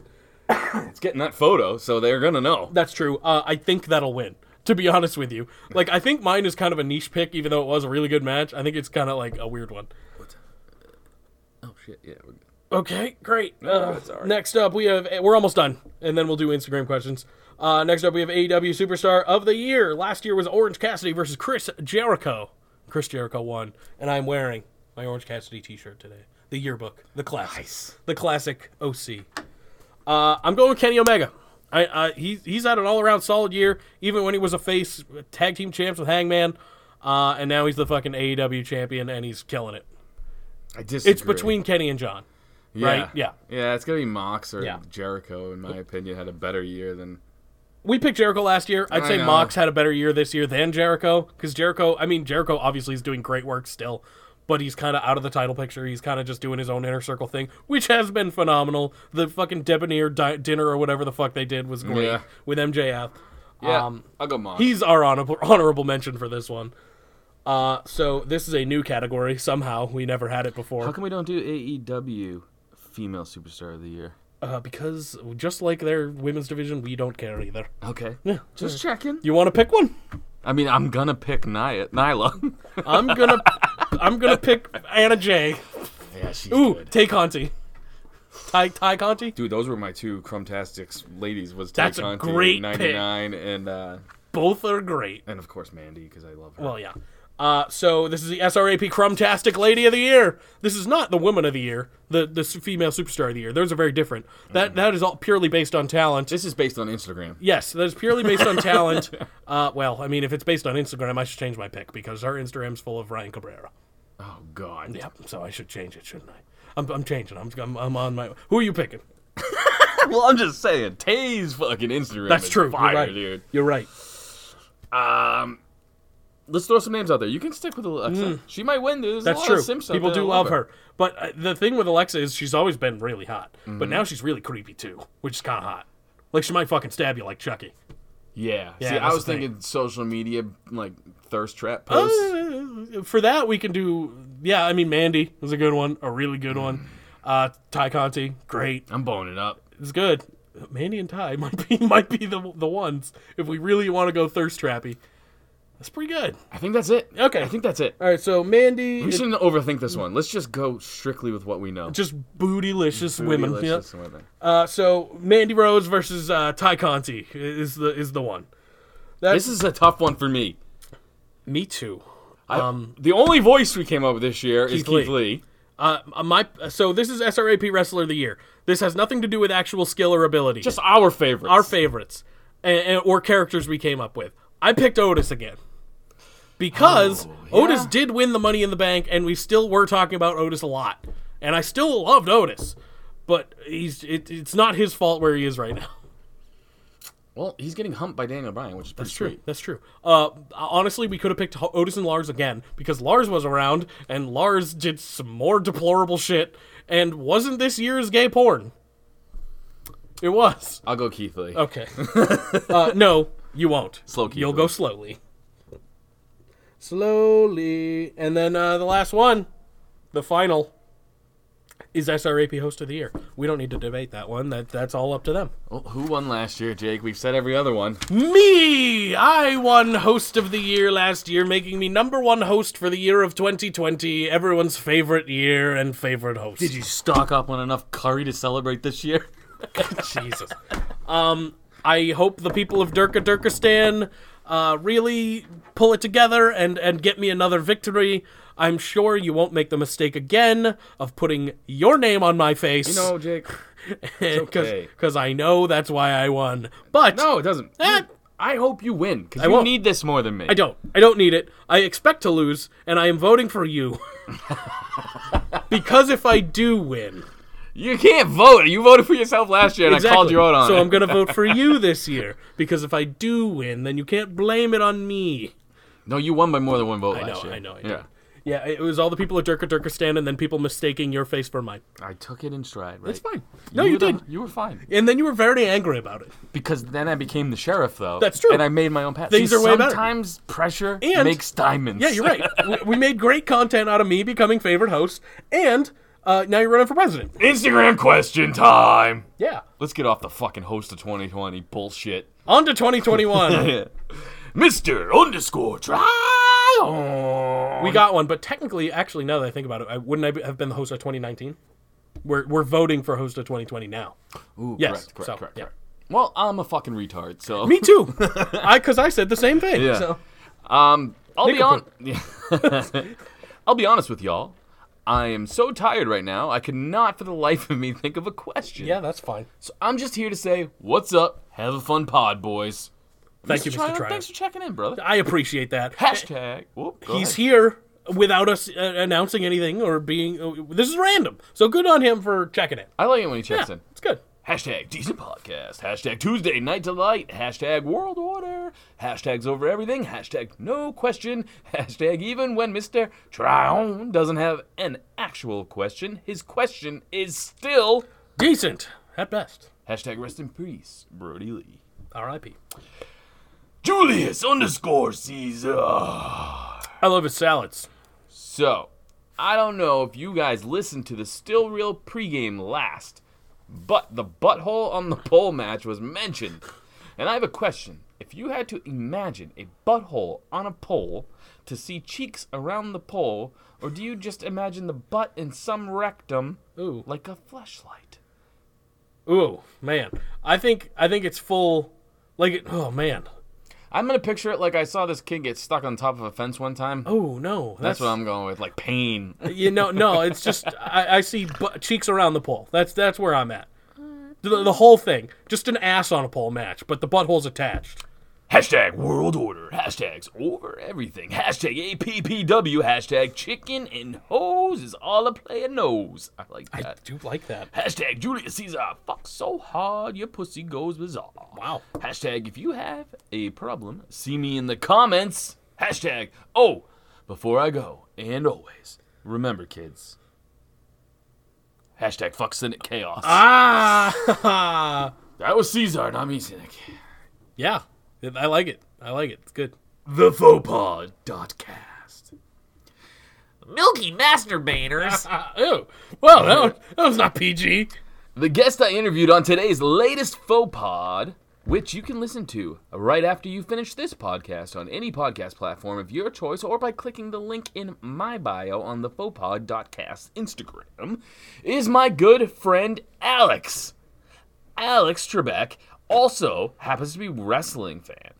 It's getting that photo, so they're gonna know. That's true. Uh, I think that'll win. To be honest with you, like I think mine is kind of a niche pick, even though it was a really good match. I think it's kind of like a weird one. Oh shit, yeah. We're... Okay, great. No, Uh, it's Oh, all right. Next up, we have we're almost done, and then we'll do Instagram questions. Uh, next up, we have AEW Superstar of the Year. Last year was Orange Cassidy versus Chris Jericho. Chris Jericho won, and I'm wearing my Orange Cassidy T-shirt today. The yearbook, the classic, the classic OC. Uh, I'm going with Kenny Omega. I, I he's he's had an all-around solid year, even when he was a face tag team champs with Hangman, uh, and now he's the fucking AEW champion, and he's killing it. I disagree. It's between Kenny and John. yeah. right? Yeah. Yeah, it's gonna be Mox or Yeah. Jericho, in my opinion, had a better year than we picked Jericho last year. I'd I say know. Mox had a better year this year than Jericho because Jericho, I mean, Jericho obviously is doing great work still, but he's kind of out of the title picture. He's kind of just doing his own inner circle thing, which has been phenomenal. The fucking debonair di- dinner or whatever the fuck they did was great Yeah. with MJF. Yeah. Um, I'll go Mox. He's our honorable honorable mention for this one. Uh, so this is a new category. Somehow we never had it How before come we don't do AEW female superstar of the year? uh, because just like their women's division, we don't care either. Okay. Yeah. Just checking. You want to pick one? I mean, I'm gonna pick Nia, Nyla. I'm gonna I'm gonna pick Anna Jay. yeah, she's Ooh, Tay Conti. Ty Ty Conti? Dude, those were my two Crumbtastics ladies. Was That's a Tay Conti, great pick. 99 and uh, Both are great. and of course Mandy because I love her. Well, yeah. Uh, so this is the SRAP Crumbtastic Lady of the Year. This is not the Woman of the Year, the the s- female superstar of the year. Those are very different. Mm. That that is all purely based on talent. this is based on Instagram. Yes, that is purely based on talent. Uh, well, I mean, if it's based on Instagram, I should change my pick because our Instagram's full of Ryan Cabrera. Oh God. Yep. So I should change it, shouldn't I? I'm, I'm changing. I'm, I'm I'm on my. Who are you picking? Well, I'm just saying, Tay's fucking Instagram. That's is true. Fire, You're right. dude. You're right. Let's throw some names out there. You can stick with Alexa. She might win, Mm. dude. There's a That's lot true. Of Simpsons People that do I love her. But uh, the thing with Alexa is she's always been really hot. But now she's really creepy too, which is kind of hot. Like she might fucking stab you like Chucky. Yeah. Yeah, See, I that's was the thing. thinking social media like thirst trap Oh, posts. Uh, for that we can do yeah, I mean Mandy is a good one, a really good one. Uh Ty Conti, great. I'm boning up. It's good. Mandy and Ty might be might be the the ones if we really want to go thirst trappy. That's pretty good. I think that's it. Okay. I think that's it. All right, so Mandy We shouldn't overthink this one. Let's just go strictly with what we know. just bootylicious women. Bootylicious yeah. women. Uh, so Mandy Rose versus uh, Ty Conti is the is the one. This is a tough one for me. Me too. I- the only voice we came up with this year is Keith Lee. Keith Lee. Uh, my so this is SRAP Wrestler of the Year. This has nothing to do with actual skill or ability. Just our favorites. our favorites and, and, or characters we came up with. I picked Otis again because Otis did win the Money in the Bank, and we still were talking about Otis a lot, and I still loved Otis, but he's it, it's not his fault where he is right now. well, he's getting humped by Daniel Bryan, which is pretty That's true. sweet. That's true. Uh, honestly, we could have picked Ho- Otis and Lars again because Lars was around and Lars did some more deplorable shit and wasn't this year's gay porn. It was. I'll go Keith Lee. Okay. uh, no, you won't. Slow key, You'll please. go slowly. Slowly. And then uh, the last one, the final Is SRAP host of the year? We don't need to debate that one. That that's all up to them. Well, who won last year, Jake? We've said every other one. Me! I won host of the year last year, making me number one host for the year of 2020, everyone's favorite year and favorite host. Did you stock up on enough curry to celebrate this year? Jesus. Um, I hope the people of Durka Durkistan uh, really pull it together and, and get me another victory. I'm sure you won't make the mistake again of putting your name on my face. You know, Jake. okay. because I know that's why I won. But No, it doesn't. Eh. I hope you win because I you won't. need this more than me. I don't. I don't need it. I expect to lose, and I am voting for you. because if I do win, You can't vote. You voted for yourself last year, and I called you out on so it. I'm going to vote for you this year. Because if I do win, then you can't blame it on me. No, you won by more than one vote I know, last year. I know, I yeah. know. Yeah, it was all the people at Durka Durkistan and then people mistaking your face for mine. I took it in stride. Right? It's fine. No, were you the- did. you were fine. And then you were very angry about it. Because then I became the sheriff, though. That's true. And I made my own path. Things See, are way better. Sometimes pressure And- makes diamonds. Yeah, you're right. we, we made great content out of me becoming favorite host, and uh, now you're running for president. Instagram question time. Yeah. Let's get off the fucking host of 2020 bullshit. On to 2021. Mr. Underscore Try. we got one, but technically, actually, now that I think about it, I, wouldn't I be- have been the host of 2019? We're, we're voting for host of 2020 now. Ooh, Yes, correct, correct, so, correct, yeah. correct. Well, I'm a fucking retard, so. Me too. I Because I said the same thing. Yeah. So. Um, I'll be on. Nickel I'll be honest with y'all. I am so tired right now. I could not, for the life of me, think of a question. Yeah, that's fine. So I'm just here to say, what's up? Have a fun pod, boys. Thank you, Mr. Tryon, Tryon. Thanks for checking in, brother. I appreciate that. Hashtag. Whoop, go he's ahead. here without us uh, announcing anything or being. Uh, this is random, so good on him for checking it. I like it when he checks Yeah, in. it's good. Hashtag decent podcast. Hashtag Tuesday night to light. Hashtag world order. Hashtags over everything. Hashtag no question. Hashtag even when Mr. Tryon doesn't have an actual question, his question is still. Decent at best. Hashtag rest in peace, Brody Lee. R.I.P. Julius underscore Caesar. I love his salads. So, I don't know if you guys listened to the Still Real pregame last, but the butthole on the pole match was mentioned. And I have a question. If you had to imagine a butthole on a pole to see cheeks around the pole, or do you just imagine the butt and some rectum Ooh. like a flashlight? Ooh, man. I think I think it's full. Like, it- oh man. I'm gonna picture it like I saw this kid get stuck on top of a fence one time. Oh no. That's what I'm going with, like pain. You know, no. It's just I, I see bu- cheeks around the pole. That's that's where I'm at. The, the whole thing, just an ass on a pole match, but the butthole's attached. Hashtag world order. Hashtags over everything. Hashtag APPW. Hashtag chicken and hose is all a player knows. I like I that. do like that. Hashtag Julius Caesar. Fuck so hard your pussy goes bizarre. Wow. Hashtag if you have a problem, see me in the comments. Hashtag oh, before I go, and always remember, kids. Hashtag fuck Senate chaos. Ah. that was Caesar, not me, Cynic. Yeah, I like it. I like it. It's good. The faux dot cast. Milky masturbators. Ew. Well, that was, that was not PG. Oh, The guest I interviewed on today's latest faux pod, which you can listen to right after you finish this podcast on any podcast platform of your choice or by clicking the link in my bio on the fauxpod.cast Instagram, is my good friend Alex. Alex Trebek also happens to be a wrestling fan.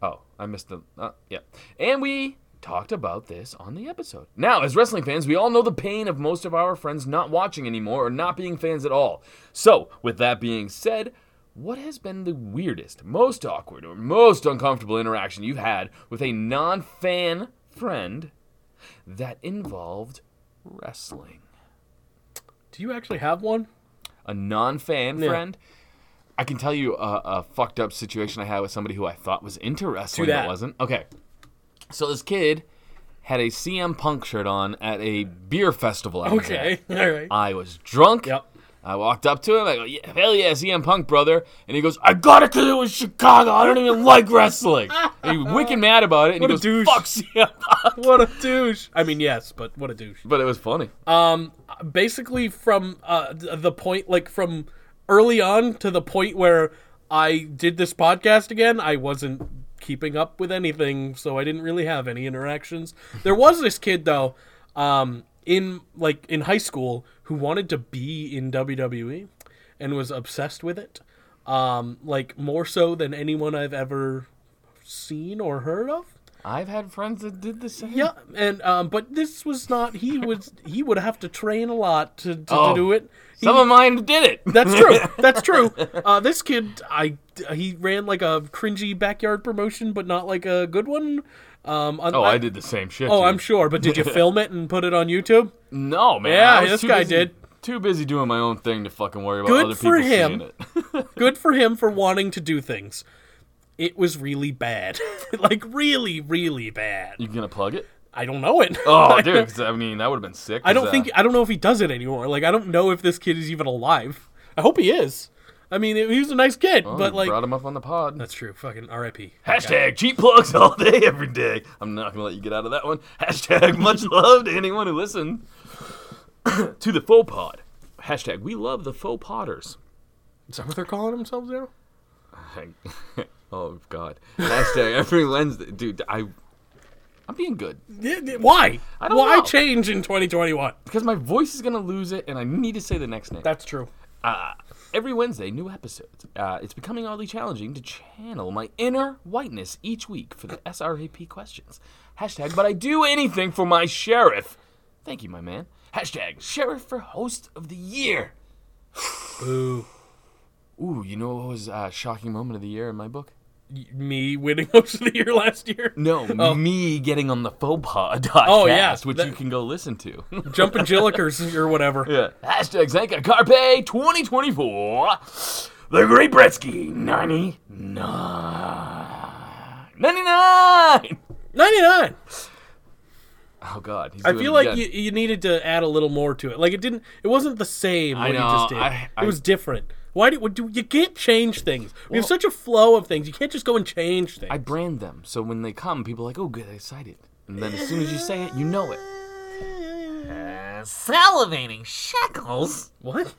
Oh, I missed the. Uh, yeah. And we talked about this on the episode. Now, as wrestling fans, we all know the pain of most of our friends not watching anymore or not being fans at all. So, with that being said, what has been the weirdest, most awkward, or most uncomfortable interaction you've had with a non fan friend that involved wrestling? Do you actually have one? a non-fan Yeah. friend. I can tell you a, a fucked up situation I had with somebody who I thought was into wrestling Do that that. wasn't. Okay, so this kid had a CM Punk shirt on at a beer festival. I was at. Okay. All right. I was drunk. Yep. I walked up to him. I go, yeah, hell yeah, CM Punk, brother. And he goes, I got it because it was Chicago. I don't even like wrestling. And he was wicked mad about it. And What he a goes, douche. fuck CM Punk. What a douche. I mean, yes, but what a douche. But it was funny. um basically from uh th- the point like from early on to the point where i did this podcast again i wasn't keeping up with anything so i didn't really have any interactions there was this kid though um in like in high school who wanted to be in wwe and was obsessed with it um like more so than anyone i've ever seen or heard of I've had friends that did the same. yeah, and um, but this was not. He was he would have to train a lot to, to, Oh. to do it. He- Some of mine did it. that's true. That's true. Uh, this kid, I he ran like a cringy backyard promotion, but not like a good one. Um, on- Oh, I did the same shit. Oh, dude. I'm sure. But did you film it and put it on YouTube? No, man. Yeah, I was this too guy busy- did. Too busy doing my own thing to fucking worry about Good other for people him. seeing it. Good for him for wanting to do things. It was really bad, like really, really bad. You gonna plug it? I don't know it. Oh, dude. 'cause, I mean, that would have been sick. I 'cause, don't uh, think I don't know if he does it anymore. Like I don't know if this kid is even alive. I hope he is. I mean, he was a nice kid, well, but Oh, you like brought him up on the pod. that's true. Fucking R.I.P. Hashtag cheap plugs all day, every day. I'm not gonna let you get out of that one. Hashtag much love to anyone who listened to the faux pod. Hashtag we love the faux podders. Is that what they're calling themselves now? oh God. Hashtag every Wednesday, dude. I I'm being good Yeah, yeah, Why? I don't Why know. change in 2021? because my voice is gonna lose it, and I need to say the next name. That's true. Every Wednesday, new episodes. Uh, it's becoming oddly challenging to channel my inner whiteness each week for the SRAP questions. Hashtag, but I do anything for my sheriff. Thank you, my man. Hashtag, sheriff for host of the year. Ooh, Ooh, you know what was a uh, shocking moment of the year in my book? Y- me winning most of the year last year. No, me getting on the faux pod podcast, Oh, yeah. which That- you can go listen to. Jumping Jillikers or whatever. yeah. Hashtag Zanka Carpe 2024. The Great Bretsky 99. 99! 99. Oh God, he's I doing feel it like you, again. you needed to add a little more to it. Like it didn't. It wasn't the same. I what know, You just did. I- I- it was different. Why do, do you can't change things? we have such a flow of things. You can't just go and change things. I brand them, so when they come, people are like, "Oh, good, excited," and then as soon as you say it, you know it. Salivating shekels. what?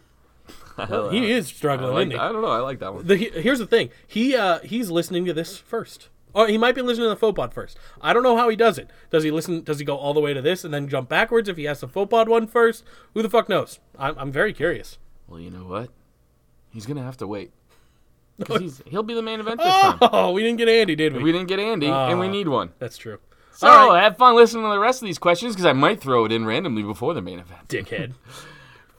He is I, struggling. like, isn't I don't know. I like that one. he? The, he- here's the thing. He uh, he's listening to this first. Or he might be listening to the faux pod first. I don't know how he does it. Does he listen? Does he go all the way to this and then jump backwards if he has the faux pod one first? Who the fuck knows? I'm, I'm very curious. Well, you know what? He's gonna have to wait. 'Cause he's- he'll be the main event this time. Oh, we didn't get Andy, did we? We didn't get Andy, and we need one. That's true. So all right. have fun listening to the rest of these questions because I might throw it in randomly before the main event. Dickhead.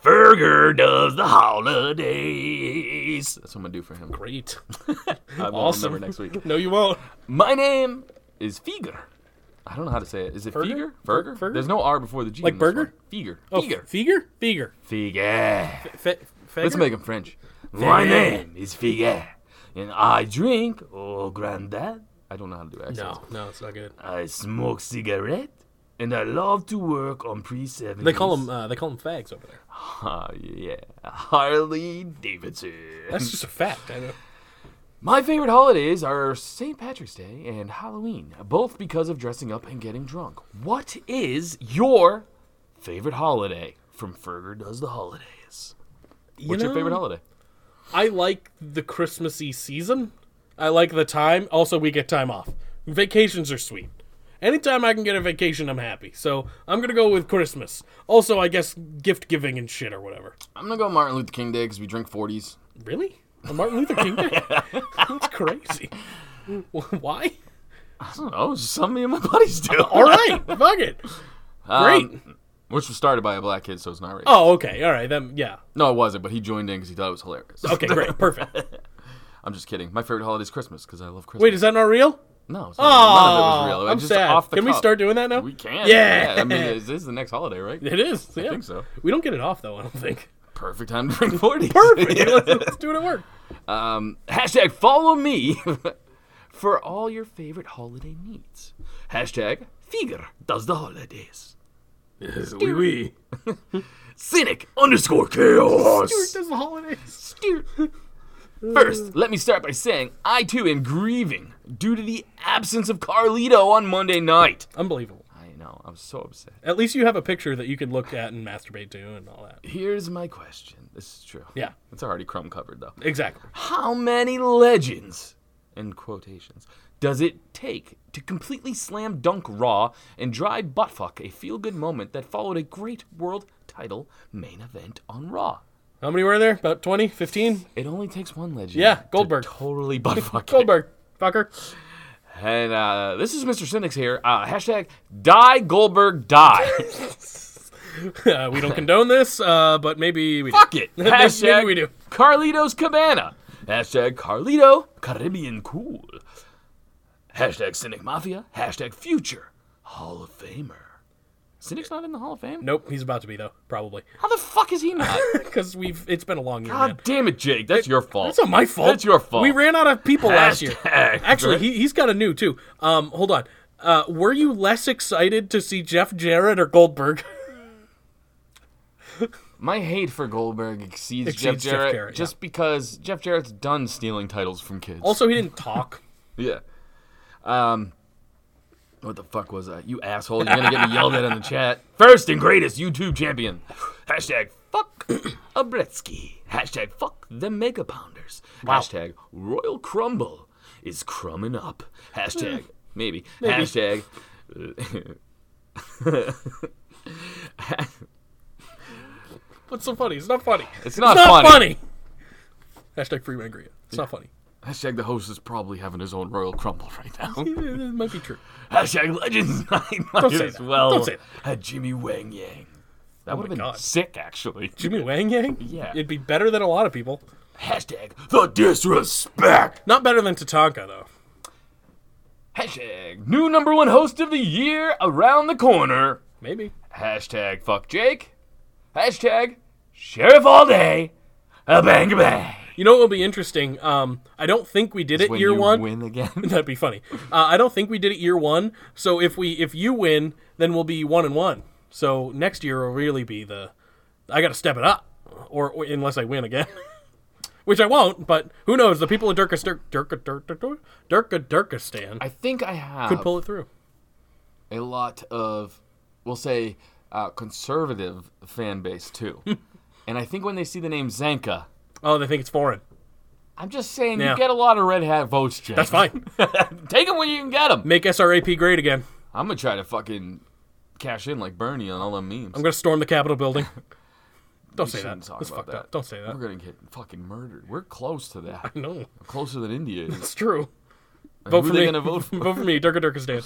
Burger does the holidays. That's what I'm gonna do for him. Great. I will Awesome. remember next week. No, you won't. My name is Feger. I don't know how to say it. Is it Ferger? Feger? Ferger? Ferger? There's no R before the G. Like in this burger? one. Feger. Oh, Feger. Feger? Feger. Feger. Fe- Feger? Let's make him French. My name is Feger, and I drink. Oh, granddad. I don't know how to do accents. No, no, it's not good. I smoke cigarette, and I love to work on pre seven. They call them. Uh, they call them fags over there. Ah, yeah, Harley Davidson. That's just a fact. I know. My favorite holidays are St. Patrick's Day and Halloween, both because of dressing up and getting drunk. What is your favorite holiday from Ferger Does the Holidays? What's your know, favorite holiday? I like the Christmassy season. I like the time. Also, we get time off. Vacations are sweet. Anytime I can get a vacation, I'm happy. So I'm gonna go with Christmas. Also, I guess gift giving and shit or whatever. I'm gonna go Martin Luther King Day because we drink 40s. Really? A Martin Luther King Day? That's crazy. Why? I don't know, some of me and my buddies do. Um, All right, fuck it. Great. Which was started by a black kid, so it's not racist. oh, okay. All right. Then yeah. No, it wasn't, but he joined in because he thought it was hilarious. Okay, great. Perfect. I'm just kidding. My favorite holiday is Christmas because I love Christmas. Wait, is that not real? no, it's not, none of it was Aw, real. It I'm was just sad. off the Can we cuff. start doing that now? We can. Yeah. I mean, this is the next holiday, right? It is. Yeah. I think so. We don't get it off though. I don't think. Perfect time to drink 40s. Perfect. let's, let's do it at work. Um, hashtag follow me for all your favorite holiday needs. Hashtag Figer does the holidays. Yes, wee wee. Cynic underscore chaos. Does the holidays? First, let me start by saying I too am grieving due to the absence of Carlito on Monday night. Unbelievable. I know, I'm so upset. At least you have a picture that you can look at and masturbate to and all that. Here's my question. This is true. Yeah, It's already crumb covered though. exactly. How many legends, in quotations, does it take to completely slam dunk Raw and dry buttfuck a feel good moment that followed a great world title main event on Raw? How many were there? About 20? 15? It only takes one legend. Yeah, to Goldberg. totally buttfuck. it. Goldberg. Fucker. And uh, this is Mr. Cynics here. Uh, hashtag die Goldberg die. Uh, we don't condone this, uh, but maybe we Fuck do. it. Maybe- Hashtag maybe we do. Carlito's Cabana. Hashtag Carlito Caribbean Cool. Hashtag Cynic Mafia. Hashtag Future Hall of Famer. Cynic's not in the Hall of Fame? Nope, he's about to be though, probably. How the fuck is he not? Because we've it's been a long year, man. God damn it, Jake. That's your fault. That's not my fault. That's your fault. We ran out of people last year. Hashtag, Actually, right? he, he's got a new too. Um, hold on. Uh, were you less excited to see Jeff Jarrett or Goldberg? My hate for Goldberg exceeds, Exceeds Jeff Jeff Jarrett, Jarrett, yeah. just because Jeff Jarrett's done stealing titles from kids. also, he didn't talk. Yeah. Um, what the fuck was that? You asshole. You're going to get me yelled at in the chat. First and greatest YouTube champion. Hashtag fuck Abretsky. Hashtag fuck the Mega Pounders. Hashtag Royal Crumble is crumbing up. Hashtag maybe. Hashtag. What's so funny? It's not funny. It's not, not funny. funny. Hashtag free Mangria. It's not funny. Hashtag the host is probably having his own Royal Crumble right now. It, it might be true. Hashtag Legends Night might say as that. well. Don't say Had Jimmy Wang Yang. That would have my been God. sick, actually. Jimmy Wang Yang? Yeah. It'd be better than a lot of people. Hashtag the disrespect. Not better than Tatanka, though. Hashtag new number one host of the year around the corner. Maybe. Hashtag fuck Jake. Hashtag sheriff all day. A bang a bang. You know what will be interesting? Um, I don't think we did it year one. win again. That'd be funny. Uh, I don't think we did it year one. So if we if you win, then we'll be one and one. So next year will really be the I got to step it up, or, or unless I win again, which I won't. But who knows? The people of Durka Durka Durka Durka Durkistan I think I have could pull it through. a lot of, we'll say, uh, conservative fan base too. and I think when they see the name Zanka, Oh, they think it's foreign. I'm just saying Yeah. you get a lot of red hat votes, Jake. That's fine. Take them when you can get them. Make SRAP great again. I'm gonna try to fucking cash in like Bernie on all them memes. I'm gonna storm the Capitol building. Don't say that. shouldn't talk That's about fucked that. up. Don't say that. We're gonna get fucking murdered. We're close to that. No, Closer than India is. it's true. Who Vote are for they me. gonna vote for? Uh, vote for me, Durka Durkistan.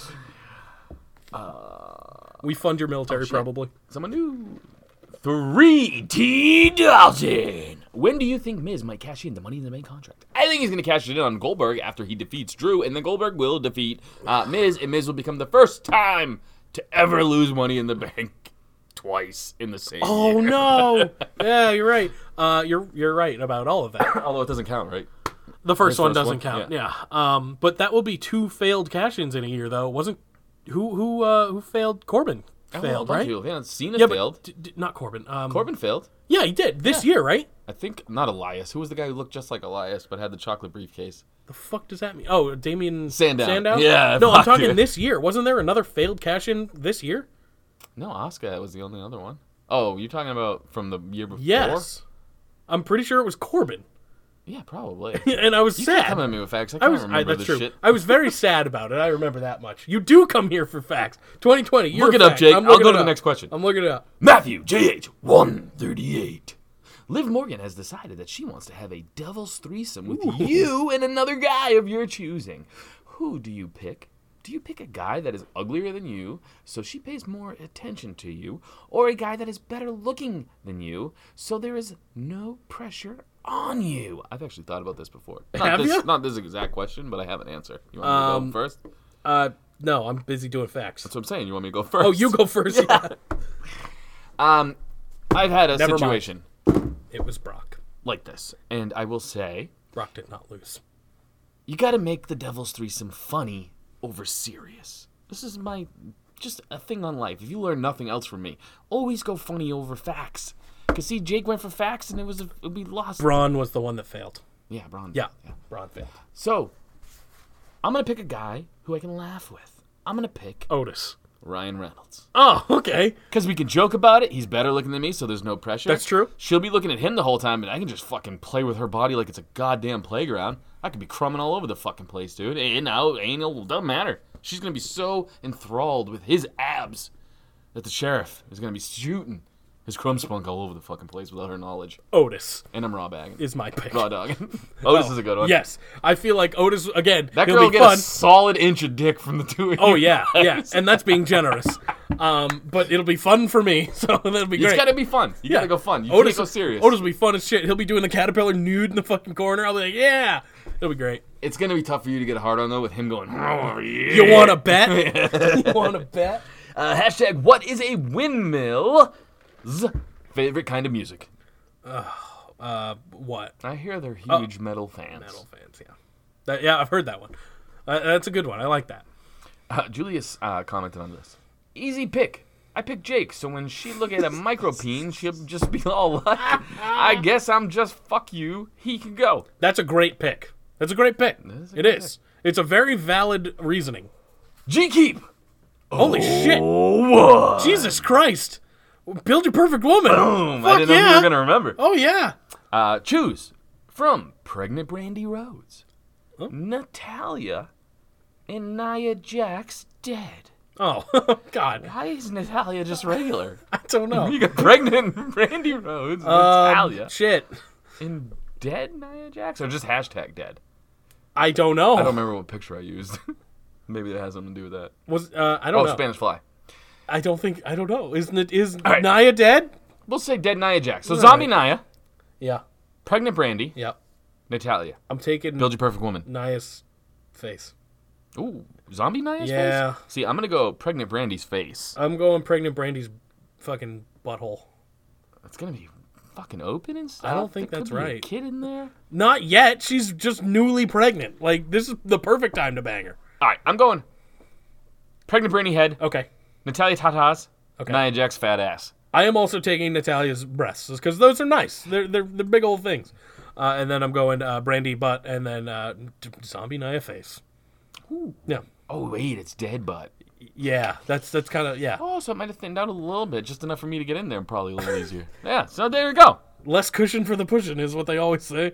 we fund your oh, military, probably. Someone new. Three T Dalton. When do you think Miz might cash in the Money in the Bank contract? I think he's gonna cash it in on Goldberg after he defeats Drew, and then Goldberg will defeat uh, Miz, and Miz will become the first time to ever lose Money in the Bank twice in the same. Oh year. no! yeah, you're right. Uh, you're you're right about all of that. Although it doesn't count, right? The first one first doesn't one, count. Yeah. Um, but that will be two failed cash-ins in a year, though. Wasn't who who uh, who failed? Corbin failed, Oh, right? You. Yeah, Cena Yeah, failed. but d- d- not Corbin. Um, Corbin failed. Yeah, he did this year, right? I think not Elias. Who was the guy who looked just like Elias but had the chocolate briefcase? The fuck does that mean? Oh, Damien Sandow. Sandow. Yeah, No, I'm fuck talking it. this year. Wasn't there another failed cash-in this year? No, Oscar was the only other one. Oh, you're talking about from the year before? Yes. I'm pretty sure it was Corbin, Yeah, probably. and I was You can't sad. come at me with facts. I I can't was. I, remember that's this true. shit. I was very sad about it. I remember that much. You do come here for facts. 2020. You're Look a it up, fact. Jake. I'm I'll looking go it to the up. next question. I'm looking it up. Matthew JH 138. Liv Morgan has decided that she wants to have a devil's threesome with you and another guy of your choosing. Who do you pick? Do you pick a guy that is uglier than you, so she pays more attention to you, or a guy that is better looking than you, so there is no pressure on you? I've actually thought about this before. Not Have this, you? Not this exact question, but I have an answer. You want me to Um, go first? That's Uh, no, I'm busy doing facts. what I'm saying. You want me to go first? Oh, you go first. Yeah. Um, I've had a Never mind. situation It was Brock. like this, and I will say. Brock did not lose. you got to make the devil's threesome funny over serious. This is my just a thing on life. If you learn nothing else from me, always go funny over facts. Cause see, Jake went for facts, and it was a, we lost. Braun was the one that failed. Yeah, Bron. Yeah, Braun failed. So, I'm gonna pick a guy who I can laugh with. I'm gonna pick Otis. Ryan Reynolds. Oh, okay. Because we can joke about it. He's better looking than me, so there's no pressure. That's true. She'll be looking at him the whole time, and I can just fucking play with her body like it's a goddamn playground. I could be crumbing all over the fucking place, dude. And now, anal, doesn't matter. She's going to be so enthralled with his abs that the sheriff is going to be shooting his crumb spunk all over the fucking place without her knowledge. Otis And I'm raw bagging. is my pick. Raw dogging. oh, this is a good one. Yes, I feel like Otis again. That he'll girl will be get fun. a solid inch of dick from the two of you. Oh yeah, yeah, and that's being generous. Um, but it'll be fun for me, so that'll be great. It's got to be fun. You got to go fun. You Otis, can't go serious. Otis will be fun as shit. He'll be doing the caterpillar nude in the fucking corner. I'll be like, yeah, it'll be great. it's gonna be tough for you to get hard on though with him going. "Oh, yeah." You want to bet? you want to bet? Uh, hashtag what is a windmill? Favorite kind of music. What? I hear they're huge metal fans. Oh. Metal fans, yeah, That- yeah. I've heard that one. Uh, that's a good one. I like that. Uh, Julius uh, commented on this. Easy pick. I picked Jake, so when she look at a micropeen, she'll just be all like, "I guess I'm just fuck you." He can go. That's a great pick. That's a great pick. is a It good is. It's a very valid reasoning. G keep. Holy shit! Oh. Jesus Christ! Build your perfect woman. Boom. Fuck I didn't know you yeah. were gonna remember. Oh yeah. Uh, choose from Pregnant Brandy Rhodes, Oh. Natalia, and Nia Jax dead. Oh God, Why is Natalia just regular? I don't know. you got pregnant Brandy Rhodes, Um, Natalia, Shit, and dead Nia Jax, or just hashtag dead. I don't know. I don't remember what picture I used. Maybe that has something to do with that. Was uh, I Oh, don't know. Spanish Fly. I don't think I don't know. Isn't it? Is right. Naya dead? We'll say dead Nia Jax. So zombie Nia, Yeah. pregnant Brandy, Yep. Natalia, I'm taking build your perfect woman. Naya's face. Ooh, zombie Nia's Yeah. Uh, face. See, I'm gonna go pregnant Brandy's face. I'm going pregnant Brandy's fucking butthole. It's gonna be fucking open and stuff. I don't think There could that's be a right. kid in there. Not yet. She's just newly pregnant. Like this is the perfect time to bang her. All right, I'm going. Pregnant Brandy head, Okay. Natalia Tatas, Okay. Nia Jax fat ass. I am also taking Natalia's breasts because those are nice. They're they're, they're big old things. Uh, and then I'm going uh, Brandy butt and then uh, d- zombie Naya face. Yeah. Oh wait, it's dead butt. Yeah. That's that's kind of yeah. Oh, so it might have thinned out a little bit, just enough for me to get in there, probably a little easier. Yeah, so there you go. Less cushion for the pushing is what they always say.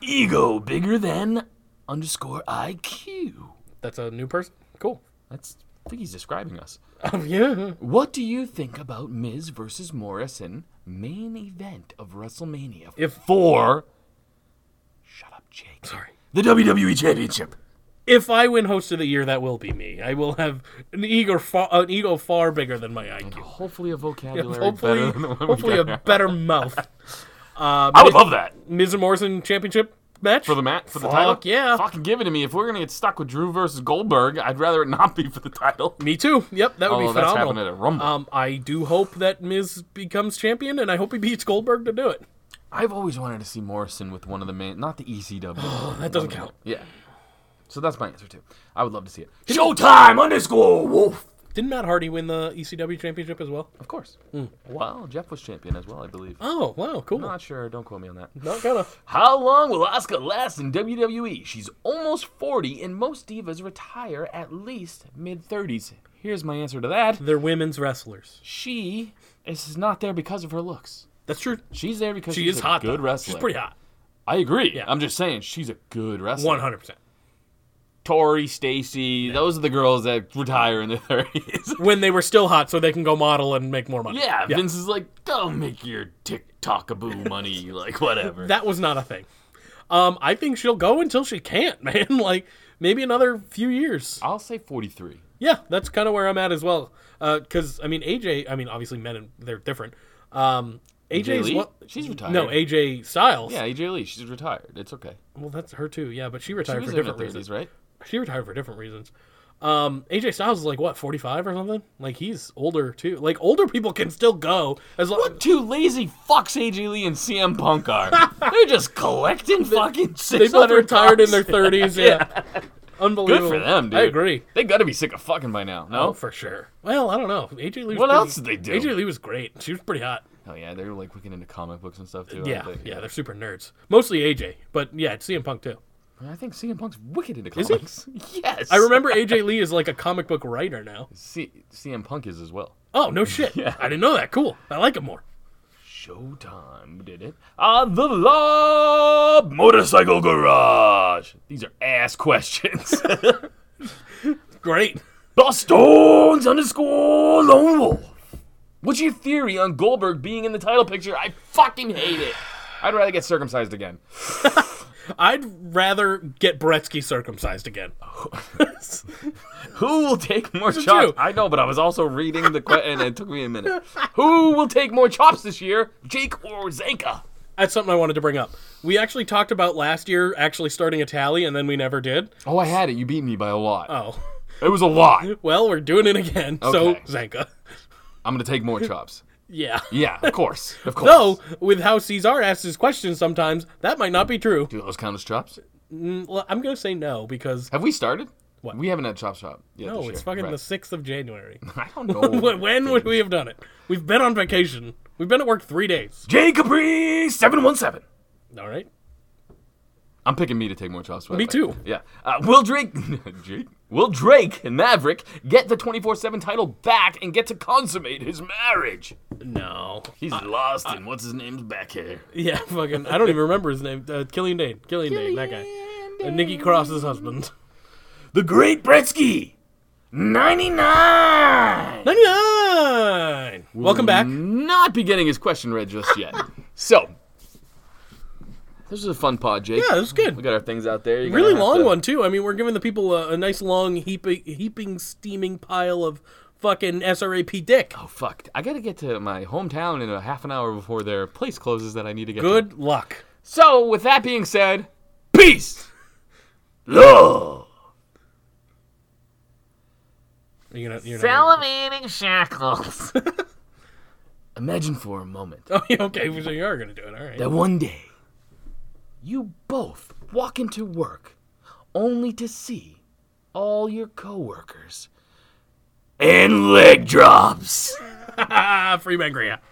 Ego bigger than underscore IQ. That's a new person. Cool. That's I think he's describing us. Um, yeah. What do you think about Miz versus Morrison main event of WrestleMania? If- four, shut up, Jake. Sorry. The WWE Championship. If I win host of the year, that will be me. I will have an ego far, an ego far bigger than my IQ. Hopefully a vocabulary Oh, better Hopefully, than the one we hopefully a got. better mouth. Uh, I would love that Miz and Morrison championship match for the mat for the Fuck title. yeah. fucking give it to me. If we're gonna get stuck with Drew versus Goldberg, I'd rather it not be for the title. Me too. Yep, that would Although be Oh, that's phenomenal. happened at a Rumble. Um, I do hope that Miz becomes champion, and I hope he beats Goldberg to do it. I've always wanted to see Morrison with one of the main, not the ECW. That doesn't count. yeah. So that's my answer too. I would love to see it. Showtime underscore Wolf. Didn't Matt Hardy win the ECW championship as well? Of course. Hmm. Well, Jeff was champion as well, I believe. Oh wow, cool. I'm not sure. Don't quote me on that. Not gonna. How long will Asuka last in WWE? She's almost 40, and most divas retire at least mid 30s. Here's my answer to that. They're women's wrestlers. She is not there because of her looks. That's true. She's there because She she's is a hot. good though. wrestler. She's pretty hot. I agree. Yeah. I'm just saying she's a good wrestler. One hundred percent. Tori, Stacy, those are the girls that retire in their 30s. When they were still hot, so they can go model and make more money. yeah, Vince is like, don't make your TikTok-a-boo money, like whatever. That was not a thing. Um, I think she'll go until she can't, man. Like maybe another few years. I'll say 43. Yeah, that's kind of where I'm at as well. Because I mean, AJ. I mean, obviously, men and they're different. Um, AJ AJ's Lee? what? She's retired. No, AJ Styles. Yeah, AJ Lee, she's retired. It's okay. Well, that's her too. Yeah, but she She retired was for in her different 30s, reasons. right? She retired for different reasons. Um, AJ Styles is like what, 45 or something? Like he's older too. Like older people can still go as long. What two lazy fucks AJ Lee and CM Punk are? They're just collecting fucking They six both hundred retired in their 30s. Yeah. Good Unbelievable. for them, dude. I agree. They got to be sick of fucking by now. No. Oh, for sure. Well, I don't know. AJ Lee. was What pretty- else did they do? AJ Lee was great. She was pretty hot. oh yeah, they're like looking into comic books and stuff too. yeah, aren't they? yeah, they're super nerds. Mostly AJ, but yeah, it's CM Punk too. I think CM Punk's wicked into he? comics. Yes. I remember AJ Lee is like a comic book writer now. C- CM Punk is as well. Oh no shit! I didn't know that. Cool. I like him more. Showtime did it on the Lob Motorcycle Garage. These are ass questions. Great. the Stones underscore Lone Wolf. What's your theory on Goldberg being in the title picture? I fucking hate it. I'd rather get circumcised again. I'd rather get Bretsky circumcised again. Who will take more chops? true. I know, but I was also reading the que- and it took me a minute. Who will take more chops this year, Jake or Zanka? That's something I wanted to bring up. We actually talked about last year actually starting a tally, and then we never did. Oh, I had it. You beat me by a lot. Oh, Uh, It was a lot. well, we're doing it again. Okay. So Zanka. I'm gonna take more chops. Yeah. Yeah, of course, of course. Though, with how Cesar asks his questions sometimes, that might not be true. do those count as chops? Well, I'm going to say no because, Have we started? What? We haven't had chop shop yet. no, this it's year. fucking Right. the 6th of January. I don't know. Wh- when would we have done it? We've been on vacation. We've been at work three days. Jay Capri seven one seven. All right. I'm picking me to take more chops. by Me the way. too. Yeah. Uh, will Drake, Drake, will Drake and Maverick get the 24/7 title back and get to consummate his marriage? No. He's lost in what's his name's back hair. Yeah, fucking. I don't even remember his name. Uh, Killian Dane. Killian Dane, that guy. Uh, Nikki Cross's husband. The Great Bretsky, 99. 99! Welcome back. Mm-hmm. Not be getting his question read just yet. so. This is a fun pod, Jake. Yeah, this is good. We got our things out there. You're gonna Really have long to- one, too. I mean, we're giving the people a, a nice long heaping, heaping, steaming pile of fucking SRAP dick. Oh fuck! I gotta get to my hometown in a half an hour before their place closes. That I need to get. to. Good luck. So, with that being said, peace, love, Are you gonna, you're not gonna- Salivating shackles. Imagine for a moment Oh, yeah, okay, so you are gonna do it. All right. that one day you both walk into work only to see all your coworkers and leg drops. Ah, free Mangria.